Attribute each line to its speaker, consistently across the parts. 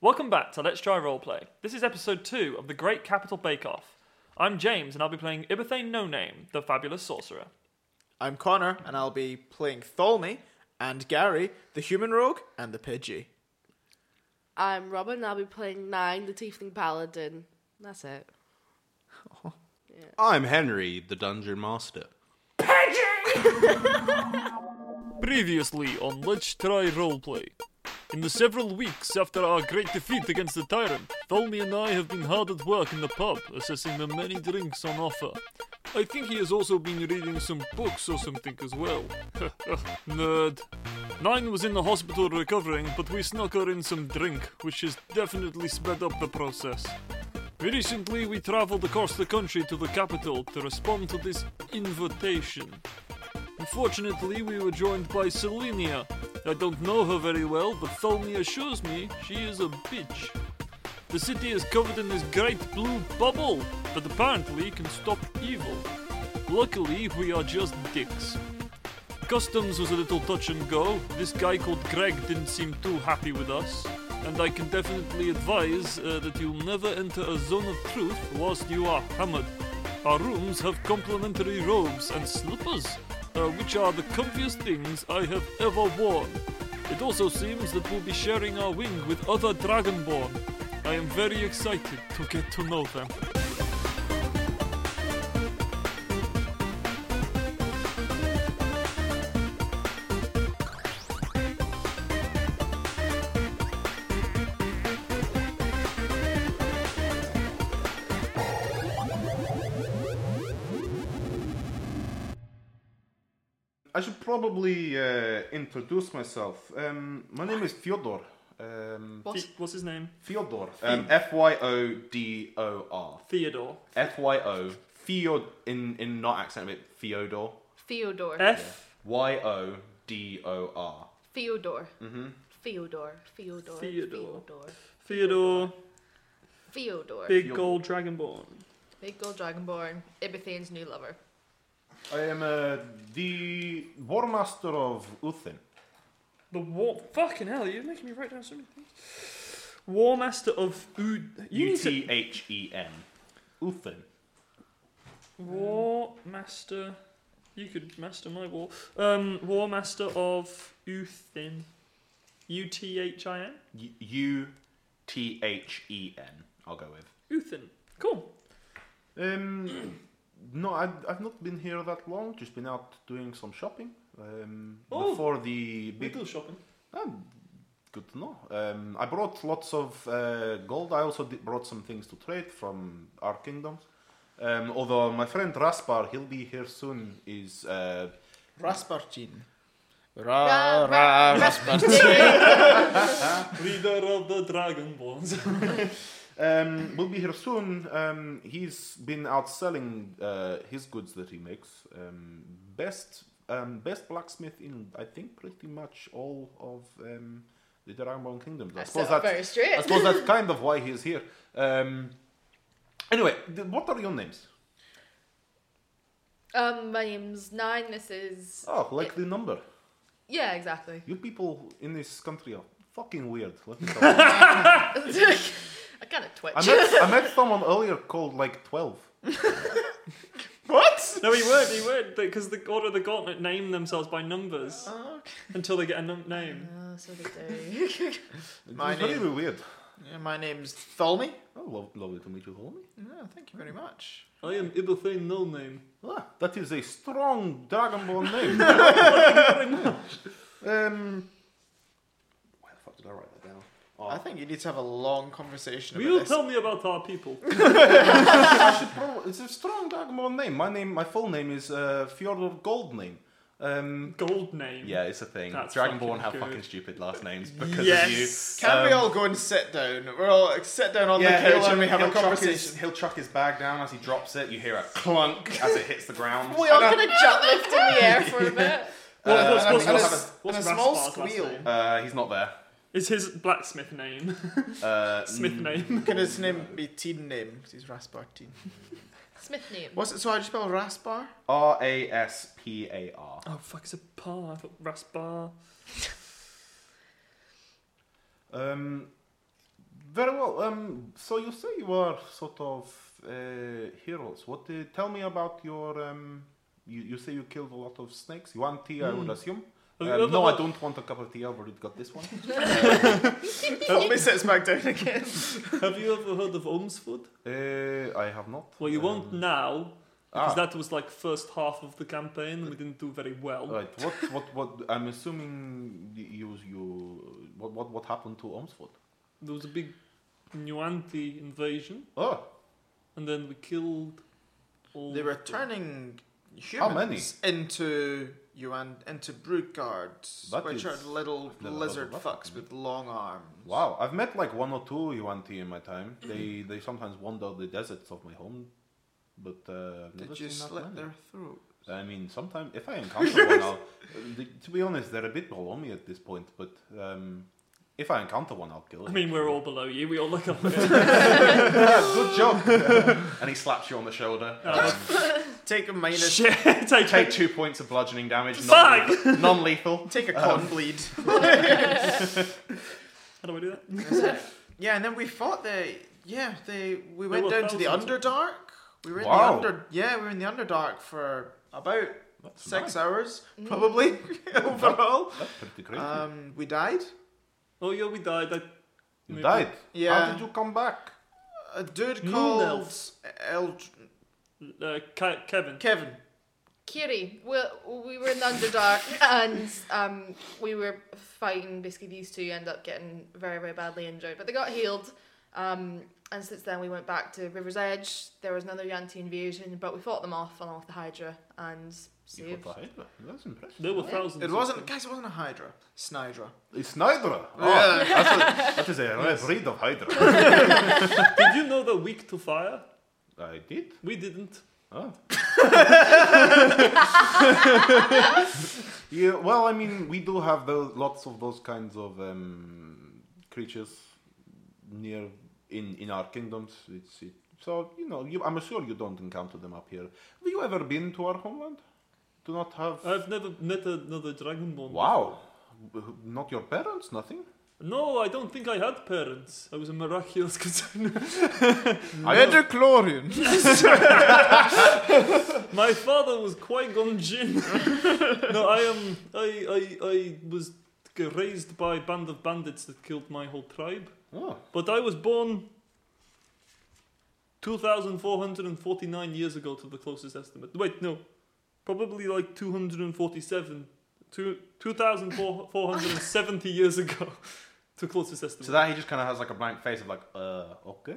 Speaker 1: Welcome back to Let's Try Roleplay. This is episode 2 of The Great Capital Bake Off. I'm James and I'll be playing Ibethane No Name, the fabulous sorcerer.
Speaker 2: I'm Connor, and I'll be playing Tholme and Gary, the human rogue, and the Pidgey.
Speaker 3: I'm Robin. and I'll be playing Nine, the Tiefling Paladin. That's it.
Speaker 4: I'm Henry, the dungeon master.
Speaker 1: Previously on Let's Try Roleplay. In the several weeks after our great defeat against the Tyrant, Tholme and I have been hard at work in the pub, assessing the many drinks on offer. I think he has also been reading some books or something as well. Nerd. Nine was in the hospital recovering, but we snuck her in some drink, which has definitely sped up the process. Recently, we travelled across the country to the capital to respond to this invitation. Unfortunately, we were joined by Selenia. I don't know her very well, but Tholme assures me she is a bitch. The city is covered in this great blue bubble that apparently can stop evil. Luckily, we are just dicks. Customs was a little touch and go. This guy called Greg didn't seem too happy with us. And I can definitely advise uh, that you never enter a zone of truth whilst you are hammered. Our rooms have complimentary robes and slippers, uh, which are the comfiest things I have ever worn. It also seems that we'll be sharing our wing with other Dragonborn. I am very excited to get to know them.
Speaker 5: I should probably uh, introduce myself. Um, my name is Fyodor. Um,
Speaker 3: What?
Speaker 1: What's his name?
Speaker 5: Fyodor. Um, F Y O D O R.
Speaker 1: Theodore.
Speaker 5: F Y O. Fyod. In in not accent a bit. Fyodor.
Speaker 3: Theodore.
Speaker 5: Uh,
Speaker 1: F.
Speaker 5: Y O D O R.
Speaker 3: Theodore. Mm-hmm. Theodore. Theodore.
Speaker 1: Theodore.
Speaker 3: Theodore.
Speaker 1: Theodore.
Speaker 3: Theodore.
Speaker 1: Big
Speaker 5: Theodore.
Speaker 1: gold dragonborn.
Speaker 3: Big gold dragonborn. Ibithane's new lover.
Speaker 5: I am uh, the war master of Uthin.
Speaker 1: The war. Fucking hell! You're making me write down so many things. War master of U. You
Speaker 5: U
Speaker 1: need to-
Speaker 5: T H E N. Uthin.
Speaker 1: War master. You could master my war. Um, war master of Uthin. U T H I N.
Speaker 5: Y- U T H E N. I'll go with.
Speaker 1: Uthin. Cool.
Speaker 5: Um, no, I, I've not been here that long. Just been out doing some shopping. Um,
Speaker 1: Oh.
Speaker 5: before the big.
Speaker 1: Little shopping.
Speaker 5: Um, good to know. Um, I brought lots of uh, gold. I also did, brought some things to trade from our kingdoms. Um, although my friend Raspar, he'll be here soon. Is uh,
Speaker 2: Raspartin. Ra,
Speaker 3: Ra-
Speaker 2: ra, Raspartin.
Speaker 1: Leader of the dragonborns.
Speaker 5: um, will be here soon. Um, he's been out selling uh, his goods that he makes. Um, best um, best blacksmith in I think pretty much all of um, the Dragonborn kingdoms. I
Speaker 3: That's
Speaker 5: suppose
Speaker 3: not
Speaker 5: that's
Speaker 3: very straight.
Speaker 5: I suppose that's kind of why he's here. Um, anyway, th- what are your names?
Speaker 3: Um, my name's Nine. This is.
Speaker 5: Oh, likely number.
Speaker 3: Yeah, exactly.
Speaker 5: You people in this country are fucking weird. Let me tell you.
Speaker 3: I kind of twitch.
Speaker 5: I met I met someone earlier called like twelve.
Speaker 2: what?
Speaker 1: no, he weren't. He weren't because the Order of the Gauntlet name themselves by numbers
Speaker 2: Oh, okay.
Speaker 1: until they get a num- name.
Speaker 3: Oh, so they do.
Speaker 5: It's
Speaker 2: My
Speaker 5: very
Speaker 2: name-
Speaker 5: weird.
Speaker 2: Yeah, my name's Tholme.
Speaker 5: Oh, lo- lovely to meet you, Holly.
Speaker 2: Yeah, thank you very much.
Speaker 1: I am Ibethane No Name.
Speaker 5: Ah, that is a strong Dragonborn name. um, why the fuck did I write that down? Oh,
Speaker 2: I think you need to have a long conversation
Speaker 1: Will
Speaker 2: about
Speaker 1: you
Speaker 2: this.
Speaker 1: tell me about our people?
Speaker 5: I should probably, it's a strong Dragonborn name. My name, my full name is uh, Fjordor Goldname. Um,
Speaker 1: Gold name.
Speaker 4: Yeah, it's a thing.
Speaker 1: That's fucking
Speaker 4: Dragonborn have
Speaker 1: good.
Speaker 4: fucking stupid last names because
Speaker 1: yes.
Speaker 2: Can we
Speaker 5: Um,
Speaker 2: all go and sit down? We're all like, sit down on the couch
Speaker 5: he'll-
Speaker 2: and we have a
Speaker 5: he'll chuck
Speaker 2: conversation.
Speaker 5: His, he'll chuck his bag down as he drops it. You hear a clunk as it hits the ground.
Speaker 3: we all gonna jump lift in the air for a bit.
Speaker 5: Uh,
Speaker 1: what's-
Speaker 5: and
Speaker 1: what's-
Speaker 5: he'll
Speaker 1: what's-
Speaker 5: have
Speaker 2: a-
Speaker 1: what's
Speaker 2: and a small
Speaker 1: Raspar's last
Speaker 2: squeal.
Speaker 1: name?
Speaker 5: Uh, he's not there.
Speaker 1: Is his blacksmith name
Speaker 5: Uh,
Speaker 1: Smith
Speaker 5: mm,
Speaker 1: name?
Speaker 2: Can his name be Teen name? 'Cause he's Raspartin.
Speaker 3: Smith name.
Speaker 2: What's it? So I just spell Raspar?
Speaker 5: R A S P A R.
Speaker 1: Oh fuck! It's a par. I thought Raspar.
Speaker 5: Um, Well, um, so you say you are sort of uh, heroes. What? Uh, tell me about your. Um, you, you say you killed a lot of snakes. You want tea, I would assume.
Speaker 1: Uh,
Speaker 5: Um, no,
Speaker 1: uh,
Speaker 5: I don't want a cup of tea. I've already got this one.
Speaker 2: Tommy sits back down again.
Speaker 1: Have you ever heard of Ormsford?
Speaker 5: uh, I have not.
Speaker 1: Well, you won't
Speaker 5: Um,
Speaker 1: now, because
Speaker 5: ah.
Speaker 1: that was like first half of the campaign and we didn't do very well.
Speaker 5: Right. What? What? What? I'm assuming y- you. You. What? What? What happened to Omsford?
Speaker 1: There was a big Nuanti invasion,
Speaker 5: Oh,
Speaker 1: and then we killed all.
Speaker 2: They were
Speaker 1: were
Speaker 2: turning humans
Speaker 5: How many?
Speaker 2: into Yuan into brute guards,
Speaker 5: That
Speaker 2: which
Speaker 5: is-
Speaker 2: are little
Speaker 5: I've never heard of
Speaker 2: lizard
Speaker 5: that
Speaker 2: fucks
Speaker 5: happening.
Speaker 2: with long arms.
Speaker 5: wow! I've met like one or two Yuan-Ti in my time. They they sometimes wander the deserts of my home, but uh, I've never
Speaker 2: Did you
Speaker 5: seen that
Speaker 2: slit
Speaker 5: many.
Speaker 2: their throat?
Speaker 5: I mean, sometimes if I encounter one, I'll, uh, the- to be honest, they're a bit below me at this point. But um, if I encounter one, I'll kill
Speaker 1: I
Speaker 5: him.
Speaker 1: mean, we're all below you. We all look up. no,
Speaker 5: good job.
Speaker 6: and he slaps you on the shoulder.
Speaker 5: Um,
Speaker 1: that's-
Speaker 2: Take a minus.
Speaker 1: shit! I
Speaker 6: Take two points of bludgeoning damage.
Speaker 1: Fuck!
Speaker 6: Non-lethal.
Speaker 5: Um,
Speaker 6: non-lethal.
Speaker 2: Take a con bleed.
Speaker 1: How do I do that?
Speaker 2: yeah, and then we fought the. Yeah, they. We went
Speaker 1: were
Speaker 2: down to the
Speaker 1: thousands of
Speaker 2: Underdark. We were in
Speaker 5: Wow.
Speaker 2: the under. Yeah, we were in the Underdark for about six
Speaker 5: nice.
Speaker 2: hours,
Speaker 1: Mm.
Speaker 2: probably overall.
Speaker 5: That's pretty crazy.
Speaker 2: Um, we died.
Speaker 1: Oh yeah, we died. I...
Speaker 5: you
Speaker 1: maybe-
Speaker 5: died. How
Speaker 2: yeah.
Speaker 5: did you come back?
Speaker 2: A dude
Speaker 1: Moon
Speaker 2: called
Speaker 1: elves.
Speaker 2: Eld-
Speaker 1: Uh, Ke- Kevin.
Speaker 2: Kevin.
Speaker 3: Kiri, well, we were in the Underdark and um, we were fighting. Basically, these two end up getting very, very badly injured, but they got healed. Um, and since then, we went back to River's Edge. There was another Yanti invasion, but we fought them off along with the Hydra and
Speaker 5: You
Speaker 3: saved.
Speaker 5: got the Hydra. That's impressive.
Speaker 1: There were thousands.
Speaker 2: It
Speaker 1: of
Speaker 2: wasn't,
Speaker 1: them.
Speaker 2: guys. It wasn't a Hydra. Snydra.
Speaker 5: It's Hydra. Oh,
Speaker 2: Yeah.
Speaker 5: that's a, that is a rare breed of Hydra.
Speaker 1: Did you know they're weak to fire?
Speaker 5: I did.
Speaker 1: We didn't.
Speaker 5: Oh. yeah, well, I mean, we do have those, lots of those kinds of um, creatures near in, in our kingdoms. It's it, so you know, you, I'm sure you don't encounter them up here. Have you ever been to our homeland? Do not have.
Speaker 1: I've never met another dragonborn.
Speaker 5: wow, not your parents, nothing.
Speaker 1: No, I don't think I had parents. I was a miraculous concern.
Speaker 2: Metachlorian.
Speaker 1: My father was Qui Gon Jinn. no, I am. I, I I was raised by a band of bandits that killed my whole tribe.
Speaker 5: Oh,
Speaker 1: But I was born 2,449 years ago to the closest estimate. Wait, no. Probably like 247. Two, 2,470 years ago to closest estimate.
Speaker 6: To that, he just kind of has like a blank face of like, uh,
Speaker 5: okay.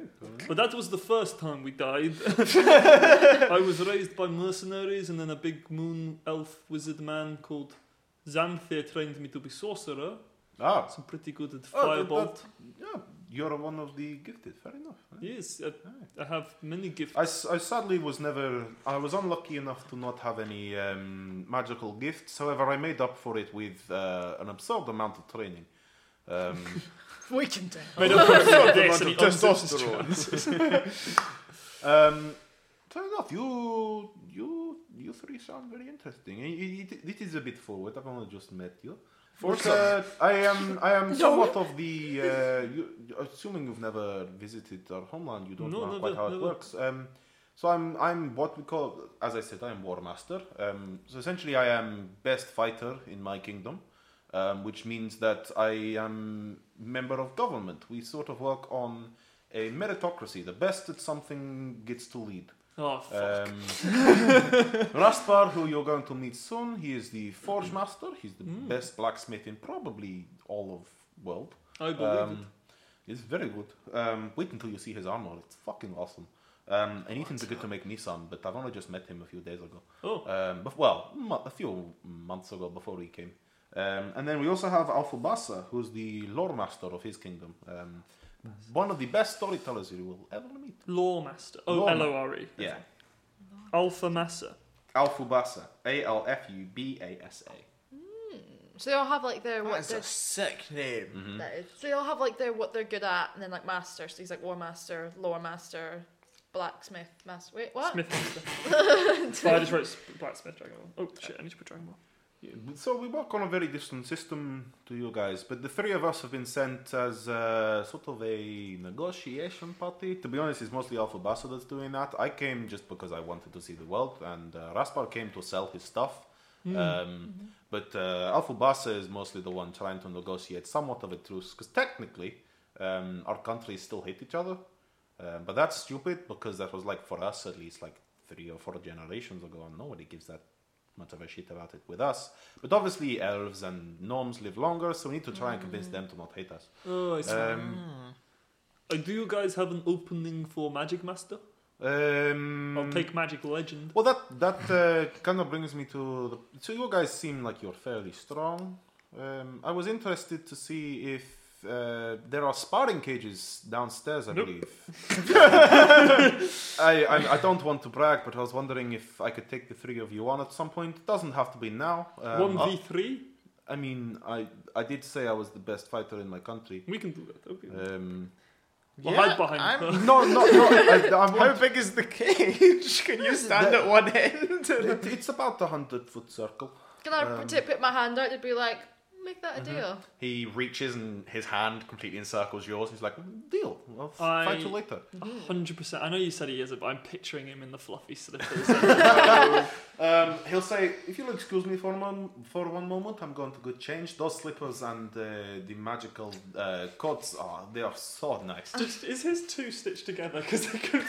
Speaker 1: but that was the first time we died. I was raised by mercenaries, and then a big moon elf wizard man called Xanthia trained me to be sorcerer.
Speaker 5: Ah,
Speaker 1: So I'm pretty good at
Speaker 5: Oh, that-
Speaker 1: firebolt.
Speaker 5: yeah, you're one of the gifted. Fair enough. eh?
Speaker 1: yes, I, I have many gifts.
Speaker 5: I, s- I sadly was never. I was unlucky enough to not have any um, magical gifts. However, I made up for it with uh, an absurd amount of training. Um,
Speaker 2: we can do.
Speaker 1: Made up for it with
Speaker 2: Amount of
Speaker 1: Dexter and he
Speaker 2: testosterone.
Speaker 1: unsits his chance.
Speaker 5: um, fair enough. You you you three sound very interesting. It, it, it is a bit forward. I've only just met you. But, uh, I am I am somewhat of the. Uh, you, assuming you've never visited our homeland, you don't
Speaker 1: No,
Speaker 5: know
Speaker 1: never,
Speaker 5: quite how it
Speaker 1: never.
Speaker 5: works. Um, so I'm I'm what we call, as I said, I am war master. Um, so essentially, I am best fighter in my kingdom, um, which means that I am member of government. We sort of work on a meritocracy. The best at something gets to lead.
Speaker 1: Oh, fuck.
Speaker 5: Um, Raspar, who you're going to meet soon, he is the forge master. He's the
Speaker 1: Hmm.
Speaker 5: best blacksmith in probably all of world.
Speaker 1: I believe
Speaker 5: Um, it's very good. Um, wait until you see his armor. It's fucking awesome. Um, I need him to get to make me some, but I've only just met him a few days ago.
Speaker 1: it. Oh,
Speaker 5: Um, bef- well, mo- a few months ago before he came. Um, and then we also have Alfobasa, who's the lore master of his kingdom. Um, one of the best storytellers you will ever meet.
Speaker 1: Law Master. Oh,
Speaker 5: Lore-
Speaker 1: L-O-R-E.
Speaker 5: Yeah.
Speaker 1: Alpha Massa.
Speaker 6: Alfubasa. A L F U B A S A.
Speaker 3: So they all have like their what
Speaker 2: That's
Speaker 3: their
Speaker 2: a sick name.
Speaker 3: That is. So they all have like their what they're good at, and then like master. So he's like war master, lore master, blacksmith, master. Wait, what?
Speaker 1: Smith Master. but I just wrote sp- Blacksmith Dragon Ball. Oh, shit, I need to put Dragon Ball.
Speaker 5: Yeah, but- so we work on a very different system to you guys, but the three of us have been sent as uh, sort of a negotiation party. To be honest, it's mostly Alpha Basso that's doing that. I came just because I wanted to see the world, and uh, Raspar came to sell his stuff. Um,
Speaker 3: Mm-hmm.
Speaker 5: But uh, Alpha Basso is mostly the one trying to negotiate somewhat of a truce, because technically, um, our countries still hate each other. Um, but that's stupid because that was like for us at least like three or four generations ago, and nobody gives that much of a shit about it with us. But obviously, elves and gnomes live longer, so we need to try and convince them to not hate us.
Speaker 1: Oh, I see.
Speaker 2: Hmm.
Speaker 5: Um,
Speaker 1: Uh, do you guys have an opening for Magic Master?
Speaker 5: Um,
Speaker 1: I'll take Magic Legend.
Speaker 5: Well, that that uh, kind of brings me to the. So you guys seem like you're fairly strong. Um, I was interested to see if uh, there are sparring cages downstairs. I
Speaker 1: Nope.
Speaker 5: believe. I, I I don't want to brag, but I was wondering if I could take the three of you on at some point. It doesn't have to be now. Um,
Speaker 1: One v three.
Speaker 5: I mean, I I did say I was the best fighter in my country.
Speaker 1: We can do that. Okay.
Speaker 5: Um,
Speaker 1: We'll
Speaker 2: Yeah,
Speaker 1: hide behind
Speaker 2: I'm-
Speaker 1: her.
Speaker 5: no, no, no. I, I
Speaker 2: How
Speaker 5: want,
Speaker 2: big is the cage? Can you stand at one end?
Speaker 5: it, it's about a hundred foot circle.
Speaker 3: Can I
Speaker 5: Um,
Speaker 3: put, put my hand out to be like, make that a deal?
Speaker 5: He reaches and his hand completely encircles yours. He's like, "Deal, I'll f-
Speaker 1: I-
Speaker 5: fight you later."
Speaker 2: Mm.
Speaker 1: Hundred percent. I know you said he is, but I'm picturing him in the fluffy slippers.
Speaker 5: Um, he'll say, "If you'll excuse me for one for one moment, I'm going to go change those slippers and uh, the magical uh, coats. Are they are so nice."
Speaker 1: Just, is his two stitched together? Because I could.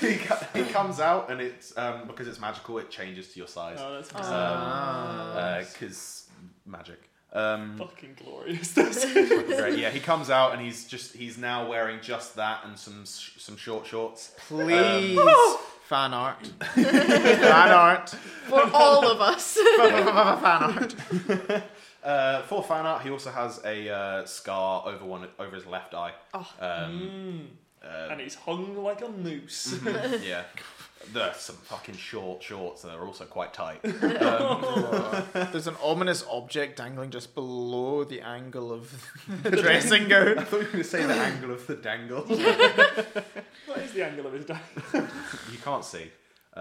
Speaker 5: he, co- he comes out and it's um, because it's magical. It changes to your size
Speaker 1: Oh, that's
Speaker 5: because
Speaker 3: Um,
Speaker 5: magic. Um,
Speaker 1: fucking glorious. That's
Speaker 5: Right, yeah, he comes out and he's just he's now wearing just that and some sh- some short shorts.
Speaker 2: Please. fan art. Um, oh! fan art.
Speaker 3: For all of us.
Speaker 2: fan art.
Speaker 5: Uh, for fan art, he also has a uh, scar over one over his left eye.
Speaker 3: Oh.
Speaker 5: Um,
Speaker 1: Mm.
Speaker 5: uh,
Speaker 1: And he's hung like a moose.
Speaker 5: Mm-hmm. yeah, there's some fucking short shorts and they're also quite tight.
Speaker 2: There's an ominous object dangling just below the angle of the dressing gown.
Speaker 5: thought you were going to say the angle of the dangle.
Speaker 1: what is the angle of his dagger?
Speaker 5: you can't see.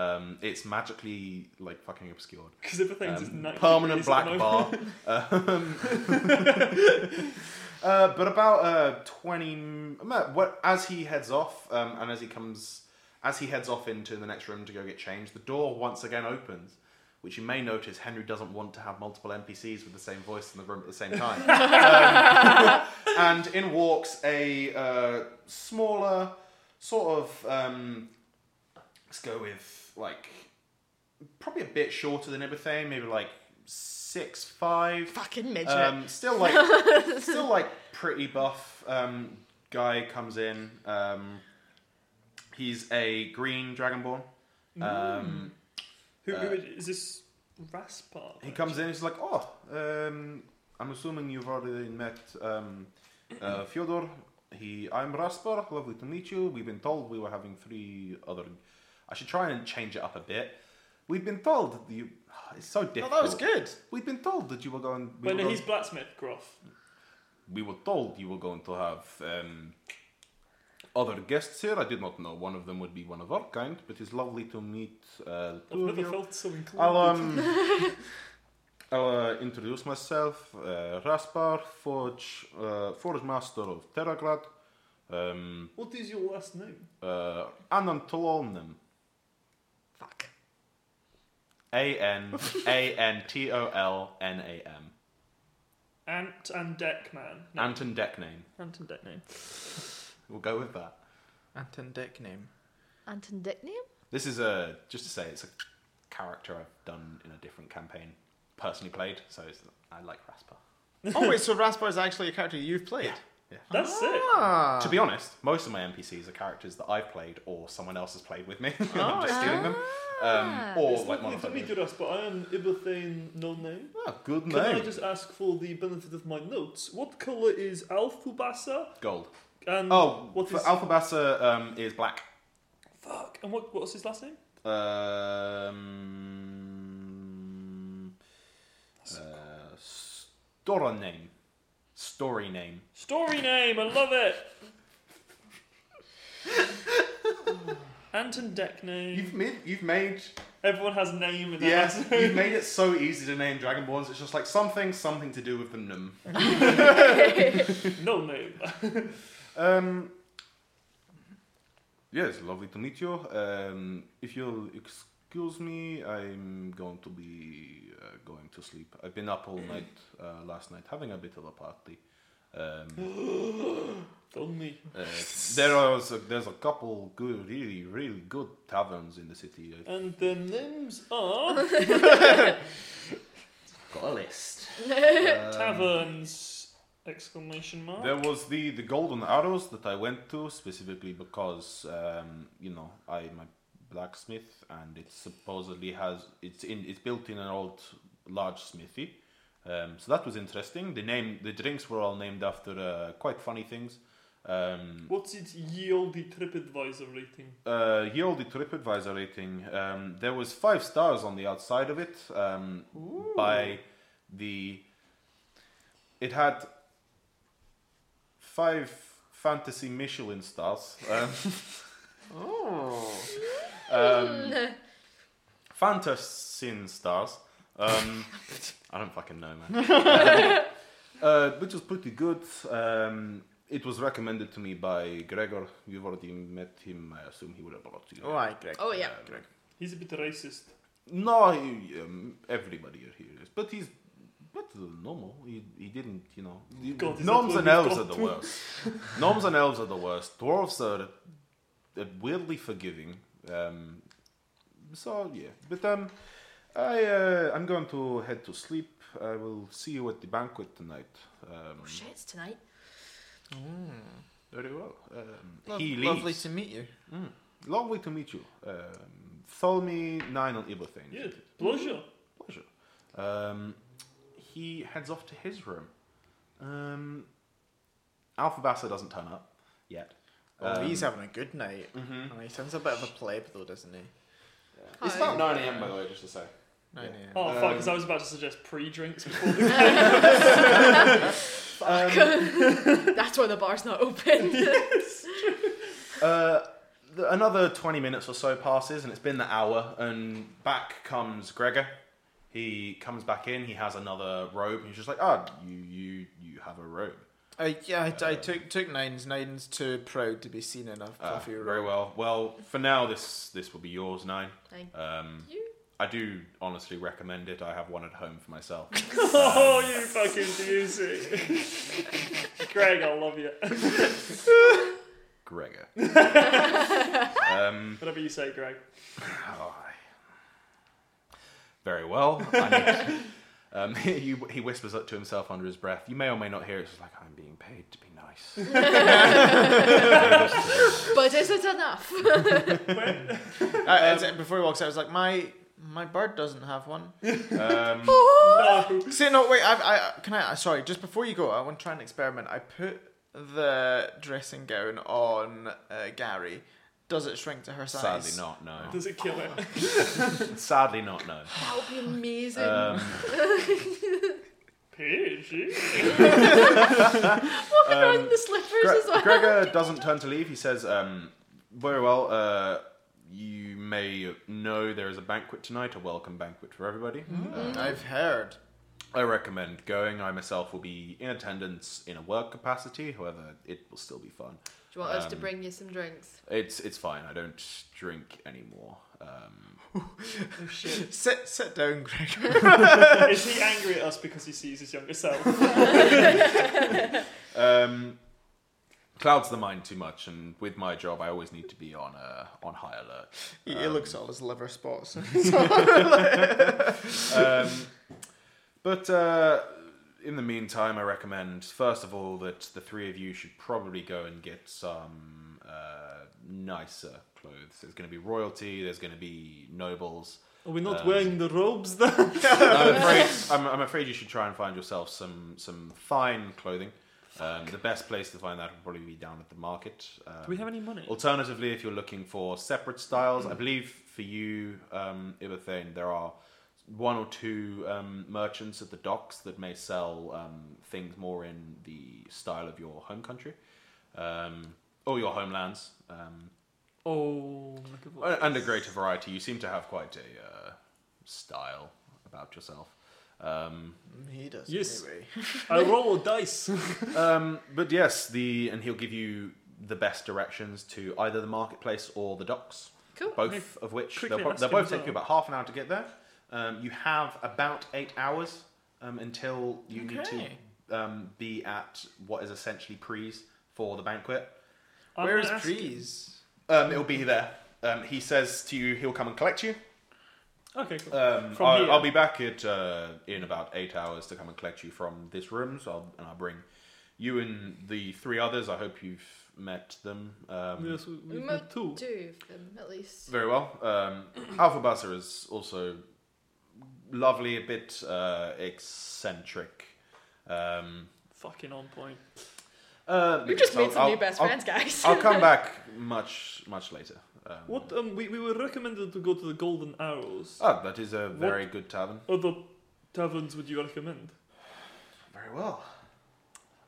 Speaker 5: Um, it's magically like fucking obscured.
Speaker 1: Because everything's just
Speaker 5: Um,
Speaker 1: 90
Speaker 5: permanent
Speaker 1: degrees at
Speaker 5: black
Speaker 1: the
Speaker 5: bar.
Speaker 1: moment.
Speaker 5: Um, uh, but about uh, twenty. m- uh, What as he heads off, um, and as he comes, as he heads off into the next room to go get changed, the door once again opens. Which you may notice, Henry doesn't want to have multiple NPCs with the same voice in the room at the same time. Um, and in walks a uh, smaller, sort of um, let's go with like probably a bit shorter than everything, maybe like six five.
Speaker 3: Fucking midget.
Speaker 5: Um, still like, still like pretty buff. Um, guy comes in. Um, he's a green dragonborn. Um,
Speaker 1: Who, who
Speaker 5: Uh,
Speaker 1: is is this? Raspar.
Speaker 5: He comes in. He's like, oh, um, I'm assuming you've already met um, uh, Fyodor. He, I'm Raspar. Lovely to meet you. We've been told we were having three other. I should try and change it up a bit. We've been told that you. It's so
Speaker 2: Oh,
Speaker 5: difficult.
Speaker 2: that was good.
Speaker 5: We've been told that you were going. we
Speaker 1: But
Speaker 5: were
Speaker 1: no,
Speaker 5: going-
Speaker 1: he's blacksmith, Groff.
Speaker 5: we were told you were going to have um, other guests here. I did not know one of them would be one of our kind, but it's lovely to meet. Uh,
Speaker 1: I've
Speaker 5: two of
Speaker 1: never
Speaker 5: you.
Speaker 1: felt so included.
Speaker 5: I'll, um, I'll uh, introduce myself. Uh, Raspar, Forge, uh, Forge Master of Terragrad. Um,
Speaker 1: What is your last name?
Speaker 5: uh, Anantololnim.
Speaker 3: Fuck.
Speaker 5: A N A N T O L N A M.
Speaker 1: Ant and Deckman. No,
Speaker 5: Anton deck name.
Speaker 1: Ant and Deckman.
Speaker 5: We'll go with that.
Speaker 2: Anton Dick name.
Speaker 3: Anton Dickname?
Speaker 5: This is a just to say it's a character I've done in a different campaign, personally played. So it's, I like Raspar.
Speaker 2: Oh wait, so Raspar is actually a character you've played.
Speaker 1: That's it.
Speaker 5: Oh,
Speaker 2: Ah.
Speaker 5: To be honest, most of my NPCs are characters that I've played or someone else has played with me. and I'm just stealing them. Um, or
Speaker 1: It's
Speaker 5: like
Speaker 1: lovely to meet
Speaker 5: modified.
Speaker 1: you, Raspar. I am Ibathane No Name.
Speaker 5: Oh, good
Speaker 1: Can I
Speaker 5: name.
Speaker 1: just ask for the benefit of my notes? What colour is Alphubasa?
Speaker 5: Gold.
Speaker 7: Mm,
Speaker 1: And
Speaker 5: Oh,
Speaker 1: what
Speaker 5: for
Speaker 1: is
Speaker 5: Alphabasa um, is black.
Speaker 1: fuck? And what what's his last name?
Speaker 5: Um, uh, Stora name. Story name.
Speaker 1: Story name. I love it. Anton deck name.
Speaker 7: You've made you've made
Speaker 1: Everyone has a name in their
Speaker 7: yes
Speaker 1: house.
Speaker 7: you've made it so easy to name dragonborns. It's just like something something to do with the num.
Speaker 1: no name.
Speaker 5: Um, yes, lovely to meet you. Um, if you'll excuse me, I'm going to be uh, going to sleep. I've been up all night uh, last night having a bit of a party. Um,
Speaker 1: Film me.
Speaker 5: uh, there was a, there's a couple good, really, really good taverns in the city. I
Speaker 1: And their names are
Speaker 7: Got a list.
Speaker 2: Um,
Speaker 1: taverns! Exclamation mark.
Speaker 5: There was the the golden arrows that I went to specifically because um, you know I my blacksmith and it supposedly has it's in it's built in an old large smithy. Um, so that was interesting. The name the drinks were all named after uh, quite funny things. Um,
Speaker 1: What's its yieldy TripAdvisor rating?
Speaker 5: uh, ye olde TripAdvisor rating. Um, there was five stars on the outside of it um, by the. It had five fantasy Michelin stars. Um,
Speaker 2: Oh.
Speaker 5: um, Fantasin stars. Um, I don't fucking know, man. uh, which was pretty good. Um, it was recommended to me by Gregor. You've already met him. I assume he would have brought you.
Speaker 2: Oh, aye, Greg.
Speaker 3: Oh, yeah.
Speaker 5: Um,
Speaker 1: He's a bit racist.
Speaker 5: No, he, um, everybody here is, but he's better than normal. He, he didn't, you know.
Speaker 1: God, is
Speaker 5: gnomes
Speaker 1: that
Speaker 5: and
Speaker 1: where
Speaker 5: elves
Speaker 1: we've
Speaker 5: are
Speaker 1: got
Speaker 5: the
Speaker 1: to?
Speaker 5: worst. gnomes and elves are the worst. Dwarves are uh, weirdly forgiving. Um, so yeah, but um, I uh, I'm going to head to sleep. I will see you at the banquet tonight. Um,
Speaker 3: Oh shit, it's tonight.
Speaker 5: very well. Um,
Speaker 2: Lo-
Speaker 5: he leaves.
Speaker 2: lovely to meet you.
Speaker 5: Lovely to meet you. Um, Tholme nine on Iberthane.
Speaker 1: Yeah, pleasure.
Speaker 5: Pleasure. Um, he heads off to his room. Um, Alpha Bassa doesn't turn up yet.
Speaker 2: Oh,
Speaker 5: Um,
Speaker 2: he's having a good night.
Speaker 7: Mm-hmm.
Speaker 2: Oh, he sounds a bit of a pleb though, doesn't he?
Speaker 7: It's
Speaker 3: Hi.
Speaker 7: about nine a.m. by the way, just to say.
Speaker 2: No,
Speaker 7: Yeah.
Speaker 2: no.
Speaker 5: Uh,
Speaker 1: Oh, fuck, 'cause fuck, because I was about to suggest pre drinks before the game.
Speaker 5: Um,
Speaker 3: That's why the bar's not open.
Speaker 5: Uh, th- another 20 minutes or so passes, and it's been the hour, and back comes Gregor. He comes back in, he has another robe, and he's just like, ah, you, you, you have a robe.
Speaker 2: I, yeah, I, I
Speaker 5: Uh,
Speaker 2: took took nines. Nines too proud to be seen in a
Speaker 5: Ah,
Speaker 2: coffee
Speaker 5: very
Speaker 2: room.
Speaker 5: well. Well, for now, this this will be yours, Nine.
Speaker 3: Thank
Speaker 5: Um,
Speaker 3: you.
Speaker 5: I do honestly recommend it. I have one at home for myself.
Speaker 1: oh, you fucking doozy. Greg, I love you.
Speaker 5: Gregor. um,
Speaker 1: Whatever you say, Greg.
Speaker 5: oh, I- Very well. I need- um, he, he whispers up to himself under his breath. You may or may not hear it. It's just like, I'm being paid to be nice.
Speaker 3: But is it enough?
Speaker 2: I- I said- Uh, before he walks out, I was like, my my bird doesn't have one.
Speaker 5: Um,
Speaker 1: No.
Speaker 2: Say no, wait. I, I I- can I. Sorry, just before you go, I want to try an experiment. I put the dressing gown on uh, Gary. Does it shrink to her size?
Speaker 5: sadly not, no.
Speaker 1: Does it kill it?
Speaker 5: Sadly not, no.
Speaker 3: That would be amazing.
Speaker 5: Um,
Speaker 1: PG.
Speaker 3: Walking around in the slippers
Speaker 5: Gre-
Speaker 3: as well.
Speaker 5: Gregor doesn't turn to leave. He says, um, "Very well. Uh, you may know there is a banquet tonight, a welcome banquet for everybody.
Speaker 1: Mm-hmm.
Speaker 5: Uh,
Speaker 2: Mm, I've heard.
Speaker 5: I recommend going. I myself will be in attendance in a work capacity. However, it will still be fun.
Speaker 3: Do you want us to
Speaker 5: um,
Speaker 3: bring you some drinks?
Speaker 5: It's it's fine. I don't drink anymore. Um,
Speaker 1: Oh, shit.
Speaker 2: Sit sit down, Gregor.
Speaker 1: Is he angry at us because he sees his younger self?
Speaker 5: um, clouds the mind too much, and with my job, I always need to be on uh, on high alert.
Speaker 2: He, he looks at all his liver spots.
Speaker 5: um, but uh, in the meantime, I recommend first of all that the three of you should probably go and get some uh, nicer clothes. There's going to be royalty. There's going to be nobles.
Speaker 8: Are we not
Speaker 5: Um,
Speaker 8: wearing the robes then?
Speaker 5: I'm afraid, I'm, I'm afraid you should try and find yourself some some fine clothing. Um, the best place to find that would probably be down at the market. Um,
Speaker 8: Do we have any money?
Speaker 5: Alternatively, if you're looking for separate styles, I believe for you, um, Iberthane, there are one or two um, merchants at the docks that may sell um, things more in the style of your home country um, or your homelands. Um,
Speaker 1: Oh, look at what-
Speaker 5: Uh, And a greater variety. You seem to have quite a uh, style about yourself. Um,
Speaker 2: He does.
Speaker 1: Yes.
Speaker 2: Anyway.
Speaker 1: I roll a dice.
Speaker 5: um, but yes, the and he'll give you the best directions to either the marketplace or the docks.
Speaker 3: Cool.
Speaker 5: Both of which
Speaker 1: quickly
Speaker 5: they'll, prob-
Speaker 1: ask
Speaker 5: they'll
Speaker 1: him
Speaker 5: both
Speaker 1: as
Speaker 5: take you
Speaker 1: well.
Speaker 5: about half an hour to get there. Um, you have about eight hours um, until you need
Speaker 2: Okay.
Speaker 5: to um, be at what is essentially Prees for the banquet.
Speaker 1: I'm
Speaker 2: Where is
Speaker 1: gonna ask-
Speaker 2: Breeze?
Speaker 5: Um, it'll be there. Um, he says to you, he'll come and collect you.
Speaker 1: Okay, cool.
Speaker 5: Um,
Speaker 1: From
Speaker 5: I'll,
Speaker 1: here.
Speaker 5: I'll be back at uh, in about eight hours to come and collect you from this room. So I'll, and I'll bring you and the three others. I hope you've met them. Um,
Speaker 1: yes, we, we
Speaker 3: We
Speaker 1: got
Speaker 3: might
Speaker 1: two.
Speaker 3: two of them at least.
Speaker 5: Very well. Um, Alpha Buzzer is also lovely, a bit uh, eccentric. Um,
Speaker 1: Fucking on point.
Speaker 5: uh,
Speaker 3: We just
Speaker 5: I'll-
Speaker 3: made some new
Speaker 5: I'll-
Speaker 3: best
Speaker 5: I'll-
Speaker 3: friends, guys.
Speaker 5: I'll come back much much later. Um,
Speaker 1: What? Um, we, we were recommended to go to the Golden Arrows.
Speaker 5: Oh, that is a very good tavern.
Speaker 1: Other taverns would you recommend?
Speaker 5: Very well.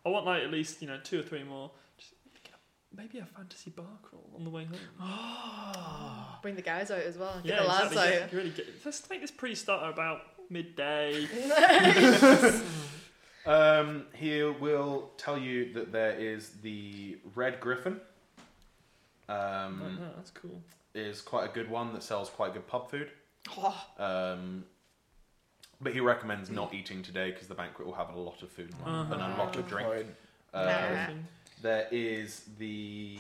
Speaker 1: I want like at least you know two or three more. Just thinking of maybe a fantasy bar crawl on the way home.
Speaker 3: Bring the guys out as well. Get the lads
Speaker 1: exactly, yeah,
Speaker 3: out.
Speaker 1: Really get, let's make this pre-starter about midday.
Speaker 5: Um, he will tell you that there is the Red Griffin.
Speaker 1: Like
Speaker 5: Um,
Speaker 1: that, that's cool.
Speaker 5: is quite a good one that sells quite good pub food.
Speaker 3: Oh,
Speaker 5: Um, but he recommends not eating today because the banquet will have a lot of food and, and a lot of drink.
Speaker 2: Lloyd.
Speaker 5: Um,
Speaker 3: Yeah.
Speaker 5: there is the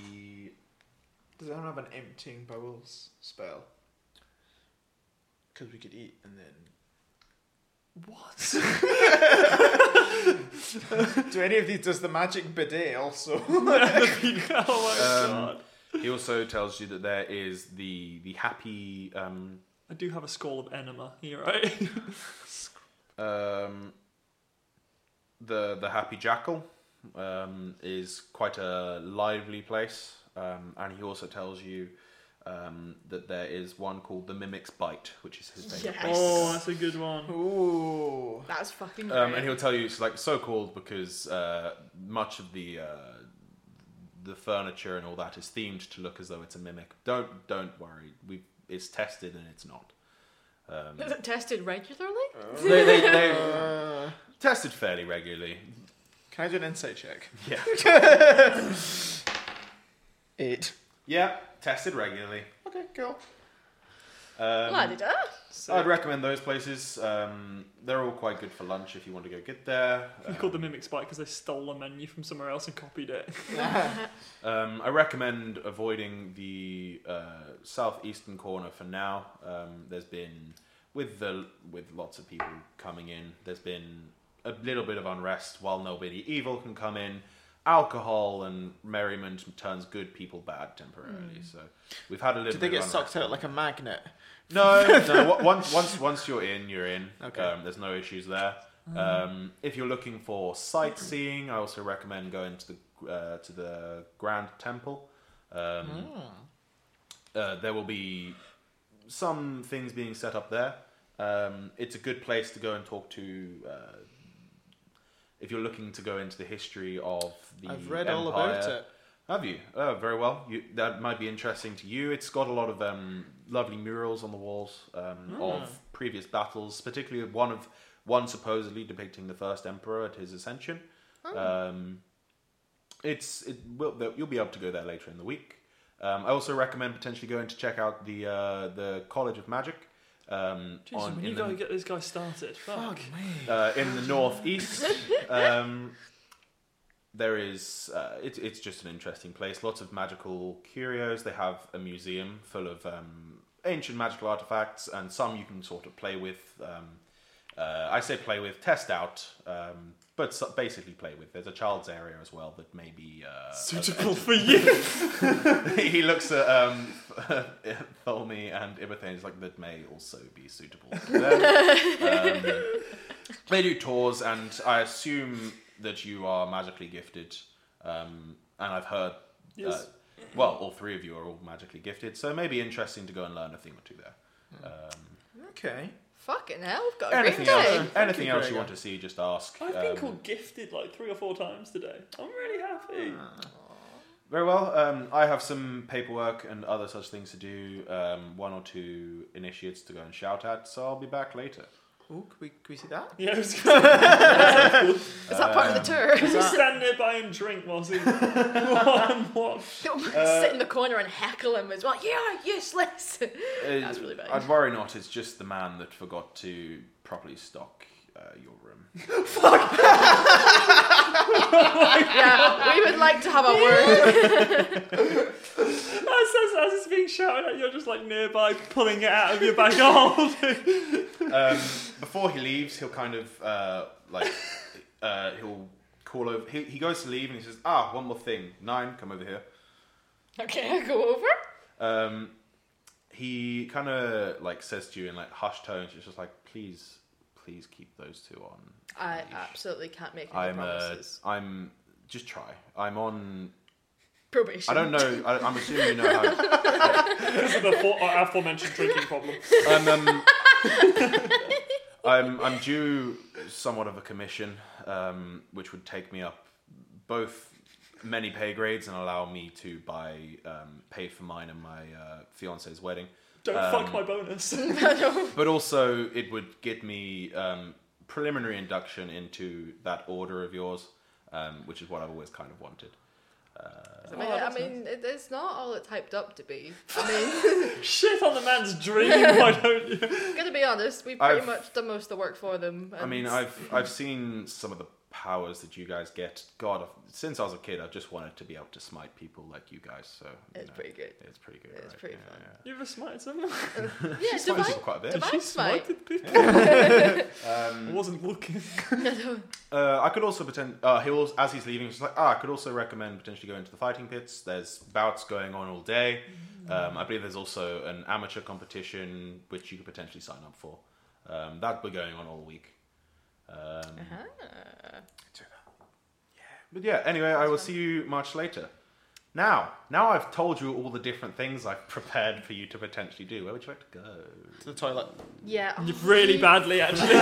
Speaker 2: Does anyone have an emptying bowels spell? Because we could eat and then.
Speaker 1: What?
Speaker 2: Do any of these? Does the magic bidet also?
Speaker 5: Uh,
Speaker 1: oh my god!
Speaker 5: um, he also tells you that there is the the happy um,
Speaker 1: I do have a skull of enema here, right?
Speaker 5: um, the the happy jackal um, is quite a lively place, um, and he also tells you um, that there is one called the Mimic's Bite, which is his favorite
Speaker 3: Yes.
Speaker 5: place. to go.
Speaker 1: oh, that's a good one.
Speaker 2: Ooh.
Speaker 3: that's fucking great.
Speaker 5: Um, and he'll tell you it's like so called because uh, much of the uh, the furniture and all that is themed to look as though it's a mimic. Don't don't worry, we it's tested and it's not. Um,
Speaker 3: Is it tested regularly?
Speaker 5: they, they, they
Speaker 2: Uh,
Speaker 5: tested fairly regularly.
Speaker 2: can I do an insight check?
Speaker 5: Yeah,
Speaker 2: Eight.
Speaker 5: yeah, tested regularly.
Speaker 2: Okay, cool.
Speaker 5: Um,
Speaker 3: La di da.
Speaker 5: I'd recommend those places. Um, they're all quite good for lunch if you want to go get there.
Speaker 1: We
Speaker 5: Um,
Speaker 1: called the mimic spike because they stole a menu from somewhere else and copied it.
Speaker 5: Um, I recommend avoiding the uh, southeastern corner for now. Um, there's been with the with lots of people coming in. There's been a little bit of unrest while nobody evil can come in. Alcohol and merriment turns good people bad temporarily. So we've had a little.
Speaker 2: Did they
Speaker 5: bit
Speaker 2: get
Speaker 5: of
Speaker 2: sucked out
Speaker 5: unrest.
Speaker 2: like a magnet?
Speaker 5: No, no. wa- Once, once, once you're in, you're in.
Speaker 2: Okay. Mm.
Speaker 5: Um, there's no issues there. Um, if you're looking for sightseeing, I also recommend going to the uh, to the Grand Temple. Um,
Speaker 2: Mm.
Speaker 5: uh, there will be some things being set up there. Um, it's a good place to go and talk to. Uh, if you're looking to go into the history of the
Speaker 2: I've read all about
Speaker 5: empire.
Speaker 2: it.
Speaker 5: Have you? Oh, very well. You, that might be interesting to you. It's got a lot of um, lovely murals on the walls
Speaker 1: Hmm.
Speaker 5: um, of previous battles, particularly one of one supposedly depicting the first emperor at his ascension.
Speaker 1: Oh.
Speaker 5: Um, it's it will you'll be able to go there later in the week. Um, I also recommend potentially going to check out the uh, the College of Magic um,
Speaker 1: Jesus,
Speaker 5: on
Speaker 1: when
Speaker 5: in
Speaker 1: you
Speaker 5: the,
Speaker 1: go and get this guy started. Fuck.
Speaker 5: uh, in the northeast. Um, there is uh, it, it's just an interesting place. Lots of magical curios. They have a museum full of um, ancient magical artifacts, and some you can sort of play with. Um, uh, I say play with, test out, um, but so basically play with. There's a child's area as well that may be uh,
Speaker 1: Suitable for you.
Speaker 5: he looks at um, Tholme and Ibethane. He's like, that may also be suitable for them. um, they do tours, and I assume that you are magically gifted. Um, and I've heard,
Speaker 1: Yes.
Speaker 5: uh, well, all three of you are all magically gifted, so it may be interesting to go and learn a thing or two there.
Speaker 2: Hmm.
Speaker 5: Um,
Speaker 2: Okay.
Speaker 3: Fucking hell, we've got a great
Speaker 5: anything
Speaker 3: day.
Speaker 5: else? Anything
Speaker 2: you,
Speaker 5: else you
Speaker 2: Gregor.
Speaker 5: want to see? Just ask.
Speaker 1: I've been
Speaker 5: Um,
Speaker 2: Uh.
Speaker 1: called gifted like three or four times today. I'm really happy.
Speaker 5: Very well. Um, I have some paperwork and other such things to do. Um, one or two initiates to go and shout at, so I'll be back later.
Speaker 2: Ooh, can we, can we see that?
Speaker 9: Yeah, I was gonna
Speaker 3: Is that part of the tour?
Speaker 5: Um,
Speaker 9: say, stand nearby and drink whilst he what?
Speaker 5: uh,
Speaker 3: Sit in the corner and heckle him as well. Yeah, useless. That's really bad.
Speaker 5: Uh, I'd worry not. It's just the man that forgot to properly stock uh, your room.
Speaker 3: yeah, we would like to have a word.
Speaker 9: As, as, as it's being shouted at, you're just like nearby pulling it out of your bag. Oh,
Speaker 5: um, before he leaves, he'll kind of uh, like uh, he'll call over. He, he goes to leave and he says, "Ah, one more thing. Nine, come over here."
Speaker 3: Okay, I go over.
Speaker 5: Um, he kind of like says to you in like hushed tones. It's just like, "Please, please keep those two on."
Speaker 3: I
Speaker 5: leash."
Speaker 3: absolutely can't make any
Speaker 5: I'm uh,
Speaker 3: promises.
Speaker 5: I'm just try. I'm on.
Speaker 3: Probation.
Speaker 5: I don't know. I, I'm assuming you know how.
Speaker 9: because of the fore- uh, aforementioned drinking problem.
Speaker 5: I'm, um, I'm I'm due somewhat of a commission, um, which would take me up both many pay grades and allow me to buy um, pay for mine and my uh, fiance's wedding.
Speaker 9: Don't
Speaker 5: Um,
Speaker 9: fuck my bonus.
Speaker 5: But also, it would get me um, preliminary induction into that order of yours, um, which is what I've always kind of wanted.
Speaker 3: I mean, I mean it, it's not all it's hyped up to be. I mean,
Speaker 9: Shit on the man's dream, why don't you?
Speaker 3: gonna be honest, we've pretty
Speaker 5: I've-
Speaker 3: much done most of the work for them.
Speaker 5: I mean,
Speaker 3: and-
Speaker 5: I've I've seen some of the powers that you guys get. God, I've- since I was a kid, I've just wanted to be able to smite people like you guys. So you
Speaker 3: It's
Speaker 5: know,
Speaker 3: pretty good.
Speaker 5: It's pretty good.
Speaker 3: It's
Speaker 5: right?
Speaker 3: pretty fun.
Speaker 9: You ever smited someone?
Speaker 3: Yeah,
Speaker 5: Smites
Speaker 3: divine.
Speaker 5: people quite a bit.
Speaker 3: Did she Divine smite.
Speaker 9: smited people?
Speaker 3: Um,
Speaker 9: I wasn't looking.
Speaker 5: Uh, I could also pretend. Uh, he also, as he's leaving, he's just like, ah, I could also recommend potentially going to the fighting pits. There's bouts going on all day. Um, I believe there's also an amateur competition which you could potentially sign up for. Um, that'd be going on all week. Um,
Speaker 3: Ah.
Speaker 5: But yeah, anyway, I will see you much later. Now, now I've told you all the different things I've prepared for you to potentially do. Where would you like to go?
Speaker 2: To the toilet.
Speaker 3: Yeah. oh,
Speaker 9: really
Speaker 3: you-
Speaker 9: badly, actually.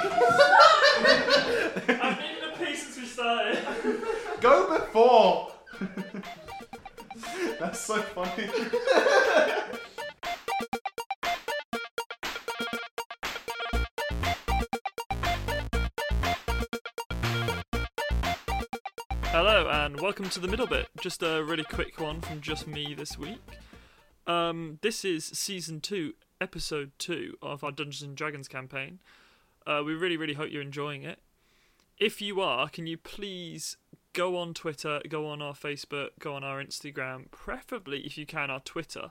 Speaker 9: I've been in a piece since we started.
Speaker 5: Go before! That's so funny.
Speaker 1: Hello and welcome to the middle bit. Just a really quick one from just me this week. Um, this is season two, episode two of our Dungeons and Dragons campaign. Uh, we really, really hope you're enjoying it. If you are, can you please go on Twitter, go on our Facebook, go on our Instagram, preferably if you can our Twitter,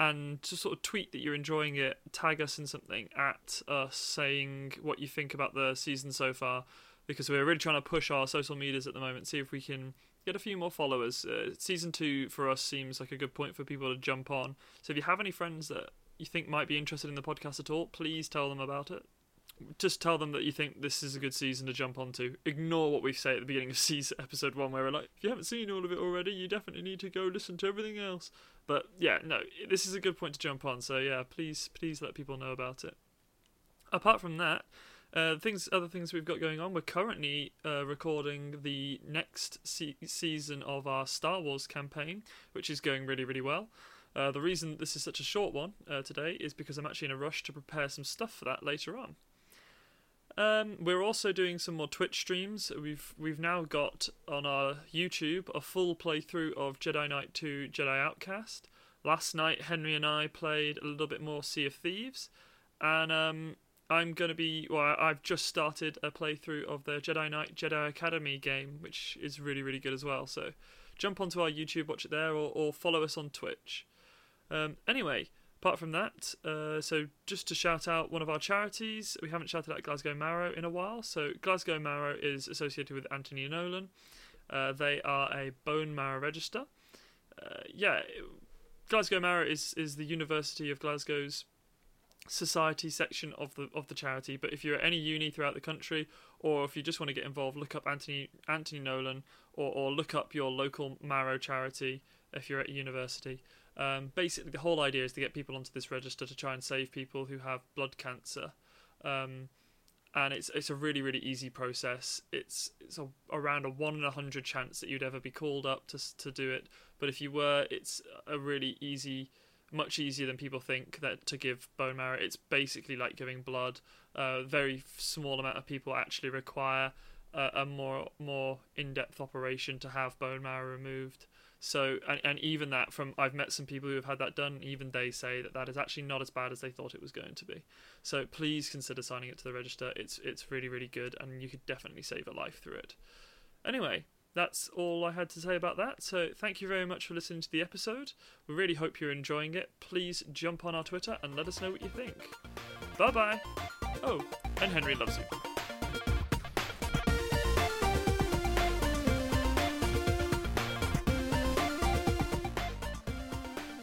Speaker 1: and just sort of tweet that you're enjoying it, tag us in something at us saying what you think about the season so far, because we're really trying to push our social medias at the moment, see if we can get a few more followers. Uh, season two for us seems like a good point for people to jump on. So if you have any friends that you think might be interested in the podcast at all, please tell them about it just tell them that you think this is a good season to jump onto. Ignore what we say at the beginning of season episode one, where we're like, if you haven't seen all of it already, you definitely need to go listen to everything else. But yeah, no, this is a good point to jump on. So yeah, please, please let people know about it. Apart from that, uh, things, other things we've got going on. We're currently uh, recording the next se- season of our Star Wars campaign, which is going really, really well. Uh, the reason this is such a short one uh, today is because I'm actually in a rush to prepare some stuff for that later on. Um, we're also doing some more Twitch streams. We've we've now got on our YouTube a full playthrough of Jedi Knight 2 Jedi Outcast. Last night Henry and I played a little bit more Sea of Thieves, and um, I'm gonna be well. I- I've just started a playthrough of the Jedi Knight Jedi Academy game, which is really really good as well. So jump onto our YouTube, watch it there, or, or follow us on Twitch. Um, anyway, apart from that, uh, so just to shout out one of our charities, we haven't shouted out Glasgow Marrow in a while. So Glasgow Marrow is associated with Anthony Nolan. Uh, they are a bone marrow register. Uh, yeah, Glasgow Marrow is is the University of Glasgow's society section of the of the charity. But if you're at any uni throughout the country, or if you just want to get involved, look up Anthony Anthony Nolan, or or look up your local Marrow charity if you're at a university. Um, basically, the whole idea is to get people onto this register to try and save people who have blood cancer. Um, and it's it's a really really easy process. It's it's a, around a one in a hundred chance that you'd ever be called up to s- to do it. But if you were, it's a really easy, much easier than people think that to give bone marrow. It's basically like giving blood. A very f- small amount of people actually require a, a more more in depth operation to have bone marrow removed. So and, and even that from I've met some people who have had that done. Even they say that that is actually not as bad as they thought it was going to be. So please consider signing up to the register. It's it's really really good, and you could definitely save a life through it. Anyway, that's all I had to say about that. So thank you very much for listening to the episode. We really hope you're enjoying it. Please jump on our Twitter and let us know what you think. Bye bye. Oh, and Henry loves you.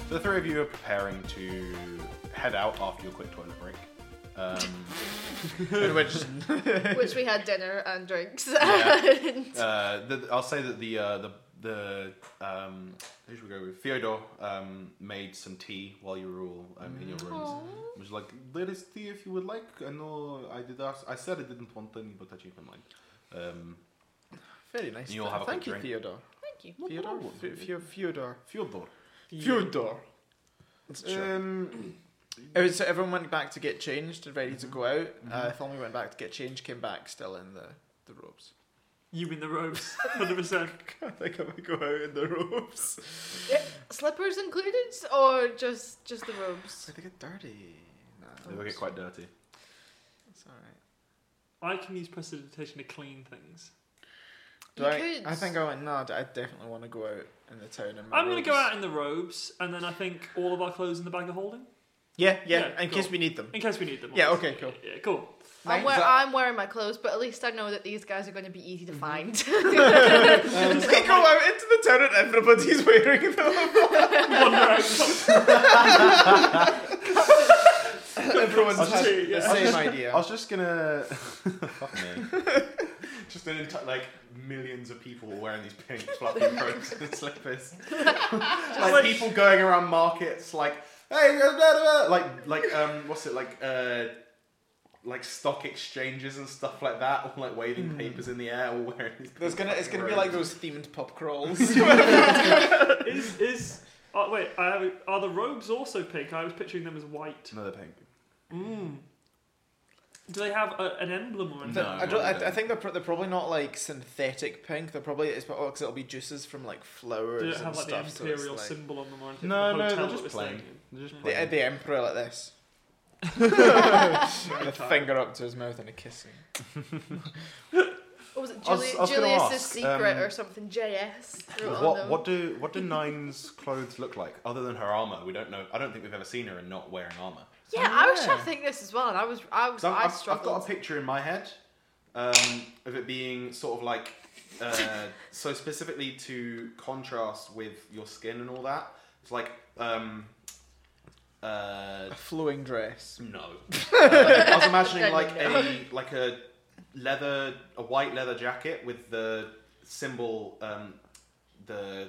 Speaker 5: The three of you are preparing to head out after your quick toilet break. Um,
Speaker 2: In which
Speaker 3: Which we had dinner and drinks.
Speaker 5: Yeah. uh, the, I'll say that the uh, the the um, who should we go with? Theodore um, made some tea while you were all um, in your rooms.
Speaker 3: Mm.
Speaker 5: It was like there is tea if you would like. I know I did ask. I said I didn't want any, but I changed my mind. Um,
Speaker 2: very nice.
Speaker 5: You'll have a
Speaker 2: Thank
Speaker 5: good
Speaker 2: you,
Speaker 5: drink.
Speaker 2: Theodore.
Speaker 3: Thank you.
Speaker 2: Theodore, Fe- Fe- Feodor,
Speaker 5: Fyodor.
Speaker 2: Feodor.
Speaker 10: Um,
Speaker 2: It was- Oh, so everyone went back to get changed and ready to go out. Uh, Thelmy went back to get changed, came back still in the, the robes.
Speaker 1: You in the robes, hundred percent.
Speaker 2: I think I'm gonna go out in the robes.
Speaker 3: Slippers included, or just just the robes?
Speaker 2: Did they get dirty? No,
Speaker 5: They will get quite dirty.
Speaker 2: it's alright.
Speaker 1: I can use prestidigitation to clean things.
Speaker 2: Do
Speaker 3: You
Speaker 2: I,
Speaker 3: could-
Speaker 2: I think I went, no, I definitely want to go out in the town. In my
Speaker 1: I'm gonna go
Speaker 2: robes."
Speaker 1: out in the robes, and then I think all of our clothes in the bag of holding
Speaker 2: Yeah, yeah,
Speaker 1: Yeah,
Speaker 2: in case
Speaker 1: cool.
Speaker 2: we need them.
Speaker 1: in case we need them.
Speaker 2: Yeah,
Speaker 1: obviously.
Speaker 2: okay, cool.
Speaker 1: Yeah, cool.
Speaker 3: I'm,
Speaker 2: Mine's
Speaker 3: wear-
Speaker 2: up.
Speaker 3: I'm wearing my clothes, but at least I know that these guys are going to be easy to
Speaker 5: Mm-hmm.
Speaker 3: find.
Speaker 2: we go out into the town and everybody's wearing them. Everyone's
Speaker 1: Cups of
Speaker 2: had
Speaker 1: tea,
Speaker 2: the
Speaker 1: yeah.
Speaker 2: same
Speaker 5: I
Speaker 2: idea.
Speaker 5: was just gonna. Fuck me. just an entire like millions of people wearing these pink fluffy robes and slippers. like,
Speaker 1: like-
Speaker 5: people going around markets, like hey, blah, blah, blah," like like um, what's it like uh. Like stock exchanges and stuff like that, all like waving papers in the air, all wearing. These pink
Speaker 2: Hmm. There's gonna, it's
Speaker 5: fucking
Speaker 2: gonna be
Speaker 5: robes.
Speaker 2: like those themed pub crawls.
Speaker 1: Is is oh, wait? I have, are the robes also pink? I was picturing them as white.
Speaker 5: No, they're pink.
Speaker 2: Hmm.
Speaker 1: Mm. Do they have a, an emblem or anything?
Speaker 2: The-
Speaker 5: No,
Speaker 2: I, don't,
Speaker 5: no, they
Speaker 2: I, I
Speaker 5: don't.
Speaker 2: think they're, pro- they're probably not like synthetic pink. They're probably it's because it'll be juices from like flowers
Speaker 1: Do they
Speaker 2: and
Speaker 1: have like
Speaker 2: stuff.
Speaker 1: the imperial
Speaker 2: so it's, like,
Speaker 1: symbol on them or anything?
Speaker 5: No,
Speaker 1: the
Speaker 5: no,
Speaker 1: hotel
Speaker 5: they're
Speaker 1: that
Speaker 5: just
Speaker 1: we're
Speaker 5: plain.
Speaker 1: staying in? Hmm.
Speaker 5: They're just
Speaker 2: the, uh,
Speaker 5: plain.
Speaker 2: the emperor like this, with a finger up to his mouth and a kissing.
Speaker 3: What was it
Speaker 5: I was-
Speaker 3: Juli-
Speaker 5: I was gonna
Speaker 3: Julius's
Speaker 5: ask,
Speaker 3: Secret
Speaker 5: um,
Speaker 3: or something? JS. wrote on
Speaker 2: oh,
Speaker 5: What
Speaker 3: them.
Speaker 5: what do what do Nine's clothes look like other than her armor? We don't know. I don't think we've ever seen her in not wearing armor.
Speaker 3: Yeah, I was trying to think this as well, and I was I was
Speaker 5: Oh, So
Speaker 3: I
Speaker 5: I've, I've, I've
Speaker 3: struggled.
Speaker 5: got a picture in my head um, of it being sort of like uh, so specifically to contrast with your skin and all that. It's like um, uh,
Speaker 2: A flowing dress.
Speaker 5: no. I was imagining
Speaker 3: No,
Speaker 5: like
Speaker 3: no, no.
Speaker 5: a like a leather a white leather jacket with the symbol um, the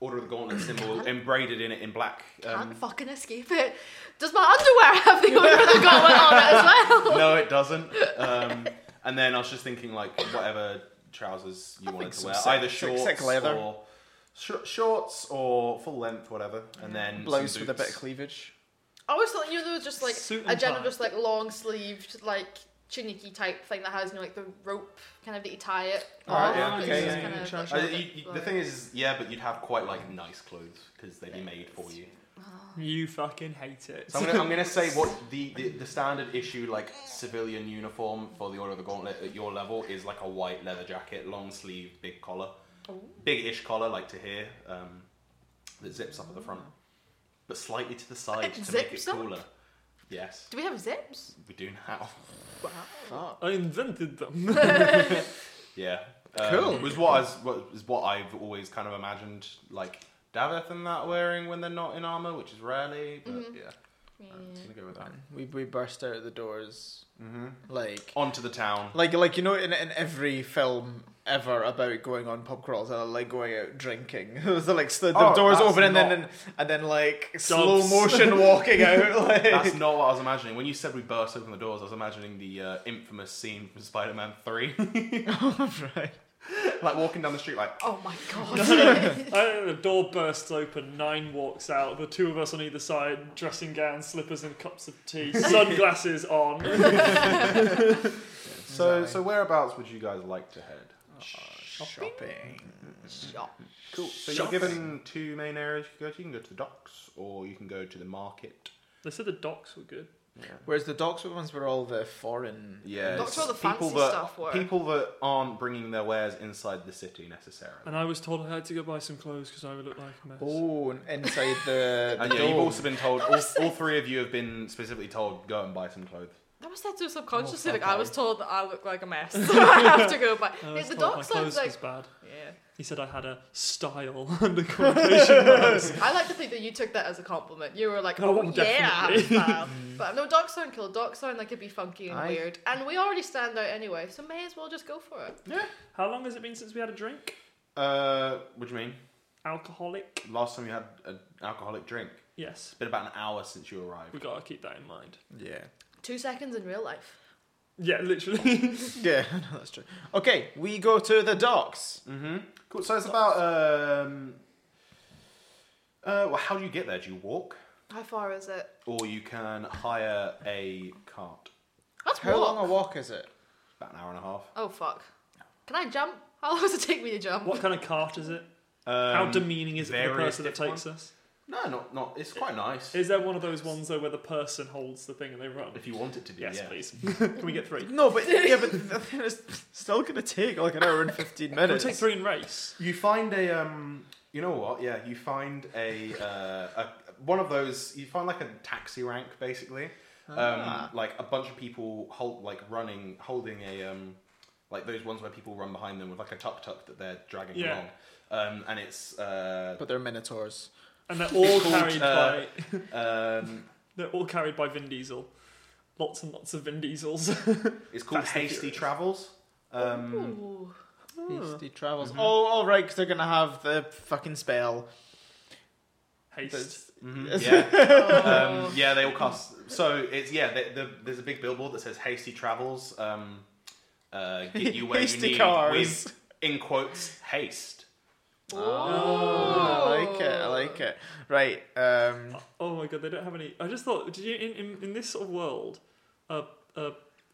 Speaker 5: Order of the Gauntlet symbol embroidered in it in black.
Speaker 3: Can't
Speaker 5: Um,
Speaker 3: fucking escape it. Does my underwear have the order of the gauntlet on it as well?
Speaker 5: no, it doesn't. Um, and then I was just thinking, like, whatever trousers you wanted
Speaker 2: think
Speaker 5: to
Speaker 2: some
Speaker 5: wear,
Speaker 2: sick-
Speaker 5: either
Speaker 2: sick-
Speaker 5: shorts
Speaker 2: sick leather.
Speaker 5: or sh- shorts or full length, whatever. And then
Speaker 2: Blouse
Speaker 5: some
Speaker 2: with a bit of
Speaker 5: boots.
Speaker 2: cleavage.
Speaker 3: I always thought you know there was just like
Speaker 1: Suit
Speaker 3: a
Speaker 1: and
Speaker 3: general
Speaker 1: tie.
Speaker 3: just like long sleeved like tunicky type thing that has you know like the rope kind of that you tie it.
Speaker 2: Alright,
Speaker 3: off,
Speaker 5: yeah,
Speaker 3: it's
Speaker 2: okay,
Speaker 3: just
Speaker 2: yeah,
Speaker 3: kind
Speaker 1: yeah,
Speaker 3: of
Speaker 1: sure,
Speaker 3: like-
Speaker 5: Uh, you- you- the thing is, is, yeah, but you'd have quite like nice clothes because they'd be made for you.
Speaker 1: You fucking hate it.
Speaker 5: So I'm gonna, I'm gonna say what the, the the standard issue like civilian uniform for the Order of the Gauntlet at your level is like a white leather jacket, long sleeve, big collar,
Speaker 3: Oh.
Speaker 5: big-ish collar like to here, um, that zips up at the front, but slightly to the side
Speaker 3: Oh. It
Speaker 5: to make it
Speaker 3: zips up?
Speaker 5: cooler. Yes,
Speaker 3: Do we have zips?
Speaker 5: we do now.
Speaker 1: I invented them.
Speaker 5: Yeah, um,
Speaker 2: Cool.
Speaker 5: Was what I was, what, is what I've always kind of imagined like Daveth and that wearing when they're not in armor, which is rarely. But
Speaker 3: Mm-hmm.
Speaker 5: yeah, I'm gonna go with that.
Speaker 2: We we burst out of the doors
Speaker 5: Mm-hmm.
Speaker 2: like
Speaker 5: Onto the town.
Speaker 2: like like you know in in every film ever about going on pub crawls and like going out drinking. Those are like s- the,
Speaker 10: Oh,
Speaker 2: doors
Speaker 10: that's
Speaker 2: open and then
Speaker 10: not-
Speaker 2: and, and then like slow
Speaker 11: Dubs.
Speaker 2: motion walking out. Like
Speaker 5: That's not what I was imagining. When you said we burst open the doors, I was imagining the uh, infamous scene from Spider Man 3.
Speaker 2: right.
Speaker 5: like walking down the street, like,
Speaker 3: Oh my god.
Speaker 1: Uh, the door bursts open, nine walks out, the two of us on either side, dressing gowns, slippers, and cups of tea, sunglasses on.
Speaker 10: So,
Speaker 2: Exactly.
Speaker 10: so whereabouts would you guys like to head?
Speaker 2: Shopping.
Speaker 10: Cool. So you're given two main areas you can go to. You can go to the docks, or you can go to the market.
Speaker 1: They said the docks were good.
Speaker 2: Whereas the docks ones were all the foreign.
Speaker 10: Yeah,
Speaker 3: Docks where all the
Speaker 10: people
Speaker 3: fancy
Speaker 10: that,
Speaker 3: stuff were.
Speaker 10: People that aren't bringing their wares inside the city necessarily.
Speaker 5: Uh,
Speaker 1: And I was told I had to go buy some clothes because I would look like a mess.
Speaker 2: Oh, and inside the. the
Speaker 5: And yeah, you've
Speaker 2: dome.
Speaker 5: also been told, all, all three of you have been specifically told, go and buy some clothes.
Speaker 3: I was said to subconsciously,
Speaker 2: Oh,
Speaker 3: like,
Speaker 2: fuck
Speaker 3: I was
Speaker 2: off.
Speaker 3: told that I look like a mess. so I have to go back.
Speaker 1: I
Speaker 3: Yeah,
Speaker 1: was
Speaker 3: the
Speaker 1: told my
Speaker 3: dock sounds
Speaker 1: clothes
Speaker 3: like.
Speaker 1: was bad.
Speaker 3: Yeah.
Speaker 1: He said I had a style under quotation marks.
Speaker 3: I like to think that you took that as a compliment. You were like,
Speaker 1: Oh,
Speaker 3: oh, yeah, I'm
Speaker 1: definitely.
Speaker 3: fab." But no, dogs sound cool. Dogs sound like it'd be funky and
Speaker 2: I-
Speaker 3: weird. And we already stand out anyway, so may as well just go for it.
Speaker 1: How long has it been since we had a drink?
Speaker 5: Uh, what do you mean?
Speaker 1: Alcoholic?
Speaker 5: Last time you had an alcoholic drink?
Speaker 1: Yes.
Speaker 5: It's been about an hour since you
Speaker 1: We
Speaker 5: arrived.
Speaker 1: gotta keep that in mind.
Speaker 2: Yeah.
Speaker 3: Two seconds in real life.
Speaker 1: Yeah, literally.
Speaker 2: Yeah, no, that's true. Okay, we go to the docks.
Speaker 5: Mm-hmm.
Speaker 10: Cool. So it's about um.
Speaker 5: Uh, well, how do you get there? Do you walk?
Speaker 3: How far is it?
Speaker 5: Or you can hire a cart.
Speaker 3: That's
Speaker 2: How
Speaker 3: walk.
Speaker 2: long a walk is it?
Speaker 5: About an hour and a half.
Speaker 3: Oh fuck. Can I jump? How long does it take me to jump?
Speaker 1: what kind of cart is it? How
Speaker 5: Um,
Speaker 1: demeaning is it for the
Speaker 5: various
Speaker 1: person that
Speaker 5: different
Speaker 1: takes us?
Speaker 5: No, not not. It's quite nice.
Speaker 1: Is there one of those ones though where the person holds the thing and they run?
Speaker 5: if you want it to be,
Speaker 1: yes,
Speaker 5: yeah.
Speaker 1: please. Can we get three?
Speaker 2: No, but yeah, but the thing is, it's still gonna take like an hour and fifteen
Speaker 1: We'll
Speaker 2: minutes.
Speaker 1: take three and race.
Speaker 5: You find a um. You know what? Yeah, you find a uh, a one of those. You find like a taxi rank basically. Um,
Speaker 2: Ah.
Speaker 5: like a bunch of people hold like running, holding a um, like those ones where people run behind them with like a tuk tuk that they're dragging
Speaker 1: Yeah.
Speaker 5: along. Um, and it's uh,
Speaker 2: But they're minotaurs.
Speaker 1: And they're all
Speaker 5: called,
Speaker 1: carried
Speaker 5: uh,
Speaker 1: by
Speaker 5: um,
Speaker 1: they're all carried by Vin Diesel. Lots and lots of Vin Diesels.
Speaker 5: it's called
Speaker 1: Fast and
Speaker 5: Hasty
Speaker 1: Furious.
Speaker 5: Travels. Um,
Speaker 3: Ooh.
Speaker 2: Hasty travels.
Speaker 5: Mm-hmm.
Speaker 2: Oh, all right, because they're gonna have the fucking spell. Mm-hmm.
Speaker 1: Haste.
Speaker 5: mhm, yeah.
Speaker 3: Oh.
Speaker 5: um, yeah, they all cost. So it's yeah. The, the, there's a big billboard that says "Hasty Travels." Um, uh, get you where
Speaker 2: Hasty
Speaker 5: you need
Speaker 2: cars.
Speaker 5: with in quotes haste.
Speaker 2: Ah, I like it. I like it. Right. Um,
Speaker 1: Oh my god, they don't have any. I just thought, did you in, in, in this sort of world, uh, uh,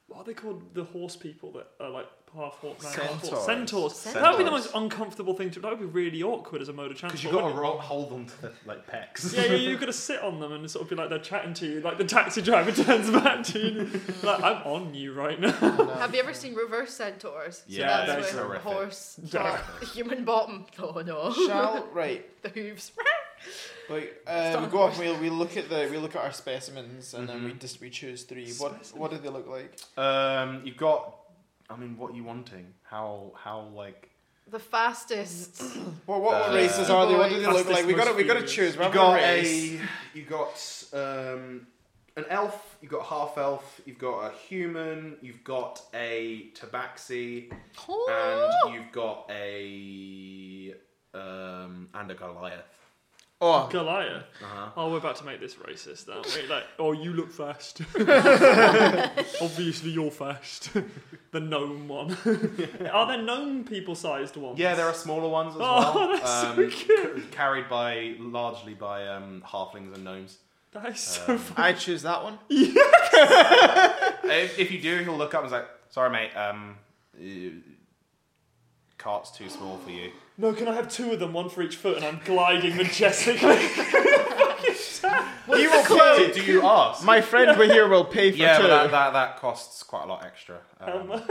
Speaker 1: what are they called? The horse people that are like half horse, man, half horse.
Speaker 2: Centaurs.
Speaker 1: centaurs. That would be the
Speaker 5: Centaurs.
Speaker 1: most uncomfortable thing to. That would be really awkward as a mode of transport.
Speaker 5: Because you got to
Speaker 1: wouldn't
Speaker 5: ro- hold them to the, like pecs.
Speaker 1: it? yeah, yeah, you got to sit on them and sort of be like they're chatting to you. Like the taxi driver turns back to you, like I'm on you right now.
Speaker 3: Have you ever seen reverse centaurs?
Speaker 5: Yeah,
Speaker 3: so that's
Speaker 5: that's
Speaker 3: where
Speaker 5: horrific.
Speaker 3: horse, top, human bottom. Oh no,
Speaker 2: shall right.
Speaker 3: the hooves.
Speaker 2: Like uh, we go off. and We we look at the we look at our specimens and then we
Speaker 5: Mhm.
Speaker 2: just we choose three. What what do they look like?
Speaker 5: Um, you've got. I mean, what are you wanting? How how like
Speaker 3: The fastest.
Speaker 2: Well, what, what
Speaker 5: Uh,
Speaker 2: races are they? What do they look
Speaker 1: Fastest,
Speaker 2: like? We got to
Speaker 1: most
Speaker 2: we got to
Speaker 1: furious.
Speaker 2: choose. We're
Speaker 5: you
Speaker 2: having a
Speaker 5: got
Speaker 2: race.
Speaker 5: a you got um an elf. You got half elf. You've got a human. You've got a tabaxi.
Speaker 3: Oh.
Speaker 5: and you've got a um and a Goliath.
Speaker 2: Oh,
Speaker 1: Goliath.
Speaker 5: Uh-huh.
Speaker 1: Oh, we're about to make this racist, aren't we? Like, oh, you look fast. Obviously, you're fast. the gnome one. are there gnome people-sized ones?
Speaker 5: Yeah, there are smaller ones as
Speaker 1: Oh,
Speaker 5: well.
Speaker 1: that's so
Speaker 5: um, c- carried by largely by um, halflings and gnomes.
Speaker 1: That is so.
Speaker 5: Um,
Speaker 1: F-
Speaker 2: I choose that one.
Speaker 5: if, if you do, he'll look up and say, "Sorry, mate. Um, uh, cart's too small for you."
Speaker 1: no, can I have two of them, one for each foot, and I'm gliding majestically?
Speaker 2: You will
Speaker 5: Do,
Speaker 2: pay.
Speaker 5: do you ask?
Speaker 2: My friend we here will pay for
Speaker 5: yeah,
Speaker 2: two.
Speaker 5: but that, that, that costs quite a lot extra.
Speaker 1: How
Speaker 5: Um,
Speaker 1: much?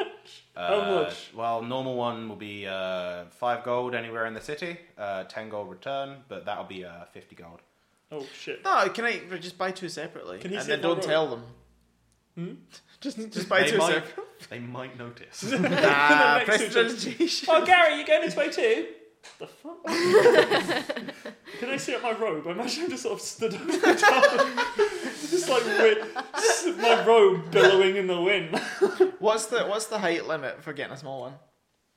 Speaker 5: uh,
Speaker 1: How much?
Speaker 5: Well, normal one will be uh, five gold anywhere in the city, uh, ten gold return, but that'll be uh, fifty gold.
Speaker 1: Oh shit!
Speaker 2: No, can I just buy two separately
Speaker 1: Can he
Speaker 2: and
Speaker 1: sit
Speaker 2: then don't
Speaker 1: on the
Speaker 2: tell them?
Speaker 1: Hmm?
Speaker 2: Just just buy
Speaker 5: They
Speaker 2: two
Speaker 5: might-
Speaker 2: separate.
Speaker 5: They might notice.
Speaker 2: Ah,
Speaker 1: The next
Speaker 2: prestidigitation.
Speaker 1: Oh, Gary, you going this way too? The fuck? Can I see up my robe? I imagine I'm just sort of stood up the top. just like with my robe billowing in the wind.
Speaker 2: What's the what's the height limit for getting a small one?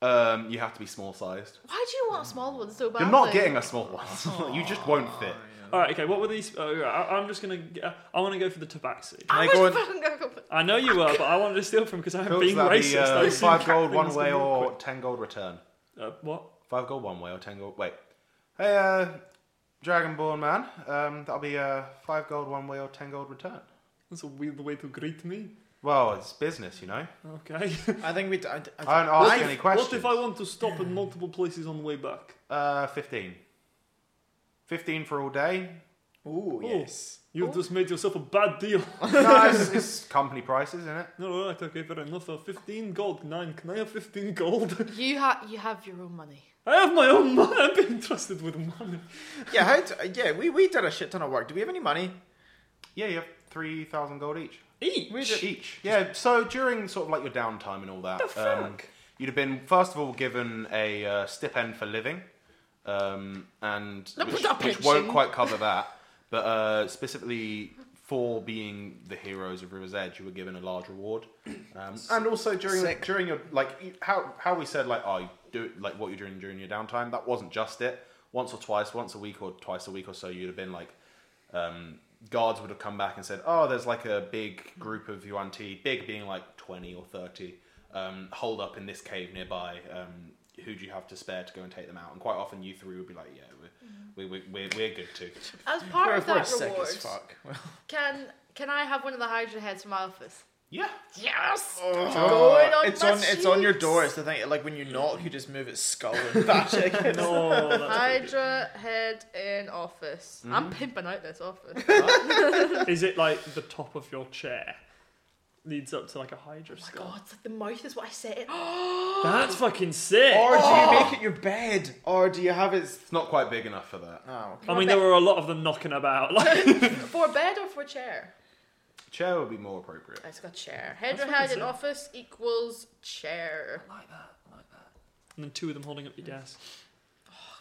Speaker 12: Um, you have to be small sized.
Speaker 3: Why do you want a small one so badly?
Speaker 12: You're not getting a small one. you just won't fit.
Speaker 1: All right, okay. What were these? Uh, I, I'm just gonna. g- I want to go for the Tabaxi.
Speaker 2: Can
Speaker 3: I
Speaker 2: I
Speaker 3: was
Speaker 2: go and
Speaker 3: fucking gonna go for-
Speaker 1: I know you were, but I wanted to steal from because I'm
Speaker 12: Coach,
Speaker 1: being
Speaker 12: that'd
Speaker 1: racist.
Speaker 12: be, uh,
Speaker 1: I assume
Speaker 12: five gold
Speaker 1: Catherine's
Speaker 12: one
Speaker 1: gonna
Speaker 12: way
Speaker 1: be
Speaker 12: or
Speaker 1: quick.
Speaker 12: ten gold return.
Speaker 1: uh, what?
Speaker 12: Five gold one way or ten gold. Wait,
Speaker 5: Hey, uh, Dragonborn man, um, that'll be uh, five gold one way or ten gold return.
Speaker 1: That's a weird way to greet me.
Speaker 5: Well, it's business, you know.
Speaker 1: Okay.
Speaker 2: I think we. d- I, d- I d-
Speaker 5: I don't ask
Speaker 1: if-
Speaker 5: any questions.
Speaker 1: What if I want to stop at multiple places on the way back?
Speaker 5: Uh, fifteen. Fifteen for all day.
Speaker 2: Ooh, yes.
Speaker 1: You've just made yourself a bad deal.
Speaker 5: No, it's, it's company prices, isn't it?
Speaker 1: no, all right, okay, fair enough. Uh, 15 gold, nine. Can I have 15 gold?
Speaker 13: You ha- you have your own money.
Speaker 1: I have my own money. I'm being trusted with money.
Speaker 2: Yeah, how do, yeah, we, we did a shit ton of work. Do we have any money?
Speaker 5: Yeah, you have three thousand gold each.
Speaker 1: Eat.
Speaker 5: Each. Yeah. So during sort of like your downtime and all that, um, you'd have been first of all given a uh, stipend for living, um, and
Speaker 3: Not
Speaker 5: which,
Speaker 3: for that
Speaker 5: which
Speaker 3: pension.
Speaker 5: won't quite cover that, but uh, specifically for being the heroes of River's Edge, you were given a large reward, um, and also during
Speaker 2: Sick.
Speaker 5: during your like you- how how we said like oh you do like what you're doing during your downtime that wasn't just it once or twice once a week or twice a week or so you'd have been like um, guards would have come back and said, "Oh, there's like a big group of Yuan Ti, big being like twenty or thirty, um, hold up in this cave nearby. Um, who do you have to spare to go and take them out?" And quite often, you three would be like, "Yeah, we're we, we, we're, we're good too."
Speaker 3: As part of
Speaker 2: We're- we're
Speaker 3: that
Speaker 2: sick
Speaker 3: reward,
Speaker 2: as fuck. Well,
Speaker 3: can can I have one of the Hydra heads from Alphys?
Speaker 5: Yeah,
Speaker 3: Yes.
Speaker 2: oh,
Speaker 3: on
Speaker 2: it's
Speaker 3: my
Speaker 2: on it's on your
Speaker 3: cheeks.
Speaker 2: door. It's the thing. Like when you knock, you just move its skull and bash it against.
Speaker 1: No, that's
Speaker 3: Hydra head in office. I'm
Speaker 2: Mm-hmm.
Speaker 3: pimping out this office. Oh
Speaker 1: Is it like the top of your chair leads up to like a Hydra
Speaker 3: Oh my
Speaker 1: skull?
Speaker 3: god, it's like the mouth is what I said.
Speaker 1: That's fucking sick.
Speaker 2: Or do you make it your bed? Or do you have its?
Speaker 5: it's not quite big enough for that.
Speaker 2: Oh, okay.
Speaker 1: I mean, there were a lot of them knocking about. Like,
Speaker 3: for bed or for chair?
Speaker 5: Chair would be more appropriate.
Speaker 3: I just got chair. Head
Speaker 1: That's
Speaker 3: or
Speaker 1: what I
Speaker 3: head in
Speaker 1: said.
Speaker 3: office equals chair.
Speaker 1: and then two of them holding up your desk.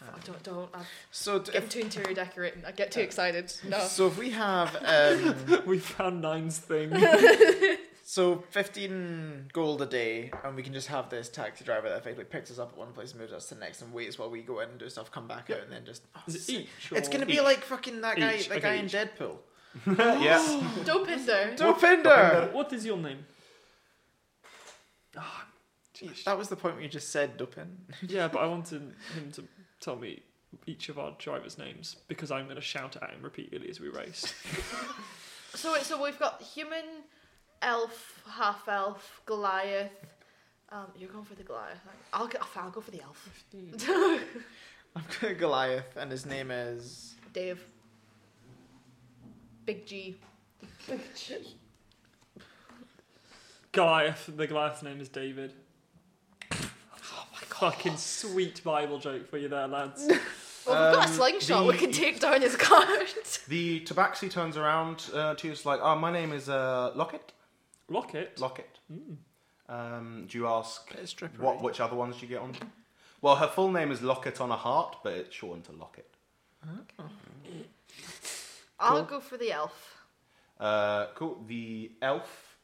Speaker 3: I don't, don't. I'm
Speaker 2: So d-
Speaker 3: getting too interior decorating. I get too excited. No.
Speaker 2: so if we have um,
Speaker 1: We found Nine's thing.
Speaker 2: so fifteen gold a day, and we can just have this taxi driver that effectively picks us up at one place, moves us to the next, and waits while we go in and do stuff, come back out, and then just. oh,
Speaker 1: Is it
Speaker 2: sick.
Speaker 1: each?
Speaker 2: It's
Speaker 1: or-
Speaker 2: gonna be like fucking that guy,
Speaker 1: Each,
Speaker 2: that
Speaker 1: okay,
Speaker 2: guy in
Speaker 1: each.
Speaker 2: Deadpool.
Speaker 5: yeah,
Speaker 3: Dopinder.
Speaker 2: Dopinder.
Speaker 1: uh, What is your name? Ah,
Speaker 2: That was the point where you just said Dopin.
Speaker 1: Yeah, but I wanted him to tell me each of our drivers' names because I'm going to shout at him repeatedly as we race.
Speaker 3: So wait, so we've got human, elf, half elf, Goliath. Um, you're going for the Goliath. I'll go, I'll go for the elf.
Speaker 2: I'm going Goliath, and his name is.
Speaker 3: Dave. Big G. Big G.
Speaker 1: Goliath, the Goliath name is David. Oh my god. Fucking sweet Bible joke for you there, lads.
Speaker 3: Well, we've got a
Speaker 5: Um,
Speaker 3: slingshot.
Speaker 5: the-
Speaker 3: We can take down his card.
Speaker 5: the Tabaxi turns around uh, to you. It's like, "Oh, my name is uh, Locket.
Speaker 1: Rocket.
Speaker 5: Locket. Um, do you ask
Speaker 2: Bit of strippery.
Speaker 5: what? Which other ones do you get on? Well, her full name is Locket on a Heart, but it's shortened to Locket.
Speaker 3: I'll go for the elf.
Speaker 5: Uh, cool. The elf.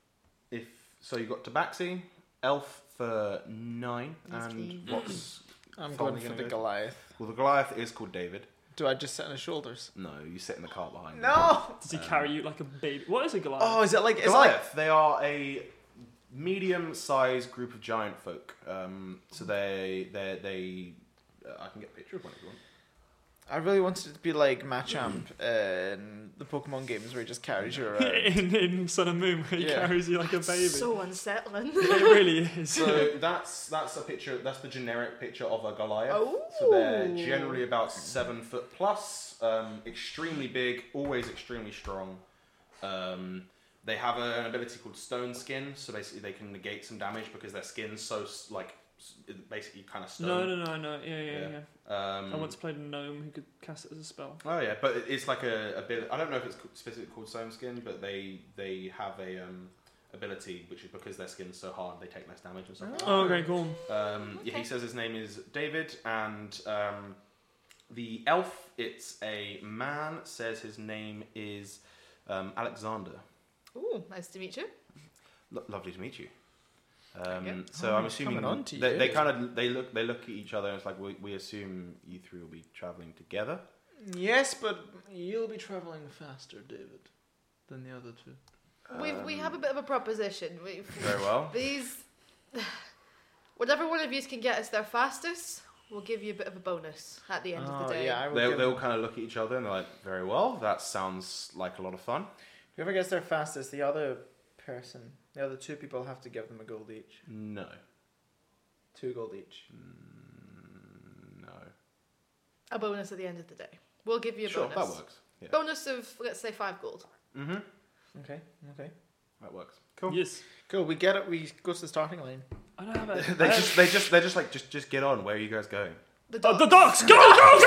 Speaker 5: If so, you got Tabaxi, elf for nine,
Speaker 3: Yes,
Speaker 5: and
Speaker 3: please.
Speaker 5: what's
Speaker 2: I'm going
Speaker 5: Finally
Speaker 2: for
Speaker 5: gonna
Speaker 2: the
Speaker 5: go.
Speaker 2: Goliath.
Speaker 5: well? The Goliath is called David.
Speaker 2: Do I just sit on his shoulders?
Speaker 5: No, you sit in the cart behind. him.
Speaker 2: No.
Speaker 1: Does he carry you like a baby? What is a Goliath?
Speaker 2: Oh, is it like it's
Speaker 5: Goliath.
Speaker 2: like
Speaker 5: They are a medium-sized group of giant folk. Um, so they they they. Uh, I can get a picture of one if you want.
Speaker 2: I really wanted it to be like Machamp in the Pokemon games where he just carries you around.
Speaker 1: in, in Sun and Moon, where he
Speaker 2: Yeah.
Speaker 1: carries you like a baby.
Speaker 3: So unsettling.
Speaker 1: it really is.
Speaker 5: So that's that's a picture. That's the generic picture of a Goliath.
Speaker 3: Oh.
Speaker 5: So they're generally about seven foot plus, um, extremely big, always extremely strong. Um, they have a- an ability called Stone Skin, so basically they can negate some damage because their skin's so s- like s- basically kind of stone.
Speaker 1: no, no, no, no. Yeah, yeah, yeah.
Speaker 5: Yeah. Um,
Speaker 1: I once played a gnome who could cast it as a spell.
Speaker 5: Oh yeah, but it- it's like a ability. I don't know if it's co- specifically called stone skin, but they they have a um, ability which is because their skin's so hard, they take less damage and stuff. like that.
Speaker 1: Oh, okay, cool.
Speaker 5: Um, yeah, he says his name is David, and um, the elf, it's a man, says his name is um, Alexander.
Speaker 3: Ooh, nice to meet you.
Speaker 5: Lo- lovely to meet you. Um,
Speaker 3: Okay.
Speaker 5: so I'm
Speaker 2: Oh,
Speaker 5: assuming
Speaker 2: coming on to
Speaker 5: they,
Speaker 2: you.
Speaker 5: they kind of they look they look at each other and it's like we, we assume you three will be traveling together.
Speaker 2: Yes, but you'll be traveling faster, David, than the other two.
Speaker 3: We've, we
Speaker 5: Um,
Speaker 3: have a bit of a proposition. We've,
Speaker 5: Very well.
Speaker 3: These, whatever one of you can get us there fastest, we'll give you a bit of a bonus at the end
Speaker 5: Oh,
Speaker 3: of the day.
Speaker 2: Oh, yeah, I will.
Speaker 5: They
Speaker 2: give-
Speaker 5: they all kind of look at each other and they're like, very well. That sounds like a lot of fun.
Speaker 2: Whoever gets there fastest, the other person, the other two people have to give them a gold each.
Speaker 5: No,
Speaker 2: Two gold each.
Speaker 5: no.
Speaker 3: A bonus at the end of the day. We'll give you a
Speaker 5: Sure,
Speaker 3: bonus.
Speaker 5: that works. Yeah,
Speaker 3: Bonus of let's say five gold.
Speaker 5: mm-hmm.
Speaker 2: Okay, okay.
Speaker 5: that works.
Speaker 2: Cool.
Speaker 1: Yes.
Speaker 2: Cool, we get it. We go to the starting line.
Speaker 1: I don't have a.
Speaker 5: they just they just they're just like just just get on. Where are you guys going?
Speaker 3: The
Speaker 1: Uh,
Speaker 3: dog.
Speaker 1: the docks! Go, go,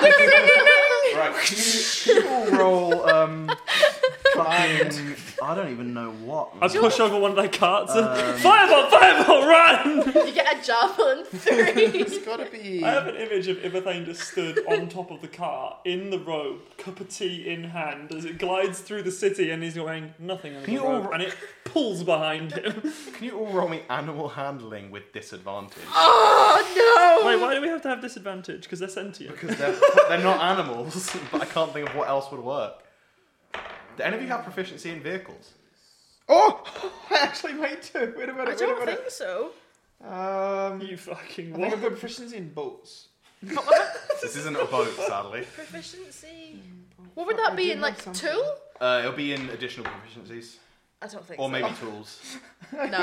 Speaker 1: go!
Speaker 5: Right, can you, can you all roll? Um,
Speaker 10: Fucking- I don't even know what.
Speaker 1: I push over one of their carts and.
Speaker 5: Um,
Speaker 1: Fireball, fireball, run!
Speaker 3: you get a javelin three.
Speaker 2: It's gotta be.
Speaker 1: I have an image of Ivathane just stood on top of the car in the robe, cup of tea in hand, as it glides through the city and he's wearing nothing under
Speaker 5: Can
Speaker 1: the
Speaker 5: you all-
Speaker 1: robe, and it pulls behind him.
Speaker 5: can you all roll me animal handling with disadvantage?
Speaker 3: oh
Speaker 1: Wait, why do we have to have disadvantage? Because they're sentient.
Speaker 5: Because they're, they're not animals, but I can't think of what else would work. Do any of you have proficiency in vehicles?
Speaker 2: Oh! I actually might do. Wait a minute,
Speaker 3: no! I
Speaker 2: wait a
Speaker 3: don't
Speaker 2: minute.
Speaker 3: think so.
Speaker 2: Um,
Speaker 1: You fucking
Speaker 2: I think
Speaker 1: what?
Speaker 2: I've got proficiency in boats.
Speaker 5: This isn't a boat, sadly.
Speaker 3: Proficiency. What would that
Speaker 2: I
Speaker 3: be
Speaker 2: do
Speaker 3: in
Speaker 2: know
Speaker 3: like
Speaker 2: something.
Speaker 3: tool?
Speaker 5: Uh, it'll be in additional proficiencies,
Speaker 3: I don't think
Speaker 5: or
Speaker 3: so.
Speaker 5: maybe tools. Uh,
Speaker 3: No.
Speaker 2: I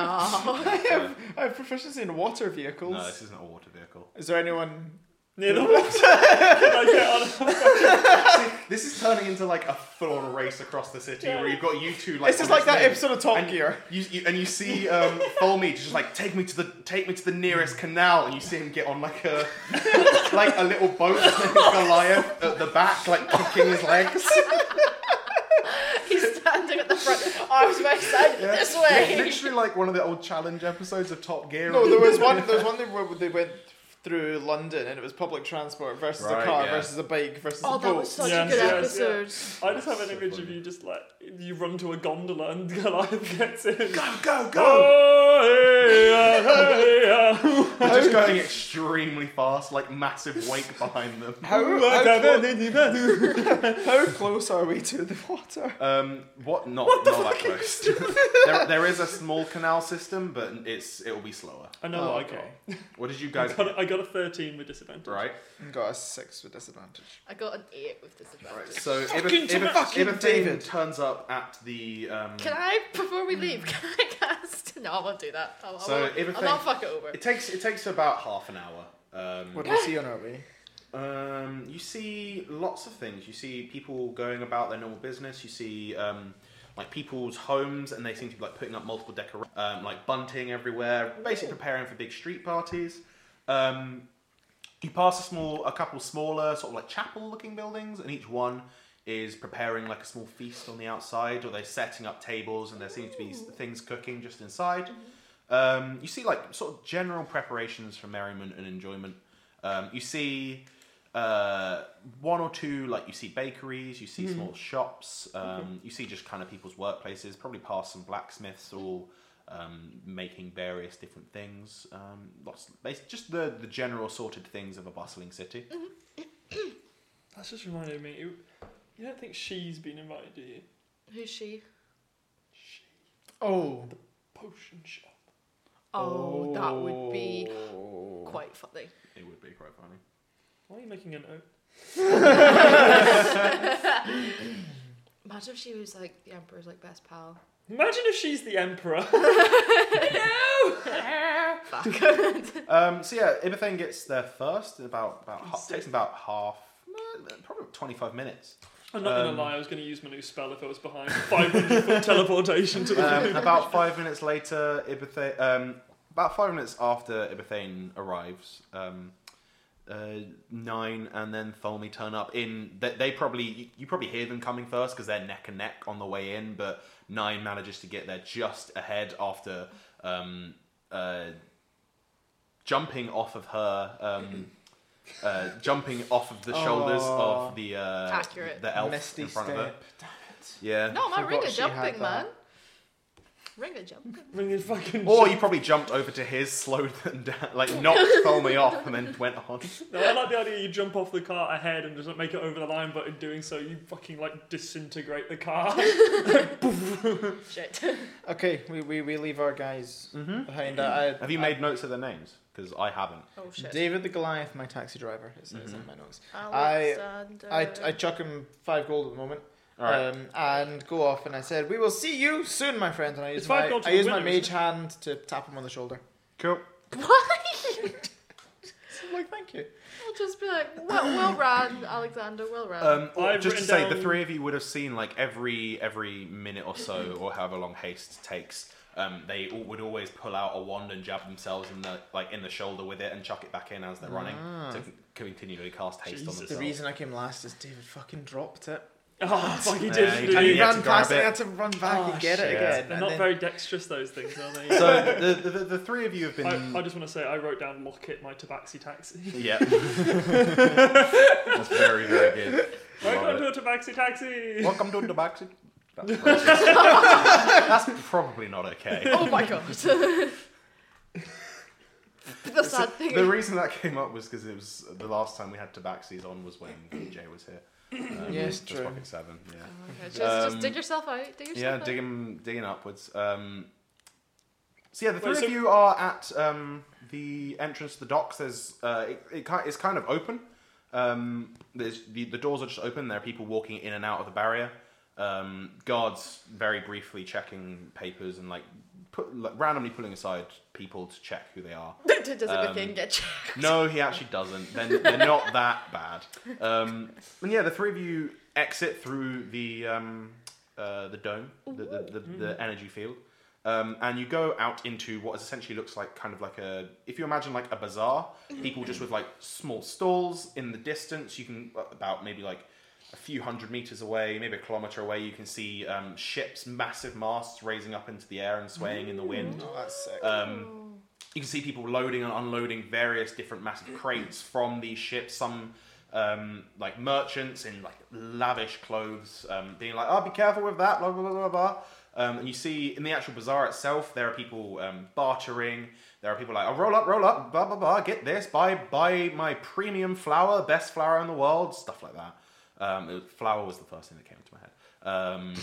Speaker 2: have, I have proficiency in water vehicles.
Speaker 5: No, this isn't a water vehicle.
Speaker 2: Is there anyone?
Speaker 1: Near the water. Can I get on?
Speaker 5: This is turning into like a full-on race across the city where you've got you two like.
Speaker 2: It's just
Speaker 5: on
Speaker 2: like that
Speaker 5: thing,
Speaker 2: episode of Top
Speaker 5: and
Speaker 2: Gear.
Speaker 5: You, you and you see um, Folmead just like take me to the take me to the nearest canal, and you see him get on like a like a little boat with Goliath at the back, like kicking his legs.
Speaker 3: He's standing at the front, arms by side this way.
Speaker 5: Literally like one of the old challenge episodes of Top Gear.
Speaker 2: No, there was one. There was one thing where they went through London, and it was public transport versus a
Speaker 5: Right,
Speaker 2: car
Speaker 5: yeah.
Speaker 2: versus a bike versus
Speaker 3: Oh,
Speaker 2: a
Speaker 3: that
Speaker 2: boat.
Speaker 3: was such
Speaker 1: Yes,
Speaker 3: a good
Speaker 1: yes,
Speaker 3: episode.
Speaker 1: I just have an
Speaker 5: So
Speaker 1: image of
Speaker 5: funny.
Speaker 1: you just like you run to a gondola and Goliath gets in.
Speaker 5: go
Speaker 1: Oh, hey, uh, hey, uh.
Speaker 5: They're just going extremely fast, like massive wake behind them.
Speaker 2: How, how, clo- how close are we to the water?
Speaker 5: Um, what? Not not that close. there, there is a small canal system, but it's it will be slower.
Speaker 1: I know
Speaker 2: Oh,
Speaker 1: what
Speaker 2: okay.
Speaker 5: What did you
Speaker 1: I
Speaker 5: guys
Speaker 1: got. I
Speaker 5: get?
Speaker 1: got, a, I got a 13 with disadvantage.
Speaker 5: Right.
Speaker 2: Got a six with disadvantage.
Speaker 3: I got an eight with disadvantage.
Speaker 5: So if
Speaker 1: Fucking Tim-
Speaker 2: fucking David.
Speaker 5: turns up at the um,
Speaker 3: Can I, before we leave, can I cast? No, I won't do that. I'll,
Speaker 5: So,
Speaker 3: I won't,
Speaker 5: if a
Speaker 3: I'll
Speaker 5: thing-
Speaker 3: not fuck it over.
Speaker 5: it takes it takes about half an hour. Um,
Speaker 2: What do we see on our way?
Speaker 5: Um, you see lots of things. You see people going about their normal business. You see um, like people's homes, and they seem to be like putting up multiple decor, um, like bunting everywhere, basically preparing for big street parties. Um, you pass a small, a couple smaller sort of like chapel-looking buildings, and each one is preparing like a small feast on the outside, or they're setting up tables, and there seems to be s- things cooking just inside. Um, you see like sort of general preparations for merriment and enjoyment. Um, you see uh, one or two like you see bakeries, you see
Speaker 3: Mm-hmm.
Speaker 5: small shops, um, you see just kind of people's workplaces. Probably past some blacksmiths all um, making various different things. Um, lots, bas- just the the general sorted things of a bustling city.
Speaker 3: Mm-hmm.
Speaker 1: That's just reminded me. You, you don't think she's been invited, do you?
Speaker 3: Who's she?
Speaker 1: She,
Speaker 2: Oh.
Speaker 1: potion shop.
Speaker 3: Oh, that would be
Speaker 2: Oh.
Speaker 3: quite funny.
Speaker 5: Oh. It would be quite funny.
Speaker 1: Why are you making a note?
Speaker 3: Imagine if she was like the emperor's like best pal.
Speaker 1: Imagine if she's the emperor.
Speaker 3: Fuck.
Speaker 5: Um, so yeah, Ibethane gets there first. in About about ha- takes about half, uh, probably twenty five minutes.
Speaker 1: I'm not
Speaker 5: Um,
Speaker 1: gonna lie. I was gonna use my new spell if I was behind 500 foot teleportation to the.
Speaker 5: um, about five minutes later, Ibethane, um, about five minutes after Ibethane arrives, um, uh, Nine and then Tholme turn up. In they, they probably you, you probably hear them coming first because they're neck and neck on the way in, but Nine manages to get there just ahead after um, uh, jumping off of her. Um, Uh, jumping off of the shoulders
Speaker 2: Aw.
Speaker 5: of the uh,
Speaker 3: Accurate.
Speaker 5: the elf
Speaker 2: Misty
Speaker 5: in front of her.
Speaker 2: step.
Speaker 5: Yeah.
Speaker 3: No, my
Speaker 2: Forgot
Speaker 3: ring
Speaker 2: she
Speaker 3: of
Speaker 2: had
Speaker 3: jumping,
Speaker 2: that.
Speaker 3: man. Ring a jump.
Speaker 2: Ringing fucking.
Speaker 5: Or you probably jumped over to his, slowed them down, like knocked Thelmy off, and then went on.
Speaker 1: No, I like the idea you jump off the car ahead and just like, make it over the line, but in doing so, you fucking like disintegrate the car.
Speaker 3: Shit.
Speaker 2: Okay, we, we, we leave our guys behind. I,
Speaker 5: Have you
Speaker 2: I-
Speaker 5: made notes of their names? Because I haven't.
Speaker 3: Oh shit.
Speaker 2: David the Goliath, my taxi driver? It
Speaker 5: Mm-hmm.
Speaker 2: says in my notes.
Speaker 3: Alexander.
Speaker 2: I, I chuck him five gold at the moment.
Speaker 5: All
Speaker 1: Uh,
Speaker 5: right.
Speaker 2: Um, and go off, and I said, "We will see you soon, my friend." And I use
Speaker 1: five
Speaker 2: my
Speaker 1: gold to
Speaker 2: I
Speaker 1: the
Speaker 2: use my
Speaker 1: winner,
Speaker 2: mage
Speaker 1: isn't
Speaker 2: hand to tap him on the shoulder.
Speaker 5: Cool.
Speaker 3: Why?
Speaker 2: I'm like, "Thank you."
Speaker 3: I'll just be like, well, well run, Alexander, well run.
Speaker 5: Um, or
Speaker 1: I've
Speaker 5: just to
Speaker 1: written
Speaker 5: say, the
Speaker 1: down-
Speaker 5: three of you would have seen like every every minute or so, or however long haste takes. Um, they all, would always pull out a wand and jab themselves in the like in the shoulder with it and chuck it back in as they're running to continually cast haste
Speaker 1: Ah. Jesus.
Speaker 5: on
Speaker 2: The
Speaker 5: themselves.
Speaker 2: reason I came last is David fucking dropped it.
Speaker 1: oh, fuck, he
Speaker 5: Yeah,
Speaker 1: did.
Speaker 5: you
Speaker 1: didn't
Speaker 5: did.
Speaker 1: he?
Speaker 2: He
Speaker 5: had
Speaker 2: ran
Speaker 5: to grab
Speaker 2: past it.
Speaker 5: it.
Speaker 2: I had to run back
Speaker 1: Oh,
Speaker 2: and get
Speaker 5: shit.
Speaker 2: it again.
Speaker 1: They're
Speaker 2: and
Speaker 1: not
Speaker 2: then-
Speaker 1: very dexterous, those things, are they?
Speaker 5: So the, the, the, the three of you have been.
Speaker 1: I, I just want to say I wrote down Locket, my tabaxi taxi.
Speaker 5: Yeah. That's very, very good.
Speaker 1: Welcome
Speaker 5: Love
Speaker 1: to
Speaker 5: it.
Speaker 1: a tabaxi taxi!
Speaker 5: Welcome to the back. That's, racist. That's probably not okay.
Speaker 3: oh my god. the sad thing
Speaker 5: The
Speaker 3: is,
Speaker 5: reason that came up was because it was the last time we had Tabaxis on was when DJ was here. Um,
Speaker 2: Yes,
Speaker 5: just
Speaker 2: true.
Speaker 5: Pocket seven. Yeah.
Speaker 3: Okay, just, just
Speaker 5: Um,
Speaker 3: dig yourself out. Dig yourself
Speaker 5: Yeah,
Speaker 3: out.
Speaker 5: digging digging upwards. Um, so yeah, the three
Speaker 1: Wait, so-
Speaker 5: of you are at um, the entrance to the docks. There's uh, it, it ki- it's kind of open. Um, there's the, the doors are just open. There are people walking in and out of the barrier. Um, guards very briefly checking papers and like put like, randomly pulling aside people to check who they are.
Speaker 3: Does it
Speaker 5: Um,
Speaker 3: begin get checked?
Speaker 5: No, he actually doesn't. Then they're not that bad. Um, and yeah, the three of you exit through the um, uh, the dome, the, the, the, the energy field, um, and you go out into what essentially looks like kind of like a if you imagine like a bazaar, people just with like small stalls in the distance. You can uh, about maybe like a few hundred meters away, maybe a kilometer away. You can see um, ships, massive masts raising up into the air and swaying in the wind.
Speaker 2: Oh, that's sick.
Speaker 5: Um, you can see people loading and unloading various different massive
Speaker 3: Mm-hmm.
Speaker 5: crates from these ships. Some um, like merchants in like lavish clothes, um, being like, "Oh, be careful with that." Blah blah blah blah blah. Um, and you see in the actual bazaar itself, there are people um, bartering. There are people like, "Oh, roll up, roll up, blah blah blah. Get this, buy buy my premium flour, best flour in the world, stuff like that." Um, it was- flour was the first thing that came into my head. Um,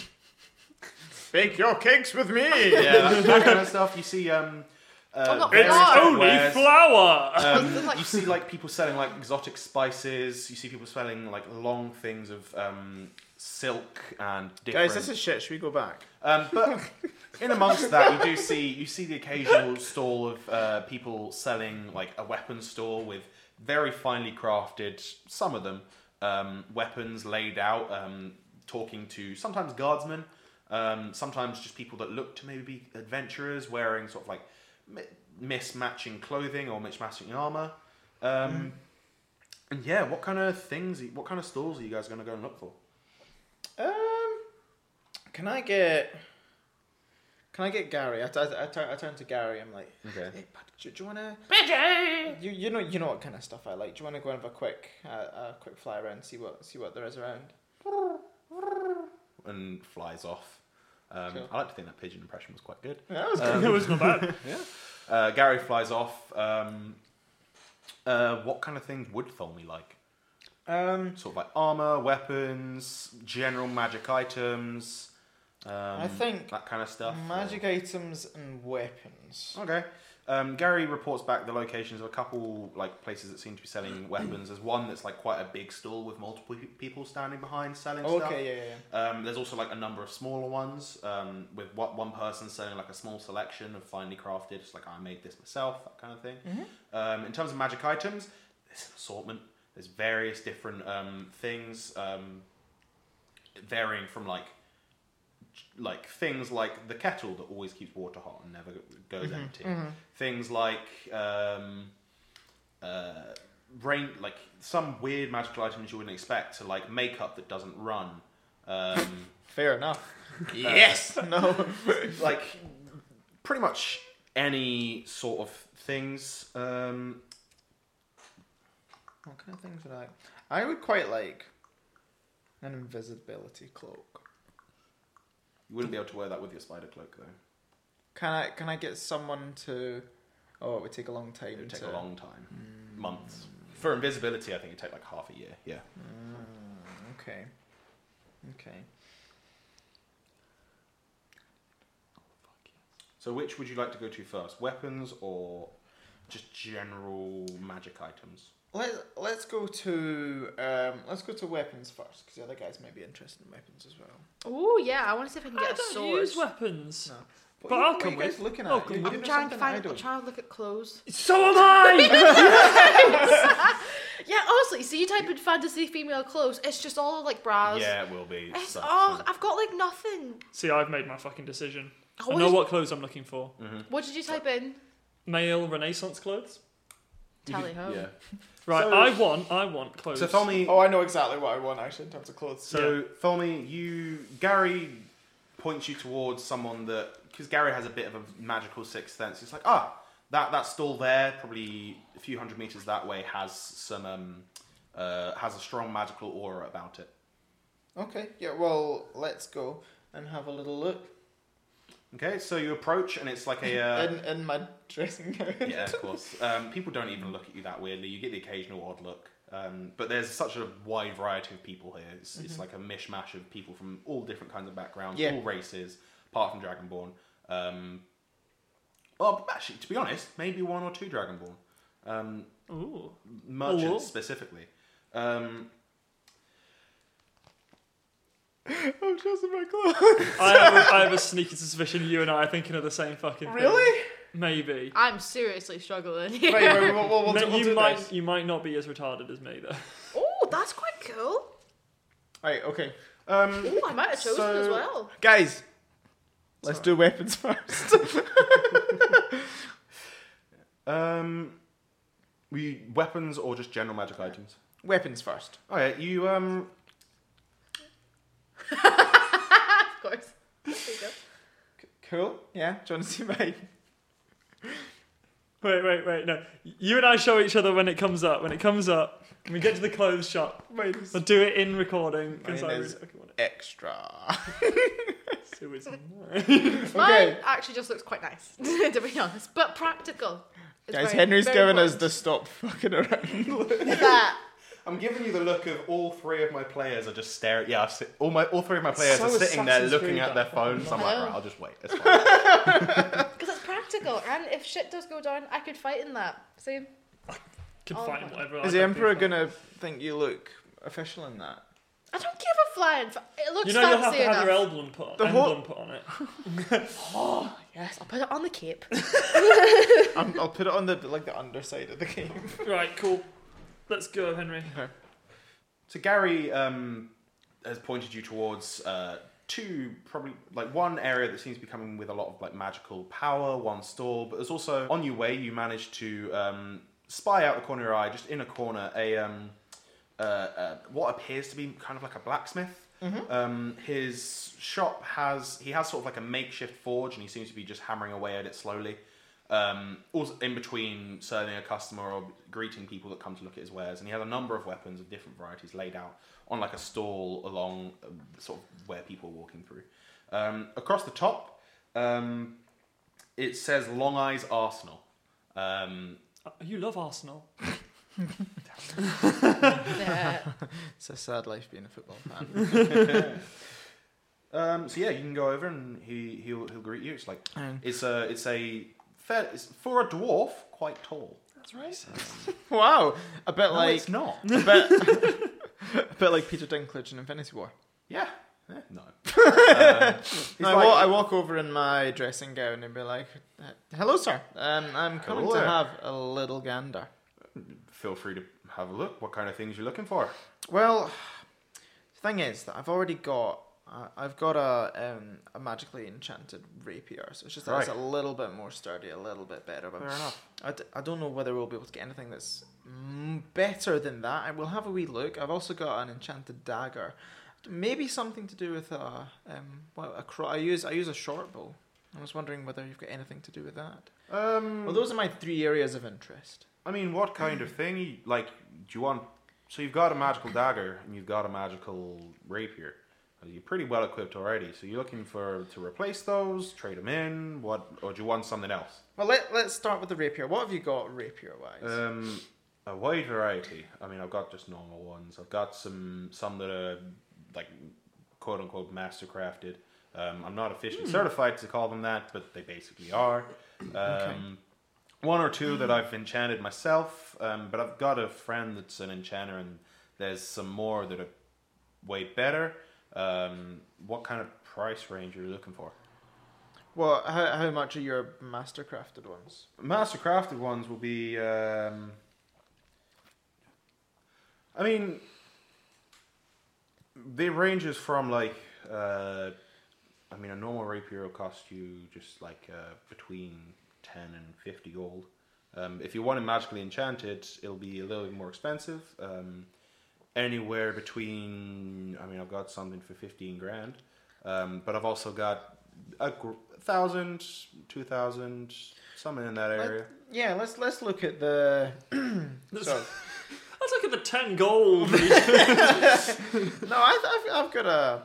Speaker 2: Bake your cakes with me.
Speaker 5: yeah, that, that kind of stuff. You see, um, uh,
Speaker 3: I'm not
Speaker 5: various
Speaker 3: flour.
Speaker 5: different
Speaker 1: Only
Speaker 5: wares.
Speaker 1: flour!
Speaker 5: Um,
Speaker 3: Like-
Speaker 5: you see like people selling like exotic spices. You see people selling like long things of um, silk and different.
Speaker 2: Guys, this is shit. Should we go back?
Speaker 5: um, but in amongst that, you do see you see the occasional stall of uh, people selling like a weapons store with very finely crafted, some of them um, weapons laid out, um, talking to sometimes guardsmen, um, sometimes just people that look to maybe be adventurers wearing sort of like mi- mismatching clothing or mismatching armor. Um, And yeah, what kind of things? What kind of stalls are you guys going to go and look for?
Speaker 2: Um, can I get? Can I get Gary? I, t- I, t- I, turn, I turn to Gary. I'm like,
Speaker 5: Okay.
Speaker 2: hey, bud, do, do you wanna?
Speaker 3: BJ!
Speaker 2: You, you know you know what kind of stuff I like. Do you wanna go and have a quick uh, a quick fly around, see what see what there is around?
Speaker 5: and flies off. Um,
Speaker 2: Sure.
Speaker 5: I like to think that pigeon impression was quite good.
Speaker 2: Yeah, that was
Speaker 1: it was not bad.
Speaker 5: Uh, Gary flies off. Um, uh, what kind of things would Tholme like?
Speaker 2: good. Um,
Speaker 5: Sort of like armor, weapons, general magic items. Um,
Speaker 2: I think
Speaker 5: that kind of stuff. uh, Oh,
Speaker 2: magic items and weapons.
Speaker 5: Okay. Um, Gary reports back the locations of a couple like places that seem to be selling weapons. There's one that's like quite a big stall with multiple pe- people standing behind selling
Speaker 2: Oh,
Speaker 5: stuff.
Speaker 2: okay, yeah, yeah, yeah.
Speaker 5: Um, there's also like a number of smaller ones um, with what one person selling like a small selection of finely crafted. It's like I made this myself, that kind of thing. Um, in terms of magic items, there's an assortment. There's various different um, things um, varying from like like things like the kettle that always keeps water hot and never goes empty. Things like um, uh, rain, like some weird magical items you wouldn't expect. So like makeup that doesn't run. Um,
Speaker 2: Fair enough.
Speaker 5: yes.
Speaker 2: no.
Speaker 5: like pretty much any sort of things. Um,
Speaker 2: What kind of things would I? like? I would quite like an invisibility cloak.
Speaker 5: you wouldn't be able to wear that with your spider cloak though.
Speaker 2: Can I can I get someone to? Oh, it would take a long time.
Speaker 5: It would
Speaker 2: to,
Speaker 5: take a long time, months. For invisibility, I think it'd take like half a year. Mm. Yeah.
Speaker 2: Okay. Okay.
Speaker 5: So which would you like to go to first, weapons or just general magic items?
Speaker 2: Let Let's go to um, let's go to weapons first because the other guys might be interested in weapons as well.
Speaker 3: Oh yeah, I want to see if I can
Speaker 1: I
Speaker 3: get a
Speaker 1: don't
Speaker 3: sword.
Speaker 1: use weapons.
Speaker 2: No.
Speaker 1: But I'll
Speaker 2: what
Speaker 1: come
Speaker 2: are you guys
Speaker 1: with.
Speaker 2: looking at?
Speaker 1: I'll come
Speaker 2: You're
Speaker 1: with.
Speaker 2: doing
Speaker 3: I'm trying to
Speaker 2: something I
Speaker 3: find. I'm
Speaker 2: don't.
Speaker 3: trying to look at clothes.
Speaker 1: So am I.
Speaker 3: Yeah, honestly, so you type in fantasy female clothes, it's just all like bras.
Speaker 5: yeah, it will be.
Speaker 3: It's
Speaker 5: Sucks,
Speaker 3: oh,
Speaker 5: isn't it?
Speaker 3: I've got like nothing.
Speaker 1: See, I've made my fucking decision.
Speaker 3: Oh,
Speaker 1: I
Speaker 3: what,
Speaker 1: know
Speaker 3: did,
Speaker 1: what clothes I'm looking for.
Speaker 2: Mm.
Speaker 3: what did you type in?
Speaker 1: Male Renaissance clothes.
Speaker 3: Tally ho.
Speaker 5: Yeah.
Speaker 1: Right,
Speaker 5: So-
Speaker 1: I want, I want clothes.
Speaker 5: So Thelmy,
Speaker 2: Oh, I know exactly what I want actually in terms of clothes.
Speaker 5: so Thelmy, you Gary points you towards someone that because Gary has a bit of a magical sixth sense. He's like, ah, that that stall there, probably a few hundred meters that way, has some um, uh, has a strong magical aura about it.
Speaker 2: Okay. Yeah. Well, let's go and have a little look
Speaker 5: Okay, so you approach and it's like a uh,
Speaker 2: in in my dressing gown.
Speaker 5: yeah, of course. Um, people don't even look at you that weirdly. You get the occasional odd look. Um, but there's such a wide variety of people here. It's, it's like a mishmash of people from all different kinds of backgrounds,
Speaker 2: Yeah.
Speaker 5: all races, apart from Dragonborn. Um, well, actually, to be honest, maybe one or two Dragonborn. Um,
Speaker 1: Ooh.
Speaker 5: merchants
Speaker 1: Hello.
Speaker 5: specifically. Um,
Speaker 2: I'm dressing my clothes.
Speaker 1: I have, a, I have a sneaky suspicion you and I are thinking of the same fucking thing.
Speaker 2: Really?
Speaker 1: Maybe.
Speaker 3: I'm seriously struggling.
Speaker 2: Right, right, we'll, we'll, we'll,
Speaker 1: Ma-
Speaker 2: do- we'll
Speaker 1: you
Speaker 2: do
Speaker 1: might
Speaker 2: this.
Speaker 1: you might not be as retarded as me though.
Speaker 3: oh, that's quite cool.
Speaker 2: Right, okay.
Speaker 5: um,
Speaker 3: Oh, I might have chosen
Speaker 5: So-
Speaker 3: as well.
Speaker 2: Guys, let's do weapons first.
Speaker 5: um, we weapons or just general magic items?
Speaker 2: weapons first.
Speaker 5: All right, you um,
Speaker 3: Of course. There you go.
Speaker 2: Cool. Yeah. Do you want to see mine?
Speaker 1: Wait, wait, wait, no. You and I show each other when it comes up. When it comes up, when we get to the clothes shop.
Speaker 2: Mine is
Speaker 1: I'll do it in recording. 'cause
Speaker 2: Mine
Speaker 1: I really
Speaker 2: is-
Speaker 1: fucking want
Speaker 2: extra.
Speaker 1: it. Oh So it's mine.
Speaker 3: Mine actually just looks quite nice, to be honest, but practical. It's
Speaker 2: Guys,
Speaker 3: very-
Speaker 2: Henry's
Speaker 3: very
Speaker 2: giving us
Speaker 3: important.
Speaker 2: the stop fucking around. look.
Speaker 3: that.
Speaker 5: I'm giving you the look of all three of my players are just staring. Yeah, I've si- all my all three of my players
Speaker 2: so
Speaker 5: are sitting there
Speaker 2: Assassin's
Speaker 5: looking
Speaker 2: Creed,
Speaker 5: at their phones. I'm like,
Speaker 3: Hello.
Speaker 5: right, I'll just wait. It's fine.
Speaker 3: Because it's practical, and if shit does go down, I could fight in that. See?
Speaker 1: Can
Speaker 3: Oh
Speaker 1: find
Speaker 3: my-
Speaker 1: whatever. I
Speaker 2: Is the
Speaker 1: can do
Speaker 2: Emperor
Speaker 1: for-
Speaker 2: gonna think you look official in that?
Speaker 3: I don't give a flying. F- it looks
Speaker 1: You know you'll have
Speaker 3: fancy
Speaker 1: to have
Speaker 3: enough.
Speaker 1: your emblem put on,
Speaker 2: The whole-
Speaker 1: emblem put on it.
Speaker 3: yes, I'll put it on the cape.
Speaker 2: I'm, I'll put it on the like the underside of the game.
Speaker 1: Right, cool. Let's go, Henry.
Speaker 5: so Gary um, has pointed you towards uh, two, probably like one area that seems to be coming with a lot of like magical power. One stall, but there's also on your way. You manage to um, spy out the corner of your eye, just in a corner, a um, uh, uh, what appears to be kind of like a blacksmith. Um, his shop has he has sort of like a makeshift forge, and he seems to be just hammering away at it slowly. Um, also in between serving a customer or greeting people that come to look at his wares, and he has a number of weapons of different varieties laid out on like a stall along um, sort of where people are walking through. Um, across the top, um, it says Long Eyes Arsenal. Um,
Speaker 1: Uh, You love Arsenal.
Speaker 3: yeah.
Speaker 2: It's a sad life being a football fan.
Speaker 5: Um, so yeah, you can go over and he he'll he'll greet you. It's like it's a it's a fair it's for a dwarf quite tall.
Speaker 2: That's right. wow, a bit
Speaker 5: No,
Speaker 2: like
Speaker 5: it's not.
Speaker 2: a bit, a bit like Peter Dinklage in Infinity War.
Speaker 5: yeah. Eh, No. Um,
Speaker 2: No, I, wa- I walk over in my dressing gown and be like, "Hello, sir. Um, I'm coming
Speaker 5: Hello
Speaker 2: to
Speaker 5: there."
Speaker 2: have a little gander."
Speaker 5: Feel free to have a look. What kind of things you're looking for?
Speaker 2: Well, the thing is that I've already got I- I've got a um, a magically enchanted rapier, so it's just that it's a
Speaker 5: Right.
Speaker 2: little bit more sturdy, a little bit better. But
Speaker 5: Fair enough.
Speaker 2: I, d- I don't know whether we'll be able to get anything that's mm, better than that. I will have a wee look. I've also got an enchanted dagger, maybe something to do with a um well a cro- I use I use a short bow. I was wondering whether you've got anything to do with that.
Speaker 5: Um,
Speaker 2: Well, those are my three areas of interest.
Speaker 5: I mean, what kind of thing? You, like, do you want? So you've got a magical dagger and you've got a magical rapier. You're pretty well equipped already, so you're looking for to replace those, trade them in, what, or do you want something else?
Speaker 2: Well, let, let's start with the rapier. What have you got rapier wise?
Speaker 5: Um, a wide variety. I mean, I've got just normal ones. I've got some some that are like quote unquote mastercrafted. Um, I'm not officially certified to call them that, but they basically are. Um, One or two that I've enchanted myself, um, but I've got a friend that's an enchanter, and there's some more that are way better. Um, what kind of price range are you looking for?
Speaker 2: well, how, how much are your mastercrafted ones?
Speaker 5: Mastercrafted ones will be. Um, I mean, they ranges from like. Uh, I mean, a normal rapier will cost you just like uh, between ten and fifty gold. Um, if you want it magically enchanted, it'll be a little bit more expensive. Um, anywhere between, I mean, I've got something for fifteen grand, um, but I've also got a gr- thousand, two thousand, something in that area.
Speaker 2: Yeah, let's let's look at the.
Speaker 1: Let's,
Speaker 2: so,
Speaker 1: let's look at the 10 gold.
Speaker 2: no, I, I've, I've got a.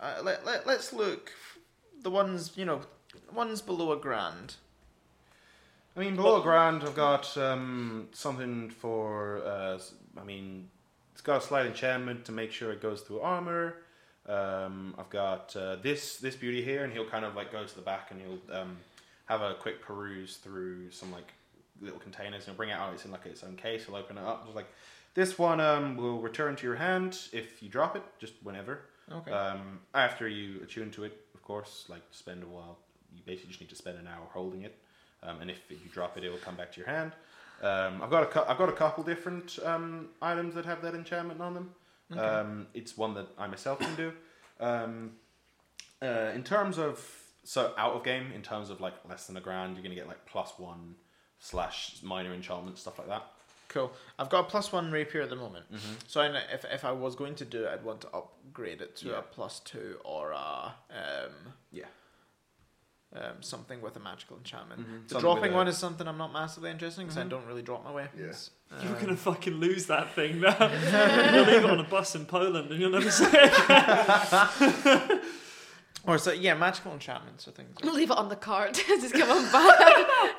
Speaker 2: Uh, let, let, let's look. The ones, you know, ones below a grand.
Speaker 5: I mean, below ground, I've got um, something for. Uh, s- I mean, it's got a slight enchantment to make sure it goes through armor. Um, I've got uh, this this beauty here, and he'll kind of like go to the back and he'll um, have a quick peruse through some like little containers and bring it out. It's in like its own case. He'll open it up. Just like this one um, will return to your hand if you drop it, just whenever.
Speaker 2: Okay.
Speaker 5: Um, after you attune to it, of course, like spend a while. You basically just need to spend an hour holding it, um, and if you drop it, it will come back to your hand. Um, I've got a cou- I've got a couple different um, items that have that enchantment on them. Um, it's one that I myself can do. Um, uh, in terms of so out of game, in terms of like less than a grand, you're gonna get like plus one slash minor enchantment stuff like that.
Speaker 2: Cool. I've got a plus one rapier at the moment, so I know if if I was going to do it, I'd want to upgrade it to
Speaker 5: Yeah.
Speaker 2: a plus two or a um,
Speaker 5: Yeah.
Speaker 2: um, something with a magical enchantment. The
Speaker 5: Mm-hmm. Something
Speaker 2: dropping
Speaker 5: with a-
Speaker 2: one is Mm-hmm. something Mm-hmm. I'm not massively interested in because I don't really drop my weapons.
Speaker 1: You're
Speaker 2: Um,
Speaker 1: gonna fucking lose that thing now. you'll leave it on a bus in Poland and you'll never see it.
Speaker 2: Or so yeah, magical enchantments or things. like-
Speaker 3: Leave it on the cart. Just give them back.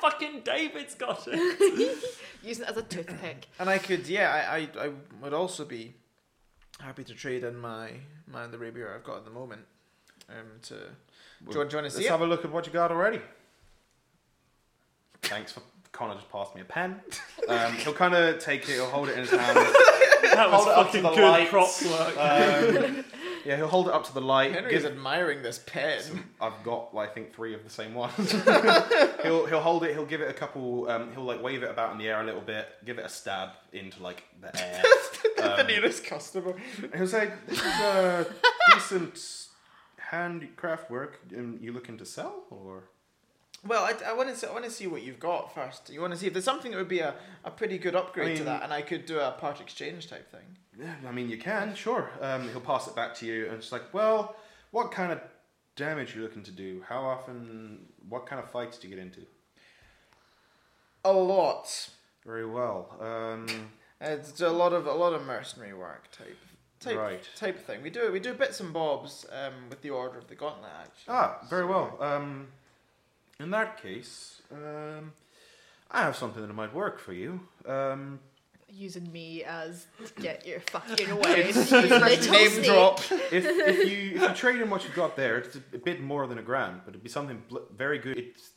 Speaker 1: fucking David's got it.
Speaker 3: Use it as a toothpick.
Speaker 2: and I could yeah, I, I I would also be happy to trade in my my the rapier I've got at the moment. Um, to do you, want- do you want to
Speaker 5: Let's
Speaker 2: see it?
Speaker 5: have a look at what you got already. Thanks for Connor just passed me a pen. Um, he'll kind of take it. He'll hold it in his hand.
Speaker 1: That was
Speaker 5: Hold it up
Speaker 1: fucking
Speaker 5: to the
Speaker 1: good
Speaker 5: lights.
Speaker 1: prop work.
Speaker 5: Um, yeah, he'll hold it up to the light.
Speaker 2: Henry
Speaker 5: give
Speaker 2: is
Speaker 5: it-
Speaker 2: admiring this pen.
Speaker 5: I've got, I think, three of the same ones. he'll he'll hold it. He'll give it a couple. Um, he'll like wave it about in the air a little bit. Give it a stab into like the air. um,
Speaker 2: the nearest customer.
Speaker 5: And he'll say, "This is a decent handcraft work. Um, you looking to sell or?"
Speaker 2: Well, I, I want to see, I want to see what you've got first. You want to see if there's something that would be a, a pretty good upgrade
Speaker 5: I
Speaker 2: to
Speaker 5: mean-
Speaker 2: that, and I could do a part exchange type thing.
Speaker 5: Yeah, I mean, you can, sure. Um, he'll pass it back to you, and it's like, well, what kind of damage you looking to do? How often? What kind of fights do you get into?
Speaker 2: A lot.
Speaker 5: Very well. Um,
Speaker 2: It's a lot of a lot of mercenary work type type
Speaker 5: Right.
Speaker 2: type thing. We do we do bits and bobs um, with the Order of the Gauntlet actually.
Speaker 5: ah, very well. Um, in that case, um, I have something that might work for you. Um,
Speaker 3: Using me as get your fucking way.
Speaker 2: Name drop.
Speaker 5: if, if you if you trade in what you've got there, it's a, a bit more than a grand, but it'd be something bl- very good. It's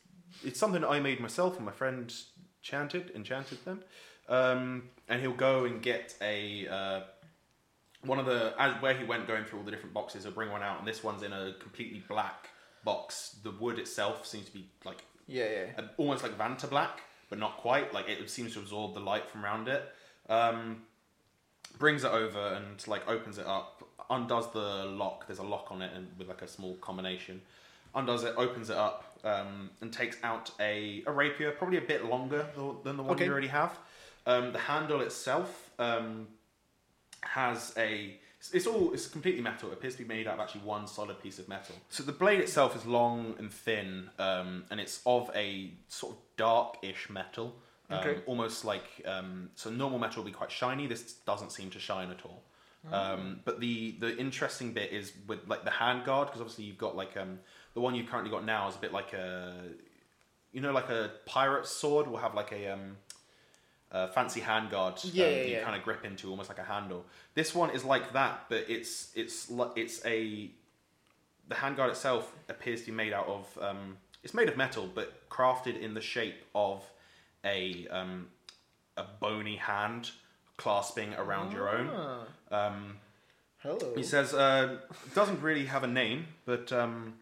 Speaker 5: it's something I made myself and my friend chanted enchanted them, um, and he'll go and get a uh, one of the as where he went going through all the different boxes. He'll bring one out, and this one's in a completely black box. The wood itself seems to be like
Speaker 2: Yeah, yeah.
Speaker 5: uh, almost like Vanta black, but not quite. Like it seems to absorb the light from around it. Um, brings it over and like opens it up, undoes the lock. There's a lock on it, and with like a small combination, undoes it, opens it up, um, and takes out a, a rapier, probably a bit longer tho- than the one
Speaker 2: Okay.
Speaker 5: you already have. Um, the handle itself um, has a it's- it's all it's completely metal. It appears to be made out of actually one solid piece of metal. So the blade itself is long and thin, um, and it's of a sort of dark-ish metal, um,
Speaker 2: Okay.
Speaker 5: almost like um, so normal metal will be quite shiny. This doesn't seem to shine at all. Um, but the the interesting bit is with like the hand guard because obviously you've got like um the one you've currently got now is a bit like a you know like a pirate sword will have like a um a fancy hand guard um,
Speaker 2: Yeah, yeah,
Speaker 5: that you
Speaker 2: yeah.
Speaker 5: kind of grip into almost like a handle. This one is like that, but it's it's li- it's a the handguard itself appears to be made out of um, it's made of metal but crafted in the shape of a um, a bony hand clasping around your own
Speaker 2: Ah,
Speaker 5: um,
Speaker 2: hello.
Speaker 5: he says uh, doesn't really have a name but um,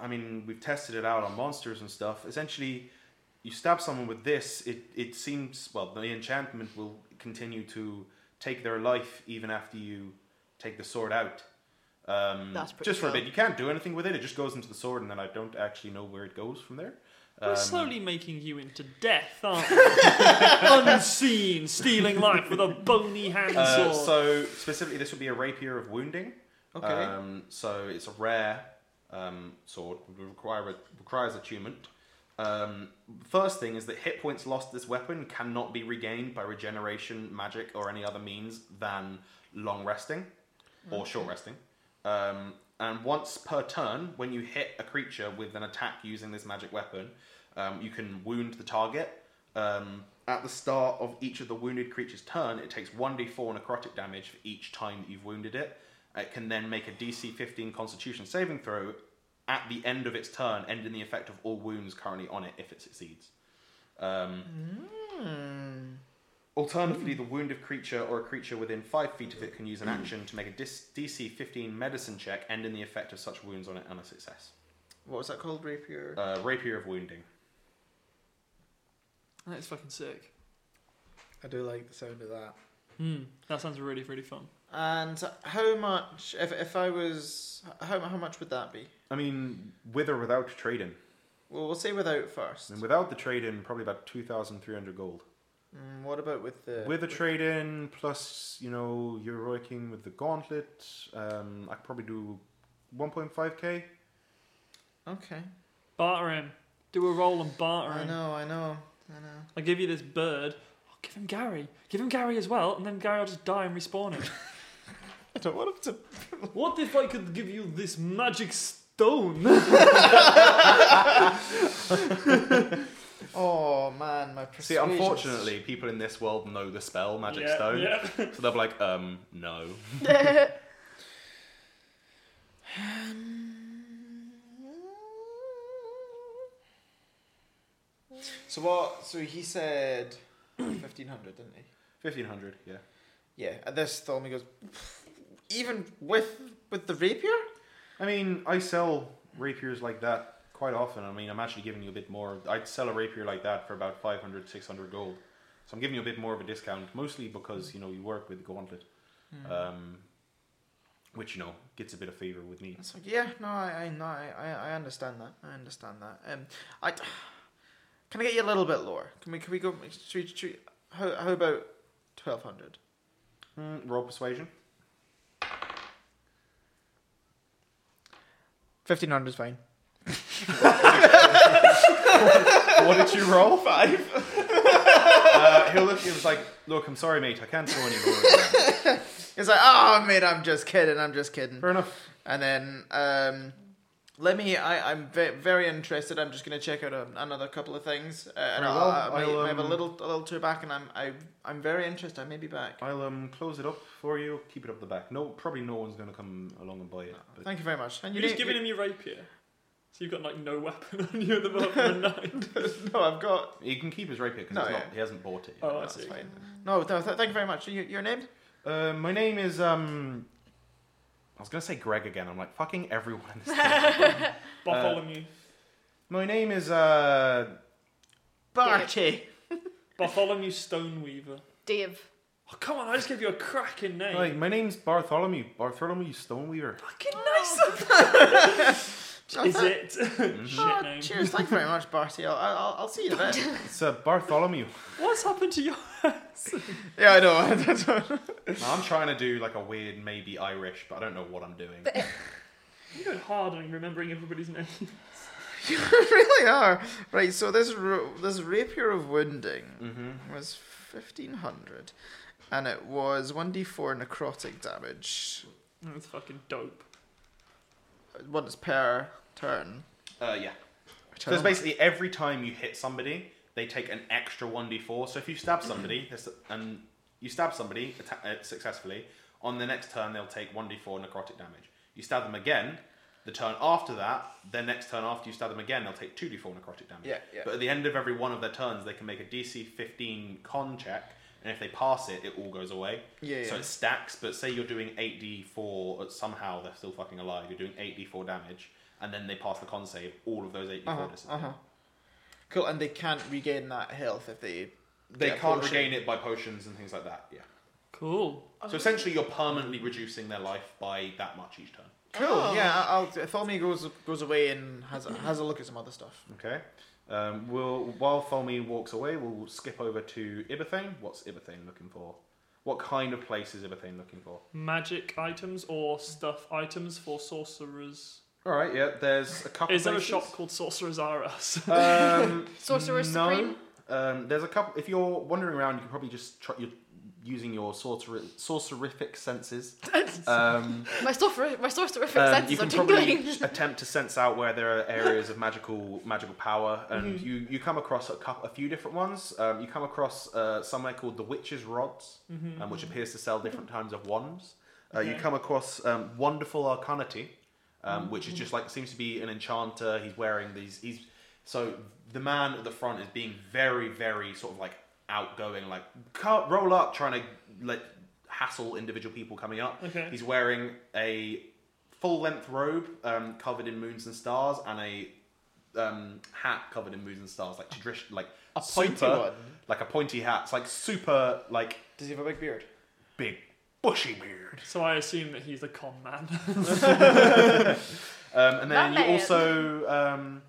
Speaker 5: i mean we've tested it out on monsters and stuff essentially you stab someone with this it, it seems well the enchantment will continue to take their life even after you take the sword out um,
Speaker 14: That's pretty
Speaker 5: just for a
Speaker 14: cool.
Speaker 5: bit you can't do anything with it it just goes into the sword and then i don't actually know where it goes from there
Speaker 1: We're
Speaker 5: Um,
Speaker 1: slowly making you into death, aren't we? Unseen, stealing life with a bony hand
Speaker 5: Uh,
Speaker 1: sword.
Speaker 5: so specifically, this would be a rapier of wounding.
Speaker 2: Okay.
Speaker 5: Um, so it's a rare um, sword. It would require a, requires attunement. Um, first thing is that hit points lost this weapon cannot be regained by regeneration, magic, or any other means than long resting or short resting. Um, and once per turn, when you hit a creature with an attack using this magic weapon, um, you can wound the target. Um, at the start of each of the wounded creature's turn, it takes 1d4 necrotic damage for each time that you've wounded it. It can then make a DC 15 Constitution saving throw at the end of its turn, ending the effect of all wounds currently on it if it succeeds. Um,
Speaker 2: Hmm.
Speaker 5: Alternatively, the wounded creature or a creature within five feet of it can use an action to make a dis- DC 15 medicine check, ending the effect of such wounds on it on a success.
Speaker 2: What was that called? Rapier.
Speaker 5: Uh, rapier of wounding.
Speaker 1: That's fucking sick.
Speaker 2: I do like the sound of that.
Speaker 1: Hmm, that sounds really, really fun.
Speaker 2: And how much? If if I was, how how much would that be?
Speaker 5: I mean, with or without trade in.
Speaker 2: Well, we'll say without first.
Speaker 5: I mean, without the trade in, probably about 2,300 gold.
Speaker 2: Mm, what about with the?
Speaker 5: With a trade in, plus, you know, you're working with the gauntlet, um, I could probably do 1.5k.
Speaker 2: okay.
Speaker 1: Barter him. Do a roll and barter
Speaker 2: I
Speaker 1: him.
Speaker 2: know. I know. I know.
Speaker 1: I'll give you this bird. I'll give him Gary. Give him Gary as well, and then Gary will just die and respawn him.
Speaker 2: I don't want him to.
Speaker 1: what if I could give you this magic stone?
Speaker 2: Oh man, my
Speaker 5: See,
Speaker 2: persuasion.
Speaker 5: unfortunately, people in this world know the spell Magic
Speaker 1: Yeah,
Speaker 5: Stone.
Speaker 1: yeah.
Speaker 5: So they're like, um, no.
Speaker 2: So what? So he said fifteen hundred, didn't he?
Speaker 5: 1,500, yeah.
Speaker 2: Yeah. At this, Thelmy goes. Even with with the rapier.
Speaker 5: I mean, I sell rapiers like that quite often. I mean, I'm actually giving you a bit more. I'd sell a rapier like that for about 500, 600 gold. So I'm giving you a bit more of a discount, mostly because, you know, you work with Gauntlet, um, which, you know, gets a bit of favor with me.
Speaker 2: It's like, yeah, no, I, I, no, I, I- I understand that. I understand that. Um, I, can I get you a little bit lower? Can we, can we go? Should we, should we, how, how about twelve hundred?
Speaker 5: Mm, roll persuasion.
Speaker 2: Fifteen hundred is fine.
Speaker 5: what did you roll? Five. uh, he'll look, he was like, look, I'm sorry, mate. I can't throw any more. at you."
Speaker 2: It's like, oh, mate, I'm just kidding. I'm just kidding.
Speaker 5: Fair enough.
Speaker 2: And then, um, let me. I, I'm ve- very interested. I'm just gonna check out a, another couple of things, uh, and
Speaker 5: Very
Speaker 2: I'll,
Speaker 5: well.
Speaker 2: I, might-
Speaker 5: I'll,
Speaker 2: might have a
Speaker 5: um,
Speaker 2: little, a little tour back, and I'm, I, I'm very interested. I may be back.
Speaker 5: I'll um, close it up for you. Keep it up the back. No, probably no one's going to come along and buy it. but-
Speaker 2: Thank you very much. And
Speaker 1: You're
Speaker 2: you
Speaker 1: just
Speaker 2: need-
Speaker 1: giving him your rapier. So you've got like no weapon on you at the moment of the night.
Speaker 2: no, I've got
Speaker 5: He can keep his rapier because
Speaker 2: No,
Speaker 5: not
Speaker 2: yeah.
Speaker 5: he hasn't bought it. yet.
Speaker 1: Oh, I
Speaker 2: That's
Speaker 1: see.
Speaker 2: fine. No, th- th- thank you very much. You, your name?
Speaker 5: Uh, my name is um. I was gonna say Greg again. I'm like fucking everyone in this. thing.
Speaker 1: Bartholomew.
Speaker 5: my name is uh.
Speaker 2: Barty.
Speaker 1: Bartholomew Stoneweaver.
Speaker 3: Dave.
Speaker 1: Oh, come on, I just gave you a cracking name.
Speaker 5: Like, my name's Bartholomew. Bartholomew Stoneweaver.
Speaker 1: Fucking nice
Speaker 3: Oh,
Speaker 1: of Is it?
Speaker 2: Oh,
Speaker 1: Shit name.
Speaker 2: Cheers. Thank you very much, Barty. I'll, I'll, I'll see you in a bit.
Speaker 5: It's uh, Bartholomew.
Speaker 1: What's happened to your
Speaker 2: yeah, I know. That's what-
Speaker 5: Now, I'm trying to do like a weird maybe Irish, but I don't know what I'm doing.
Speaker 1: You go hard on remembering everybody's name.
Speaker 2: You really are. Right, so this ro- this rapier of wounding
Speaker 5: Mm-hmm.
Speaker 2: was 1500 and it was 1d4 necrotic damage.
Speaker 1: That's fucking dope.
Speaker 2: Once per turn.
Speaker 5: Uh, yeah.
Speaker 2: Which I
Speaker 5: So
Speaker 2: don't-
Speaker 5: it's basically every time you hit somebody, they take an extra 1d4. So if you stab somebody, this- and you stab somebody atta- uh, successfully, on the next turn they'll take 1d4 necrotic damage. You stab them again, the turn after that, their next turn after you stab them again, they'll take 2d4 necrotic damage.
Speaker 2: Yeah, yeah.
Speaker 5: But at the end of every one of their turns, they can make a DC 15 con check, and if they pass it, it all goes away.
Speaker 2: Yeah,
Speaker 5: So
Speaker 2: yeah.
Speaker 5: it stacks, but say you're doing 8d4, uh, somehow they're still fucking alive, you're doing 8d4 damage, and then they pass the con save, all of those 8d4
Speaker 2: Uh-huh,
Speaker 5: disappear.
Speaker 2: uh-huh. Cool, and they can't regain that health if they
Speaker 5: They
Speaker 2: get a
Speaker 5: can't
Speaker 2: potion.
Speaker 5: regain it by potions and things like that, yeah.
Speaker 1: Cool.
Speaker 5: So essentially you're permanently reducing their life by that much each turn.
Speaker 2: Cool.
Speaker 3: Oh.
Speaker 2: Yeah, I- I'll. If Thelmy goes goes away and has a, has a look at some other stuff.
Speaker 5: Okay. Um, we'll, while Folmi walks away, we'll skip over to Ibathane. What's Ibathane looking for? What kind of place is Ibathane looking for?
Speaker 1: Magic items or stuff items for sorcerers.
Speaker 5: All right, yeah. There's a couple.
Speaker 1: Is there a
Speaker 5: places.
Speaker 1: shop called Sorcerers R Us?
Speaker 5: Um,
Speaker 3: Sorcerer
Speaker 5: no.
Speaker 3: Supreme.
Speaker 5: Um, there's a couple. If you're wandering around, you can probably just try, you're using your sorcer- sorcerific senses. Um,
Speaker 3: My sorcerer, my sorcerer
Speaker 5: Um, you
Speaker 3: senses are
Speaker 5: can probably
Speaker 3: tingling.
Speaker 5: attempt to sense out where there are areas of magical magical power, and you, you come across a couple, a few different ones. Um, you come across uh, somewhere called the Witch's Rods, um, which appears to sell different kinds of wands. Uh, You
Speaker 1: Okay.
Speaker 5: come across um, Wonderful Arcanity, um, which is just like seems to be an enchanter. He's wearing these. He's so the man at the front is being very very sort of like outgoing, like "Ca- roll up, trying to like hassle individual people coming up.
Speaker 1: Okay.
Speaker 5: He's wearing a full length robe um, covered in moons and stars and a um, hat covered in moons and stars, like tradition, like
Speaker 2: A pointy one?
Speaker 5: like a pointy hat. It's like super like
Speaker 2: Does he have a big beard?
Speaker 5: big bushy beard.
Speaker 1: so I assume that he's a con man.
Speaker 5: Um, and then
Speaker 3: My
Speaker 5: you
Speaker 3: man.
Speaker 5: also um,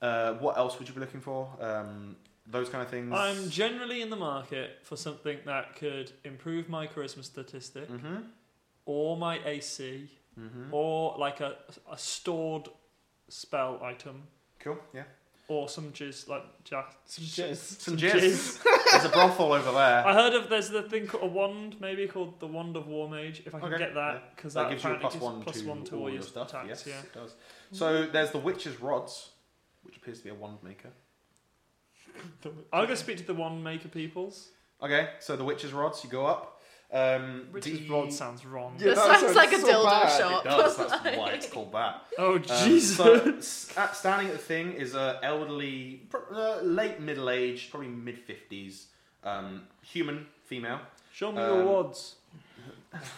Speaker 5: uh, what else would you be looking for? Um, those kind of things.
Speaker 1: I'm generally in the market for something that could improve my charisma statistic
Speaker 5: hmm
Speaker 1: or my AC
Speaker 5: hmm
Speaker 1: or like a, a stored spell item
Speaker 5: Cool. Yeah.
Speaker 1: or some jizz like ja-
Speaker 5: Some jizz. There's a brothel over there.
Speaker 1: I heard of there's the thing called a wand maybe called the wand of war mage if I can
Speaker 5: Okay,
Speaker 1: get that because
Speaker 5: That
Speaker 1: that,
Speaker 5: gives you a
Speaker 1: apparently
Speaker 5: plus one,
Speaker 1: gives plus
Speaker 5: to,
Speaker 1: one to
Speaker 5: all,
Speaker 1: all
Speaker 5: your
Speaker 1: your
Speaker 5: stuff.
Speaker 1: attacks
Speaker 5: yes,
Speaker 1: yeah
Speaker 5: it does. So there's the witch's rods, which appears to be a wand maker.
Speaker 1: I'll go speak to the wand maker peoples
Speaker 5: Okay, so the witch's rods, you go up. Um,
Speaker 1: which
Speaker 5: the-
Speaker 1: is rod sounds wrong
Speaker 2: Yeah,
Speaker 3: This
Speaker 2: that
Speaker 3: sounds
Speaker 2: sounds
Speaker 3: like a
Speaker 2: so
Speaker 3: dildo
Speaker 2: bad.
Speaker 5: It
Speaker 3: shop.
Speaker 5: does. That's why it's called that.
Speaker 1: oh
Speaker 5: Um,
Speaker 1: Jesus
Speaker 5: So, st- uh, standing at the thing is a elderly, pr- uh, late middle aged, probably mid fifties, um, human female.
Speaker 1: show me
Speaker 5: um,
Speaker 1: your wads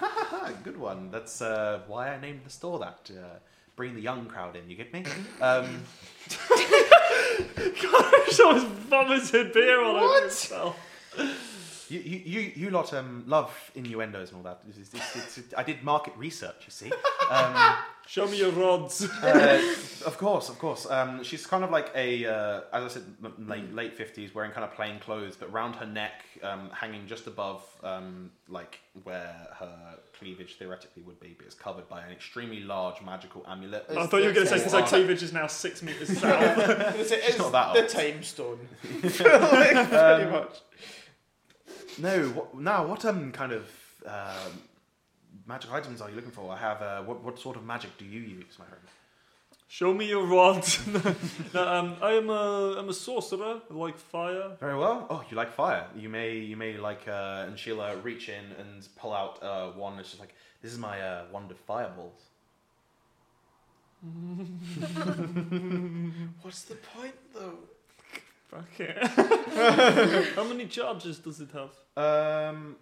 Speaker 5: Ah, good one. That's uh, why I named the store that. Uh, bring the young crowd in. You get me? Um,
Speaker 1: I was vomited beer all over himself
Speaker 5: You, you, you, you lot um, love innuendos and all that. It's, it's, it's, it's, I did market research, you see. Um,
Speaker 1: show me your rods
Speaker 5: uh, of course, of course. Um, she's kind of like a, uh, as I said, m- late late fifties, wearing kind of plain clothes, but round her neck, um, hanging just above, um, like where her cleavage theoretically would be, but it's covered by an extremely large magical amulet.
Speaker 1: I thought you were going to say
Speaker 5: It's
Speaker 1: since our
Speaker 5: not-
Speaker 1: cleavage is now six meters south.
Speaker 2: It's, it's
Speaker 5: not that
Speaker 2: the
Speaker 5: old.
Speaker 2: time stone. Like, pretty
Speaker 5: Um,
Speaker 2: much.
Speaker 5: No, what, now what um kind of um, magic items are you looking for? I have. Uh, what what sort of magic do you use, my friend?
Speaker 1: Show me your rods. no, um, I am a I'm a sorcerer I like fire.
Speaker 5: Very well. Oh, you like fire. You may, you may like, uh, and she'll uh, reach in and pull out uh, one. It's just like, this is my uh, wand of fireballs.
Speaker 2: What's the point though?
Speaker 1: Fuck it. How many charges does it have?
Speaker 5: Um,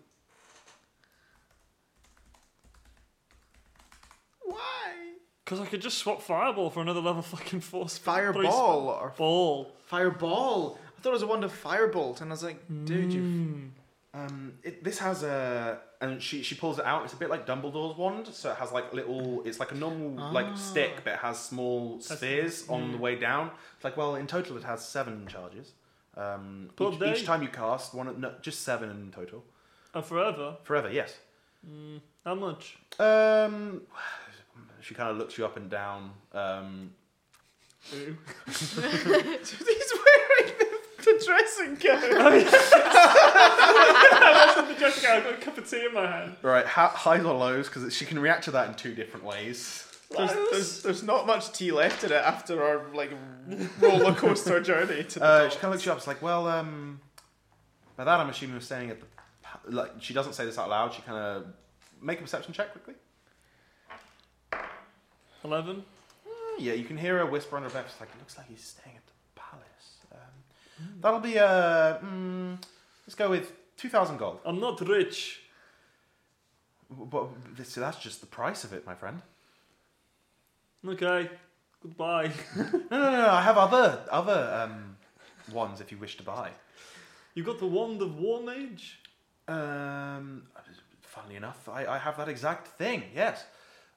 Speaker 2: Why?
Speaker 1: Because I could just swap fireball for another level fucking four. sp- three sp-
Speaker 2: Fireball or
Speaker 1: Ball.
Speaker 2: fireball? I thought it was a wand of firebolt, and I was like, dude, you.
Speaker 5: Hmm.
Speaker 1: Mm.
Speaker 5: um, it, this has a, and she she pulls it out. It's a bit like Dumbledore's wand, so it has like little. It's like a normal
Speaker 2: Ah.
Speaker 5: like stick, but it has small
Speaker 1: That's-
Speaker 5: spheres on the
Speaker 1: mm.
Speaker 5: way down. It's like, well, in total, it has seven charges. Um,
Speaker 1: Per
Speaker 5: each,
Speaker 1: day?
Speaker 5: each time you cast one, no, just seven in total.
Speaker 1: And Uh, forever.
Speaker 5: Forever, yes.
Speaker 1: Mm. How much?
Speaker 5: Um, she kind of looks you up and down. Um,
Speaker 2: Ooh. so he's wearing the, the dressing gown.
Speaker 1: the dressing gown, I've got a cup of tea in my hand.
Speaker 5: Right, ha- highs or lows, because she can react to that in two different ways.
Speaker 2: There's, there's, there's not much tea left in it after our like roller coaster journey to the
Speaker 5: Uh,
Speaker 2: docks.
Speaker 5: she kind of looks you up. It's like, well, um, by that I'm assuming we're staying at the. pa- Like, she doesn't say this out loud. She kind of make a perception check quickly.
Speaker 1: 11.
Speaker 2: Hmm.
Speaker 5: Oh, yeah, you can hear her whisper under her breath. It's like, it looks like he's staying at the palace. Um,
Speaker 2: Hmm.
Speaker 5: That'll be uh, mm, let's go with two thousand gold.
Speaker 1: I'm not rich.
Speaker 5: W- But this, that's just the price of it, my friend.
Speaker 1: Okay. Goodbye.
Speaker 5: No, no, no. no, I have other other um, ones if you wish to buy.
Speaker 1: You got the wand of war mage?
Speaker 5: Um, funnily enough, I, I have that exact thing. Yes.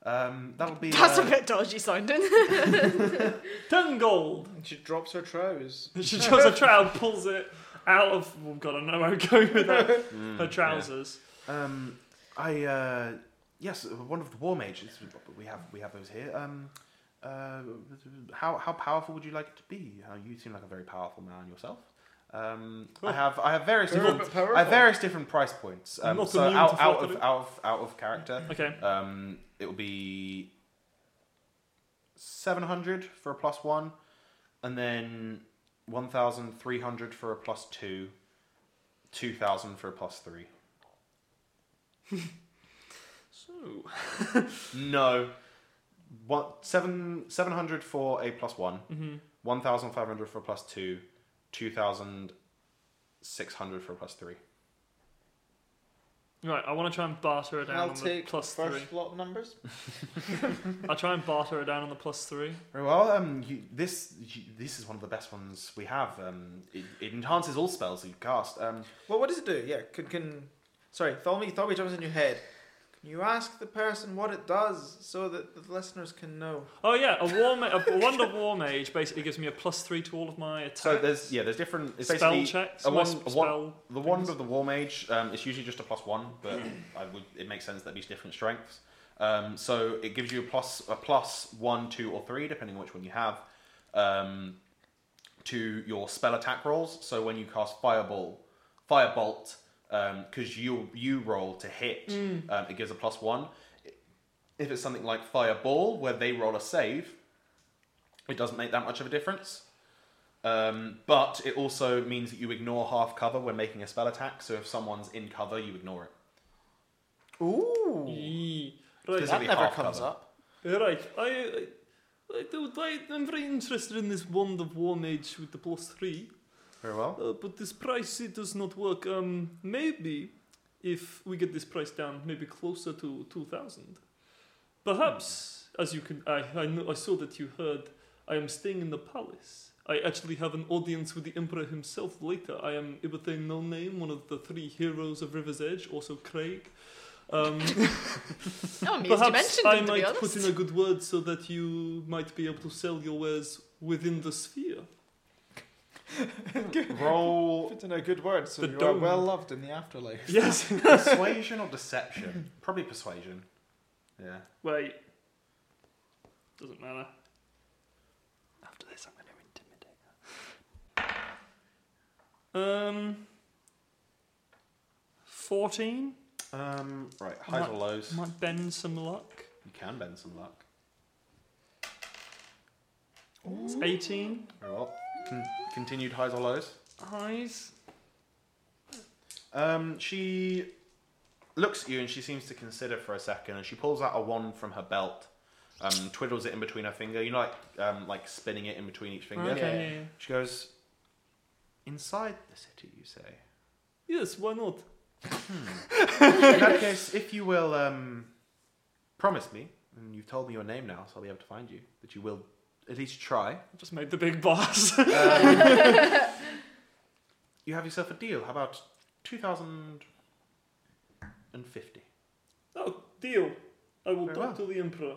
Speaker 5: Um, that'll be.
Speaker 3: That's
Speaker 5: uh,
Speaker 3: a bit dodgy sounding.
Speaker 1: 10 gold.
Speaker 2: And she drops her trousers.
Speaker 1: She draws a trowel, pulls it out of. Oh god, I know where I'm going with that.
Speaker 5: Mm,
Speaker 1: Her
Speaker 5: yeah.
Speaker 1: trousers.
Speaker 5: Um, I uh, yes, one of the war mages. We have we have those here. Um, uh, how how powerful would you like it to be? Uh, you seem like a very powerful man yourself. Um, I have I have various
Speaker 2: They're a
Speaker 5: different
Speaker 2: bit powerful.
Speaker 5: I have various different price points. Um,
Speaker 1: Not
Speaker 5: so
Speaker 1: immune
Speaker 5: out,
Speaker 1: to
Speaker 5: out of
Speaker 1: flattery.
Speaker 5: out of out of character.
Speaker 1: Okay.
Speaker 5: Um, it will be seven hundred for a plus one, and then one thousand three hundred for a plus two, two thousand for a plus three.
Speaker 1: So.
Speaker 5: No. What seven seven hundred for a plus one,
Speaker 1: mhm.
Speaker 5: one thousand five hundred for a plus two, two thousand six hundred for a plus three.
Speaker 1: Right, I want to try and barter her down
Speaker 2: I'll
Speaker 1: on the
Speaker 2: take
Speaker 1: plus
Speaker 2: first
Speaker 1: three.
Speaker 2: lot numbers.
Speaker 1: I'll try and barter her down on the plus three.
Speaker 5: Very well. Um, you, this you, this is one of the best ones we have. Um, it, it enhances all spells that you cast. Um,
Speaker 2: Well, what does it do? Yeah, can, can sorry, Tholme, Tholme jumps in your head. Can you ask the person what it does so that the listeners can know?
Speaker 1: Oh yeah, a war ma- a wand of war mage basically gives me a plus three to all of my attacks.
Speaker 5: so there's yeah, there's different. It's
Speaker 1: spell
Speaker 5: basically
Speaker 1: checks.
Speaker 5: a
Speaker 1: my
Speaker 5: wand-
Speaker 1: sp-
Speaker 5: a
Speaker 1: spell.
Speaker 5: wand- the wand
Speaker 1: things.
Speaker 5: of the war mage. Um, it's usually just a plus one, but I would it makes sense that these different strengths. Um, so it gives you a plus a plus one, two, or three, depending on which one you have, um, to your spell attack rolls. So when you cast fireball, firebolt, because you you roll to hit, um, it gives a plus one. If it's something like fireball, where they roll a save, it doesn't make that much of a difference. Um, but it also means that you ignore half cover when making a spell attack. So if someone's in cover, you ignore it.
Speaker 2: Ooh,
Speaker 1: Yee. Right,
Speaker 5: Does it-
Speaker 2: that
Speaker 5: Basically
Speaker 2: never
Speaker 5: half
Speaker 2: comes
Speaker 5: cover.
Speaker 2: up.
Speaker 1: right. I, I, I, don't- I, I'm very interested in this wand of war mage with the plus three,
Speaker 5: Very well.
Speaker 1: uh, but this price it does not work. Um, maybe if we get this price down, maybe closer to two thousand. Perhaps, as you can, I, I know, I saw that you heard. I am staying in the palace. I actually have an audience with the emperor himself later. I am Ibate No Name, one of the three heroes of River's Edge, also Craig. Um,
Speaker 3: No, I'm amazed you
Speaker 1: Perhaps
Speaker 3: mentioned
Speaker 1: I
Speaker 3: him, to be
Speaker 1: might put in
Speaker 3: honest.
Speaker 1: a good word so that you might be able to sell your wares within the sphere.
Speaker 5: Roll
Speaker 2: Put in a good word, so
Speaker 1: The
Speaker 2: you are
Speaker 1: dome.
Speaker 2: well loved in the afterlife.
Speaker 1: Yes.
Speaker 5: persuasion or deception. Probably persuasion. Yeah.
Speaker 1: Wait. Doesn't matter. After this, I'm going to intimidate her. Um. 14
Speaker 5: Um, right. Highs
Speaker 1: Might-
Speaker 5: or lows?
Speaker 1: might bend some luck.
Speaker 5: You can bend some luck.
Speaker 1: It's 18
Speaker 5: Very well. Con- continued highs or lows?
Speaker 1: highs.
Speaker 5: Um, she looks at you and she seems to consider for a second, and she pulls out a wand from her belt, um, and twiddles it in between her finger. You know, like um, like spinning it in between each finger.
Speaker 1: Okay.
Speaker 2: Yeah.
Speaker 1: yeah, yeah.
Speaker 5: She goes, Inside the city, you say?
Speaker 1: Yes, why not?
Speaker 5: In that case, if you will um, promise me, and you've told me your name now, so I'll be able to find you, that you will at least try,
Speaker 1: I just made the big boss.
Speaker 5: um, you have yourself a deal. How about 2050?
Speaker 1: oh, deal. I will
Speaker 5: Very
Speaker 1: talk to the Emperor.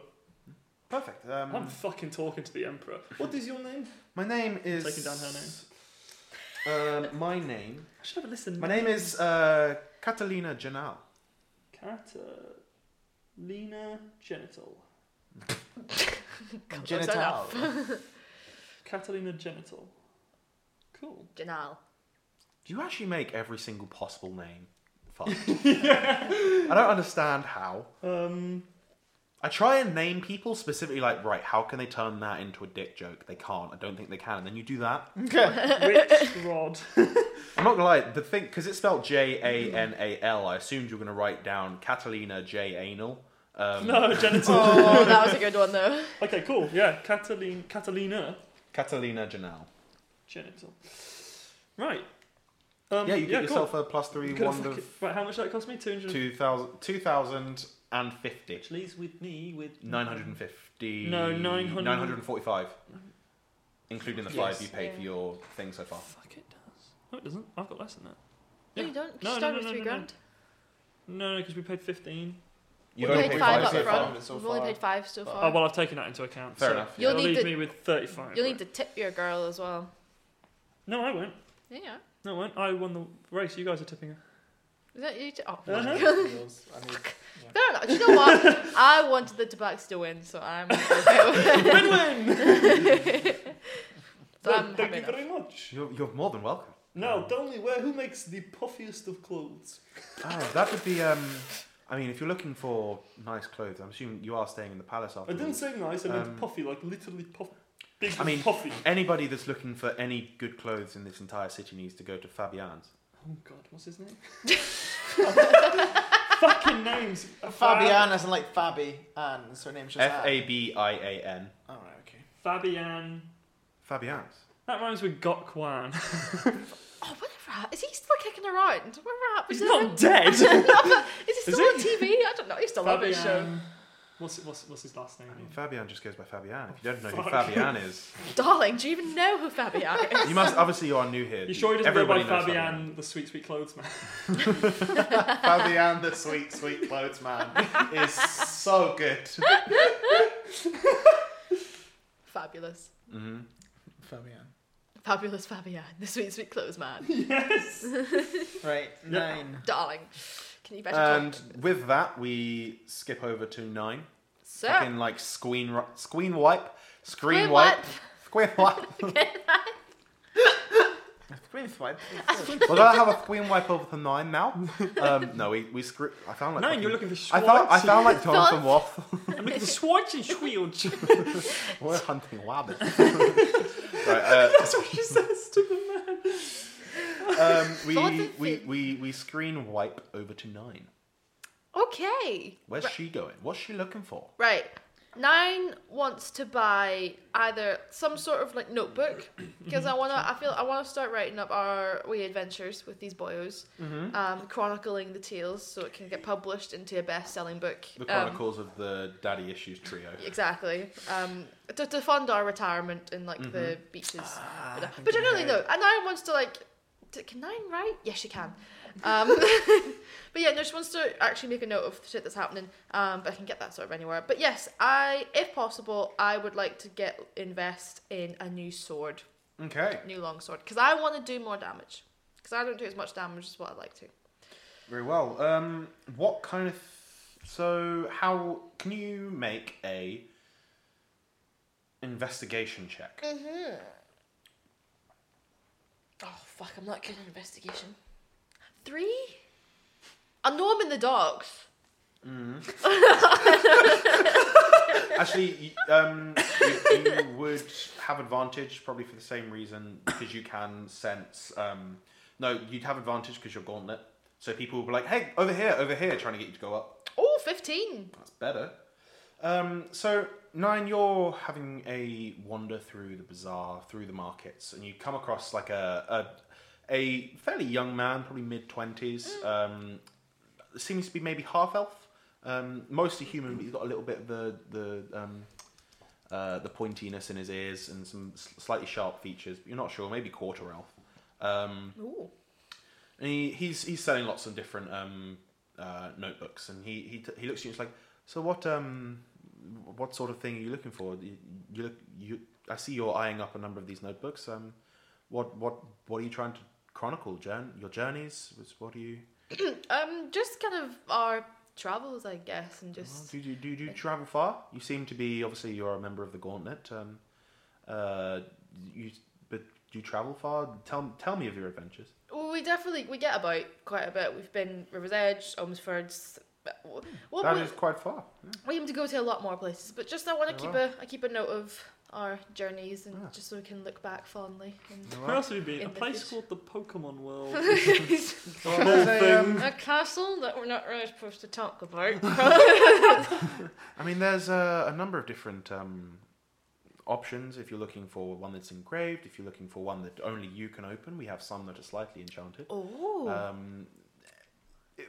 Speaker 5: Perfect. Um,
Speaker 1: I'm fucking talking to the Emperor. What is your name?
Speaker 5: my name is.
Speaker 1: Taking down
Speaker 5: her name. Um, my name.
Speaker 1: I should have listened.
Speaker 5: My name is uh, Catalina Janal.
Speaker 1: Catalina Genital.
Speaker 3: Close enough.
Speaker 1: Catalina Genital. Cool.
Speaker 3: Janal.
Speaker 5: Do you actually make every single possible name? Fuck. I don't understand how.
Speaker 1: Um,
Speaker 5: I try and name people specifically, like, right, how can they turn that into a dick joke? They can't. I don't think they can. And then you do that.
Speaker 1: Rich Rod.
Speaker 5: I'm not gonna lie, the thing, because it's spelled J A N A L, I assumed you were gonna write down Catalina J Anal. Um,
Speaker 1: No, Genital.
Speaker 3: Oh, that was a good one though.
Speaker 1: Okay, cool. Yeah, Catalina, Catalina
Speaker 5: Catalina Janelle.
Speaker 1: Genital. Right. Um,
Speaker 5: Yeah, you get
Speaker 1: cool.
Speaker 5: yourself a plus three
Speaker 1: Could have
Speaker 5: wand
Speaker 1: fucking-
Speaker 5: of
Speaker 1: Right, how much did that cost me? 200.
Speaker 5: 2000 2050.
Speaker 1: Which leaves with me with
Speaker 5: 950.
Speaker 1: No, 900
Speaker 5: 945. Including the five
Speaker 1: Yes.
Speaker 5: you paid for
Speaker 3: Yeah.
Speaker 5: your thing so far.
Speaker 1: Fuck, it does. No, it doesn't. I've got less than that.
Speaker 3: No,
Speaker 1: Yeah.
Speaker 3: you don't.
Speaker 1: No,
Speaker 3: Start
Speaker 1: no,
Speaker 3: with
Speaker 1: no,
Speaker 3: three
Speaker 1: no, no.
Speaker 3: grand.
Speaker 1: No, because we paid 15.
Speaker 5: You've
Speaker 3: we
Speaker 5: only
Speaker 3: paid
Speaker 5: paid
Speaker 3: five,
Speaker 5: five so
Speaker 3: up
Speaker 5: far.
Speaker 3: front.
Speaker 2: so
Speaker 3: We've only
Speaker 2: far.
Speaker 3: paid five so far.
Speaker 1: Oh, well, I've taken that into account.
Speaker 5: Fair
Speaker 1: so
Speaker 5: enough.
Speaker 3: You'll
Speaker 1: You'll
Speaker 3: need
Speaker 1: leave
Speaker 3: the-
Speaker 1: me with 35.
Speaker 3: You'll
Speaker 1: right?
Speaker 3: need to tip your girl as well.
Speaker 1: No, I won't.
Speaker 3: Yeah.
Speaker 1: No, I won't. I won the race. You guys are tipping her.
Speaker 3: Is that you? T- oh.
Speaker 1: Uh-huh.
Speaker 3: my God.
Speaker 2: Meals, I need-
Speaker 3: Fair enough. Do you know what? I wanted the Tabaxi to win, so I'm.
Speaker 1: Win-win!
Speaker 3: so I'm
Speaker 1: Thank you
Speaker 3: happy enough.
Speaker 1: very much.
Speaker 5: You're, you're more than welcome.
Speaker 1: Now, tell me where, who makes the puffiest of clothes?
Speaker 5: Oh, that would be. Um, I mean, if you're looking for nice clothes, I'm assuming you are staying in the palace after
Speaker 1: I didn't say nice, I meant
Speaker 5: Um,
Speaker 1: puffy, like literally puffy. Big
Speaker 5: I
Speaker 1: I
Speaker 5: mean-
Speaker 1: puffy.
Speaker 5: Anybody that's looking for any good clothes in this entire city needs to go to Fabian's.
Speaker 1: Oh god, what's his name? Fucking names. Uh,
Speaker 2: Fabian isn't like Fabi Ann. It's her name. Just
Speaker 5: F A B I A N.
Speaker 2: All Oh, right. Okay.
Speaker 1: Fabian.
Speaker 5: Fabian's.
Speaker 1: That rhymes with Gokwan.
Speaker 3: Oh, whatever. Is he still kicking around? Where at?
Speaker 1: He's
Speaker 3: Was there-
Speaker 1: not dead.
Speaker 3: Is he
Speaker 1: Is
Speaker 3: still on TV? I don't know. I used to love his show.
Speaker 1: What's, what's, what's his last name?
Speaker 5: I mean, Fabian just goes by Fabian. If you don't know who
Speaker 1: Oh. Fuck.
Speaker 5: Fabian is,
Speaker 3: Darling, do you even know who Fabian is?
Speaker 5: you must obviously you are new here.
Speaker 1: You sure he doesn't
Speaker 5: Everybody
Speaker 1: go by
Speaker 5: knows
Speaker 1: Fabian, the sweet, sweet clothes man?
Speaker 10: Fabian the sweet, sweet clothes man is so good.
Speaker 3: Fabulous.
Speaker 5: Mhm.
Speaker 2: Fabian.
Speaker 3: Fabulous Fabian, the sweet, sweet clothes man.
Speaker 1: yes!
Speaker 2: Right. Nine.
Speaker 3: Darling, can you better
Speaker 5: And
Speaker 3: talk?
Speaker 5: with that, we skip over to nine.
Speaker 3: So,
Speaker 5: Fucking like screen, ri- screen wipe, screen
Speaker 3: Squeen
Speaker 5: wipe,
Speaker 3: wipe.
Speaker 5: screen wipe.
Speaker 2: Queen Thwipe.
Speaker 5: We're gonna have a screen wipe over to nine now. Um, no, we we screw. I found like
Speaker 1: Nine, you're
Speaker 5: fucking-
Speaker 1: looking for
Speaker 5: I
Speaker 1: Schwartz.
Speaker 5: found I found like Jonathan
Speaker 3: Schwartz.
Speaker 5: Waff.
Speaker 1: am looking for Schwartz and Schwield.
Speaker 5: We're hunting rabbits. right,
Speaker 1: That's what she says to the man.
Speaker 5: uh, um, we,
Speaker 3: Jonathan
Speaker 5: we
Speaker 3: Finn.
Speaker 5: we we screen wipe over to nine.
Speaker 3: okay.
Speaker 5: Where's she going? What's she looking for?
Speaker 3: Right. Nine wants to buy either some sort of like notebook because I wanna. I feel I wanna start writing up our wee adventures with these boyos,
Speaker 1: Mm-hmm.
Speaker 3: um, chronicling the tales so it can get published into a best-selling book.
Speaker 5: The
Speaker 3: Um,
Speaker 5: Chronicles of the Daddy Issues trio.
Speaker 3: Exactly. Um, to, to fund our retirement in like the beaches.
Speaker 2: Ah,
Speaker 3: but, uh, but generally,
Speaker 2: yeah.
Speaker 3: no. And Nine wants to like. t- Can Nine write? Yes, she can. Um, but yeah, no, she wants to actually make a note of shit that's happening. Um, but I can get that sort of anywhere. But yes, I, if possible, I would like to get invest in a new sword,
Speaker 5: Okay,
Speaker 3: new long sword, because I want to do more damage. Because I don't do as much damage as what I'd like to.
Speaker 5: very well. Um, what kind of so how can you make a investigation check?
Speaker 3: Mm-hmm. Oh fuck! I'm not good at investigation. Three. I know I'm in the docks.
Speaker 5: Actually, y- um, you, you would have advantage probably for the same reason because you can sense. Um, no, you'd have advantage because you're gauntlet. So people will be like, "Hey, over here, over here," trying to get you to go up.
Speaker 3: Oh, 15.
Speaker 5: That's better. Um, so nine, you're having a wander through the bazaar, through the markets, and you come across like a a, a fairly young man, probably mid twenties. Um, seems to be maybe half elf, um, mostly human, but he's got a little bit of the the um, uh, the pointiness in his ears and some s- slightly sharp features. But you're not sure, maybe quarter elf. Um,
Speaker 3: Ooh.
Speaker 5: and he, he's he's selling lots of different um, uh, notebooks, and he he, t- he looks at you and is like, so what um what sort of thing are you looking for? You, you look you I see you're eyeing up a number of these notebooks. Um, what what what are you trying to chronicle? Journ- your journeys? What's- What are you?
Speaker 3: Um, just kind of our travels, I guess, and just
Speaker 5: Do you, do you travel far? You seem to be obviously you're a member of the Gauntlet. Um, uh, you but do you travel far? Tell tell me of your adventures.
Speaker 3: Well, we definitely we get about quite a bit. We've been River's Edge, Omsford's. Well,
Speaker 5: that
Speaker 3: we,
Speaker 5: is quite far.
Speaker 3: we aim to go to a lot more places, but just I want to
Speaker 5: Oh,
Speaker 3: keep
Speaker 5: wow.
Speaker 3: a I keep a note of our journeys and
Speaker 5: Ah.
Speaker 3: just so we can look back fondly. And
Speaker 5: Well,
Speaker 1: Where else have you been?
Speaker 3: In
Speaker 1: A
Speaker 3: the
Speaker 1: place
Speaker 3: future.
Speaker 1: called the Pokemon World.
Speaker 5: Well,
Speaker 1: Whole
Speaker 5: there's a, um,
Speaker 3: a castle that we're not really supposed to talk about.
Speaker 5: I mean, there's a, a number of different um, options. If you're looking for one that's engraved, if you're looking for one that only you can open, we have some that are slightly enchanted.
Speaker 3: oh,
Speaker 5: Um, it,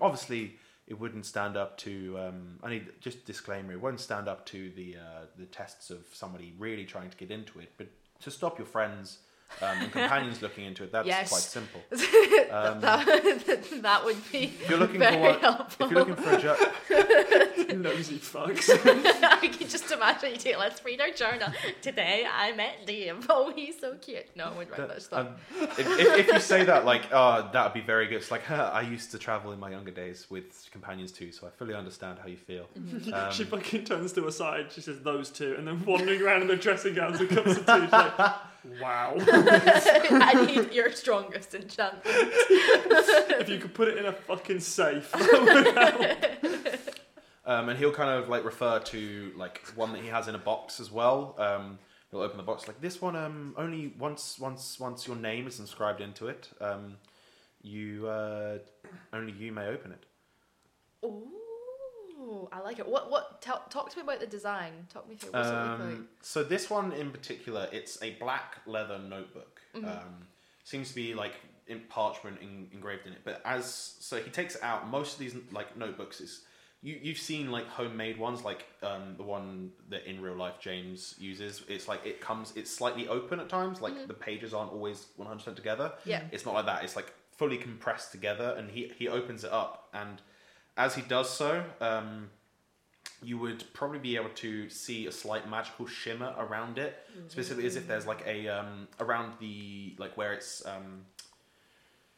Speaker 5: obviously, it wouldn't stand up to. Um, I need just disclaimer. It won't stand up to the uh, the tests of somebody really trying to get into it. But to stop your friends um, and companions looking into it, that's
Speaker 3: Yes.
Speaker 5: quite simple.
Speaker 3: That-
Speaker 5: um,
Speaker 3: that, that would be
Speaker 5: If you're looking
Speaker 3: very
Speaker 5: for one,
Speaker 3: helpful.
Speaker 5: if you're looking for a ju-
Speaker 1: Nosy fucks.
Speaker 3: I can just imagine you doing, let's read our journal. Today I met Liam. Oh, he's so cute. No, I would write that stuff.
Speaker 5: Um, if, if, if you say that, like, oh, that would be very good. It's like, huh, I used to travel in my younger days with companions too, so I fully understand how you feel. Um,
Speaker 1: she fucking turns to her side. She says those two, and then wandering around in their dressing gowns and cups of tea. She's like, wow.
Speaker 3: I need your strongest enchantment.
Speaker 1: if you could put it in a fucking safe.
Speaker 5: um, and he'll kind of like refer to like one that he has in a box as well. Um, he'll open the box like this one. Um, only once, once, once your name is inscribed into it, um, you uh, only you may open it.
Speaker 3: Ooh, I like it. What? What? Tell, talk to me about the design. Talk me through. What's it look like?
Speaker 5: Um, so this one in particular, it's a black leather notebook.
Speaker 3: Mm-hmm.
Speaker 5: Um, seems to be like in parchment in, engraved in it. But as so, he takes it out most of these like notebooks is you you've seen like homemade ones, like um, the one that in real life James uses. It's like it comes, it's slightly open at times. Like the pages aren't always one hundred percent together.
Speaker 3: Mm-hmm. Yeah.
Speaker 5: it's not like that. It's like fully compressed together, and he he opens it up and. As he does so, um, you would probably be able to see a slight magical shimmer around it, specifically as if there's like a um, around the like where it's um,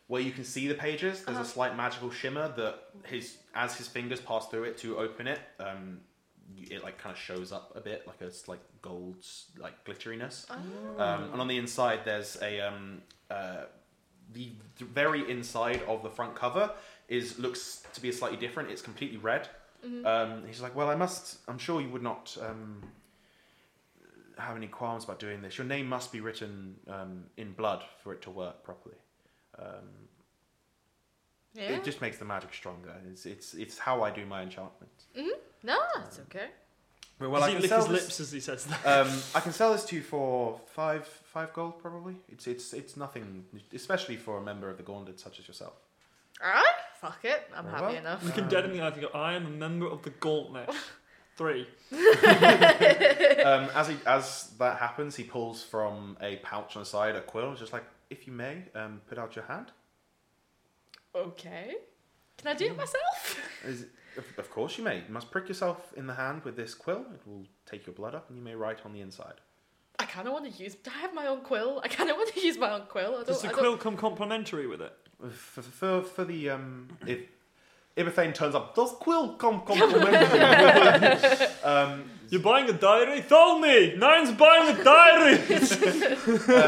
Speaker 5: where you can see the pages. There's a slight magical shimmer that his as his fingers pass through it to open it, um, y- it like kind of shows up a bit, like a s- like gold s- like glitteriness.
Speaker 3: Oh,
Speaker 5: Um, and on the inside, there's a um, uh, the the very inside of the front cover is looks to be slightly different. It's completely red. Um, he's like, well, I must. I'm sure you would not um, have any qualms about doing this. Your name must be written um, in blood for it to work properly. Um,
Speaker 3: Yeah.
Speaker 5: It just makes the magic stronger. It's it's it's how I do my enchantments.
Speaker 3: no, it's okay.
Speaker 5: But
Speaker 1: Does he lick his
Speaker 5: this-
Speaker 1: lips as he says that?
Speaker 5: Um, I can sell this to you for five five gold probably. It's it's it's nothing, especially for a member of the Gauntlet such as yourself.
Speaker 3: Alright, fuck it. I'm
Speaker 5: Very
Speaker 3: happy
Speaker 5: well.
Speaker 3: enough.
Speaker 1: You can dead in the eye if you go, I am a member of the Gauntlet. Three.
Speaker 5: um, as he, as that happens, he pulls from a pouch on the side a quill. Just like, if you may, um, put out your hand.
Speaker 3: Okay. Can I do it myself?
Speaker 5: Is it- of, of course you may. You must prick yourself in the hand with this quill. It will take your blood up, and you may write on the inside.
Speaker 3: I kind of want to use. Do I have my own quill? I kind of want to use my own quill. I don't.
Speaker 1: Does the
Speaker 3: I don't-
Speaker 1: quill come complimentary with it?
Speaker 5: For, for, for the um, if Ibathane turns up, does quill come complimentary? um,
Speaker 1: You're buying a diary? Tell me! Nine's buying a diary!
Speaker 5: um,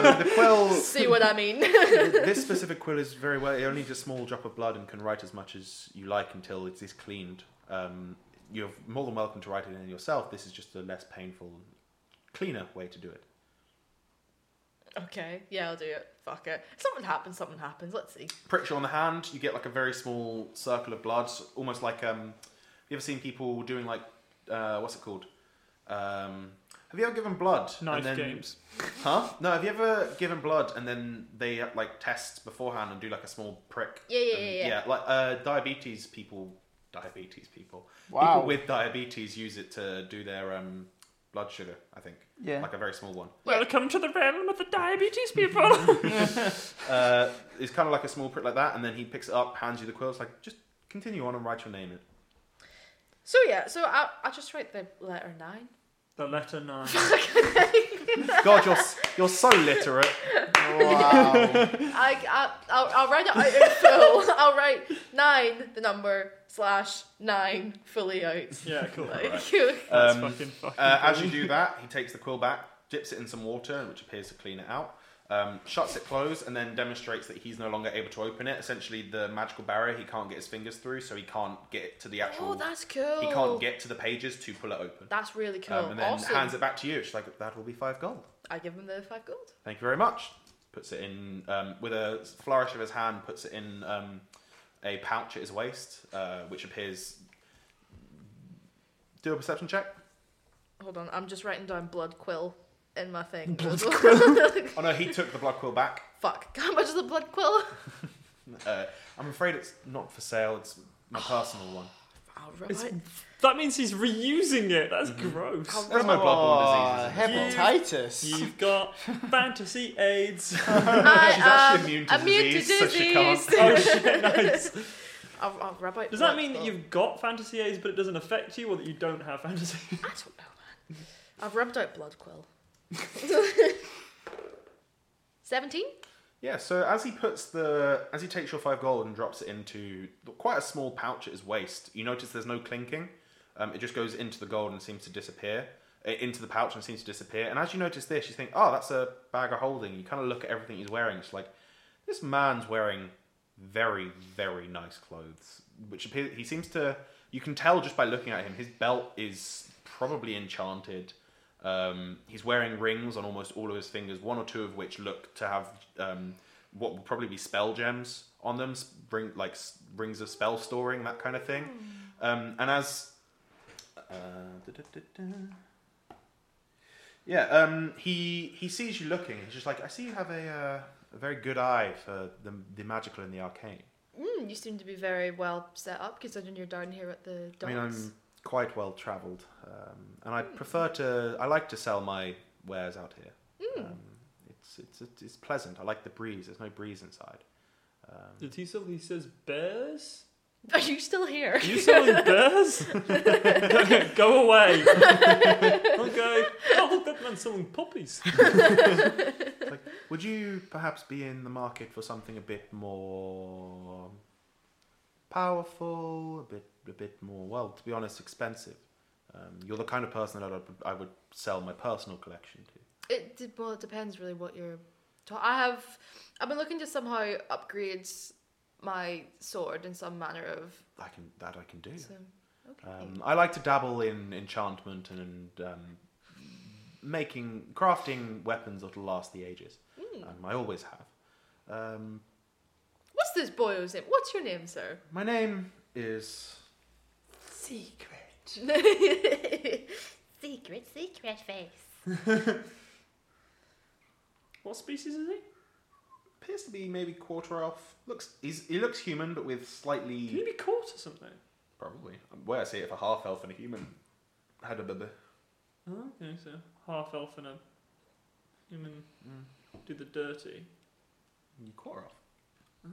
Speaker 5: the quill.
Speaker 3: See what I mean?
Speaker 5: this specific quill is very well. It only needs a small drop of blood and can write as much as you like until it is cleaned. Um, you're more than welcome to write it in yourself. This is just a less painful, cleaner way to do it.
Speaker 3: okay. Yeah, I'll do it. Fuck it. If something happens. Something happens. Let's see.
Speaker 5: Pricks you on the hand. You get like a very small circle of blood, almost like um. You ever seen people doing like uh, what's it called? Um, have you ever given blood? and
Speaker 1: Knife
Speaker 5: then-
Speaker 1: games.
Speaker 5: Huh? No. Have you ever given blood and then they like test beforehand and do like a small prick?
Speaker 3: Yeah, yeah,
Speaker 5: And-
Speaker 3: yeah, yeah.
Speaker 5: Like uh, diabetes people, diabetes people,
Speaker 2: Wow.
Speaker 5: people with diabetes use it to do their um, blood sugar. I think.
Speaker 2: Yeah.
Speaker 5: Like a very small one.
Speaker 1: Welcome to the realm of the diabetes people!
Speaker 5: Uh, it's kind of like a small prick like that, and then he picks it up, hands you the quill. It's like just continue on and write your name in.
Speaker 3: So yeah, so I I just write the letter nine.
Speaker 1: the letter nine.
Speaker 5: God, you're s- you're so literate.
Speaker 2: Wow.
Speaker 3: I, I I'll, I'll write it out in full. I'll write nine, the number slash nine fully out.
Speaker 1: Yeah, cool.
Speaker 3: Like, oh,
Speaker 5: Um,
Speaker 1: fucking fucking
Speaker 5: Uh, as you
Speaker 1: brilliant.
Speaker 5: do that, he takes the quill back, dips it in some water, which appears to clean it out, um, shuts it closed, and then demonstrates that he's no longer able to open it. Essentially, the magical barrier, he can't get his fingers through, so he can't get to the actual.
Speaker 3: Oh, that's cool.
Speaker 5: He can't get to the pages to pull it open.
Speaker 3: That's really cool.
Speaker 5: Um, and then
Speaker 3: awesome.
Speaker 5: hands it back to you. She's like, that will be five gold.
Speaker 3: I give him the five gold.
Speaker 5: Thank you very much. Puts it in um, with a flourish of his hand. Puts it in um, a pouch at his waist, uh, which appears. Do a perception check.
Speaker 3: Hold on, I'm just writing down blood quill in my thing.
Speaker 5: Oh no, he took the blood quill back.
Speaker 3: Fuck. How much is the blood quill?
Speaker 5: Uh, I'm afraid it's not for sale. It's my personal one.
Speaker 3: All
Speaker 1: It's-
Speaker 3: right.
Speaker 1: That means he's reusing it. That's
Speaker 5: Mm-hmm.
Speaker 1: gross.
Speaker 5: There's no bloodborne
Speaker 2: Oh,
Speaker 5: diseases.
Speaker 2: hepatitis.
Speaker 1: You've got fantasy AIDS.
Speaker 5: She's actually
Speaker 3: um,
Speaker 5: immune to disease, so she can't.
Speaker 1: oh shit, nice.
Speaker 3: I'll, I'll rub out
Speaker 1: Does that
Speaker 3: blood
Speaker 1: mean that
Speaker 3: quill.
Speaker 1: you've got fantasy AIDS but it doesn't affect you, or that you don't have fantasy?
Speaker 3: I don't know, man. I've rubbed out blood quill. Seventeen.
Speaker 5: Yeah, so as he puts the as he takes your five gold and drops it into quite a small pouch at his waist, you notice there's no clinking. Um, it just goes into the gold and seems to disappear uh, into the pouch and seems to disappear. And as you notice this, you think, "Oh, that's a bag of holding." You kind of look at everything he's wearing. It's like this man's wearing very, very nice clothes, which appear, he seems to. You can tell just by looking at him. His belt is probably enchanted. Um, he's wearing rings on almost all of his fingers, one or two of which look to have um, what will probably be spell gems on them, s- ring like s- rings of spell storing, that kind of thing. Um, and as uh, da-da-da-da. yeah, um, he he sees you looking. He's just like, I see you have a, uh, a very good eye for the the magical and the arcane.
Speaker 3: Mm, you seem to be very well set up considering you're down here at the docks.
Speaker 5: I mean, I'm quite well travelled, um, and I prefer to. I like to sell my wares out here. Um, it's, it's it's it's pleasant. I like the breeze. There's no breeze inside. Um,
Speaker 1: Did he sell? He says bears.
Speaker 3: Are you still here?
Speaker 1: Are you selling bears? Go away. okay. Oh, look, that man's selling puppies.
Speaker 5: would you perhaps be in the market for something a bit more powerful, a bit a bit more well, to be honest, expensive? Um, you're the kind of person that I'd, I would sell my personal collection to.
Speaker 3: It did, well, it depends really what you're. Ta- I have. I've been looking to somehow upgrade my sword in some manner of.
Speaker 5: I can that I can do.
Speaker 3: So, okay.
Speaker 5: Um, I like to dabble in enchantment and um, making, crafting weapons that'll last the ages.
Speaker 3: Hmm.
Speaker 5: Um, I always have. Um,
Speaker 3: What's this boy's name? What's your name, sir?
Speaker 5: my name is.
Speaker 15: Secret, secret face.
Speaker 1: What species is he?
Speaker 5: appears to be maybe quarter elf. Looks he's, he looks human, but with
Speaker 1: Can he
Speaker 5: slightly
Speaker 1: be caught or something?
Speaker 5: probably. Where I see it for half elf and a human. Had a baby.
Speaker 1: Oh, okay, so half elf and a human do the dirty.
Speaker 5: You quarter elf.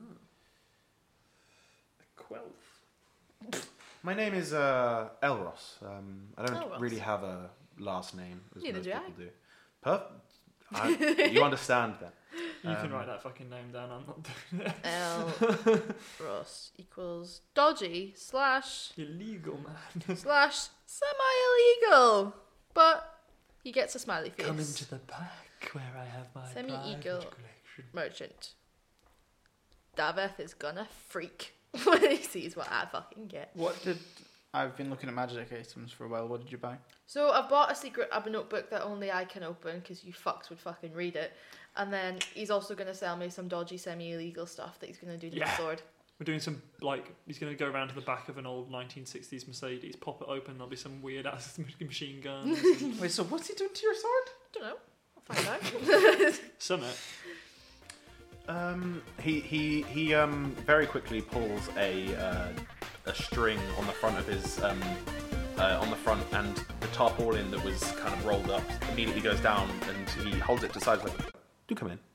Speaker 1: A quelf.
Speaker 5: My name is uh, Elros. Um, I don't
Speaker 3: Elros.
Speaker 5: really have a last name. As
Speaker 3: Neither
Speaker 5: most
Speaker 3: do I.
Speaker 5: people do.
Speaker 1: Uh,
Speaker 5: Perf- I, you understand that.
Speaker 1: You
Speaker 5: Um,
Speaker 1: can write that fucking name down. I'm not doing it.
Speaker 3: L. Ross equals dodgy slash
Speaker 1: Illegal man.
Speaker 3: slash semi illegal, but he gets a smiley face.
Speaker 1: Come into the back where I have my
Speaker 3: Semi-ego.
Speaker 1: private collection.
Speaker 3: merchant. Daveth is gonna freak when he sees what I fucking get.
Speaker 2: What did I've been looking at magic items for a while? What did you buy?
Speaker 3: So I bought a secret Abba notebook that only I can open because you fucks would fucking read it. And then he's also gonna sell me some dodgy semi illegal stuff that he's gonna do to my
Speaker 1: Yeah.
Speaker 3: sword.
Speaker 1: We're doing some like he's going to go around to the back of an old 1960s Mercedes, pop it open, there'll be some weird ass machine guns. and
Speaker 2: Wait, so what's he doing to your sword?
Speaker 3: Don't know. I'll find out.
Speaker 1: Summit.
Speaker 5: Um, he he he um very quickly pulls a uh, a string on the front of his um uh, on the front and the tarpaulin that was kind of rolled up immediately goes down and he holds it to the side like do come in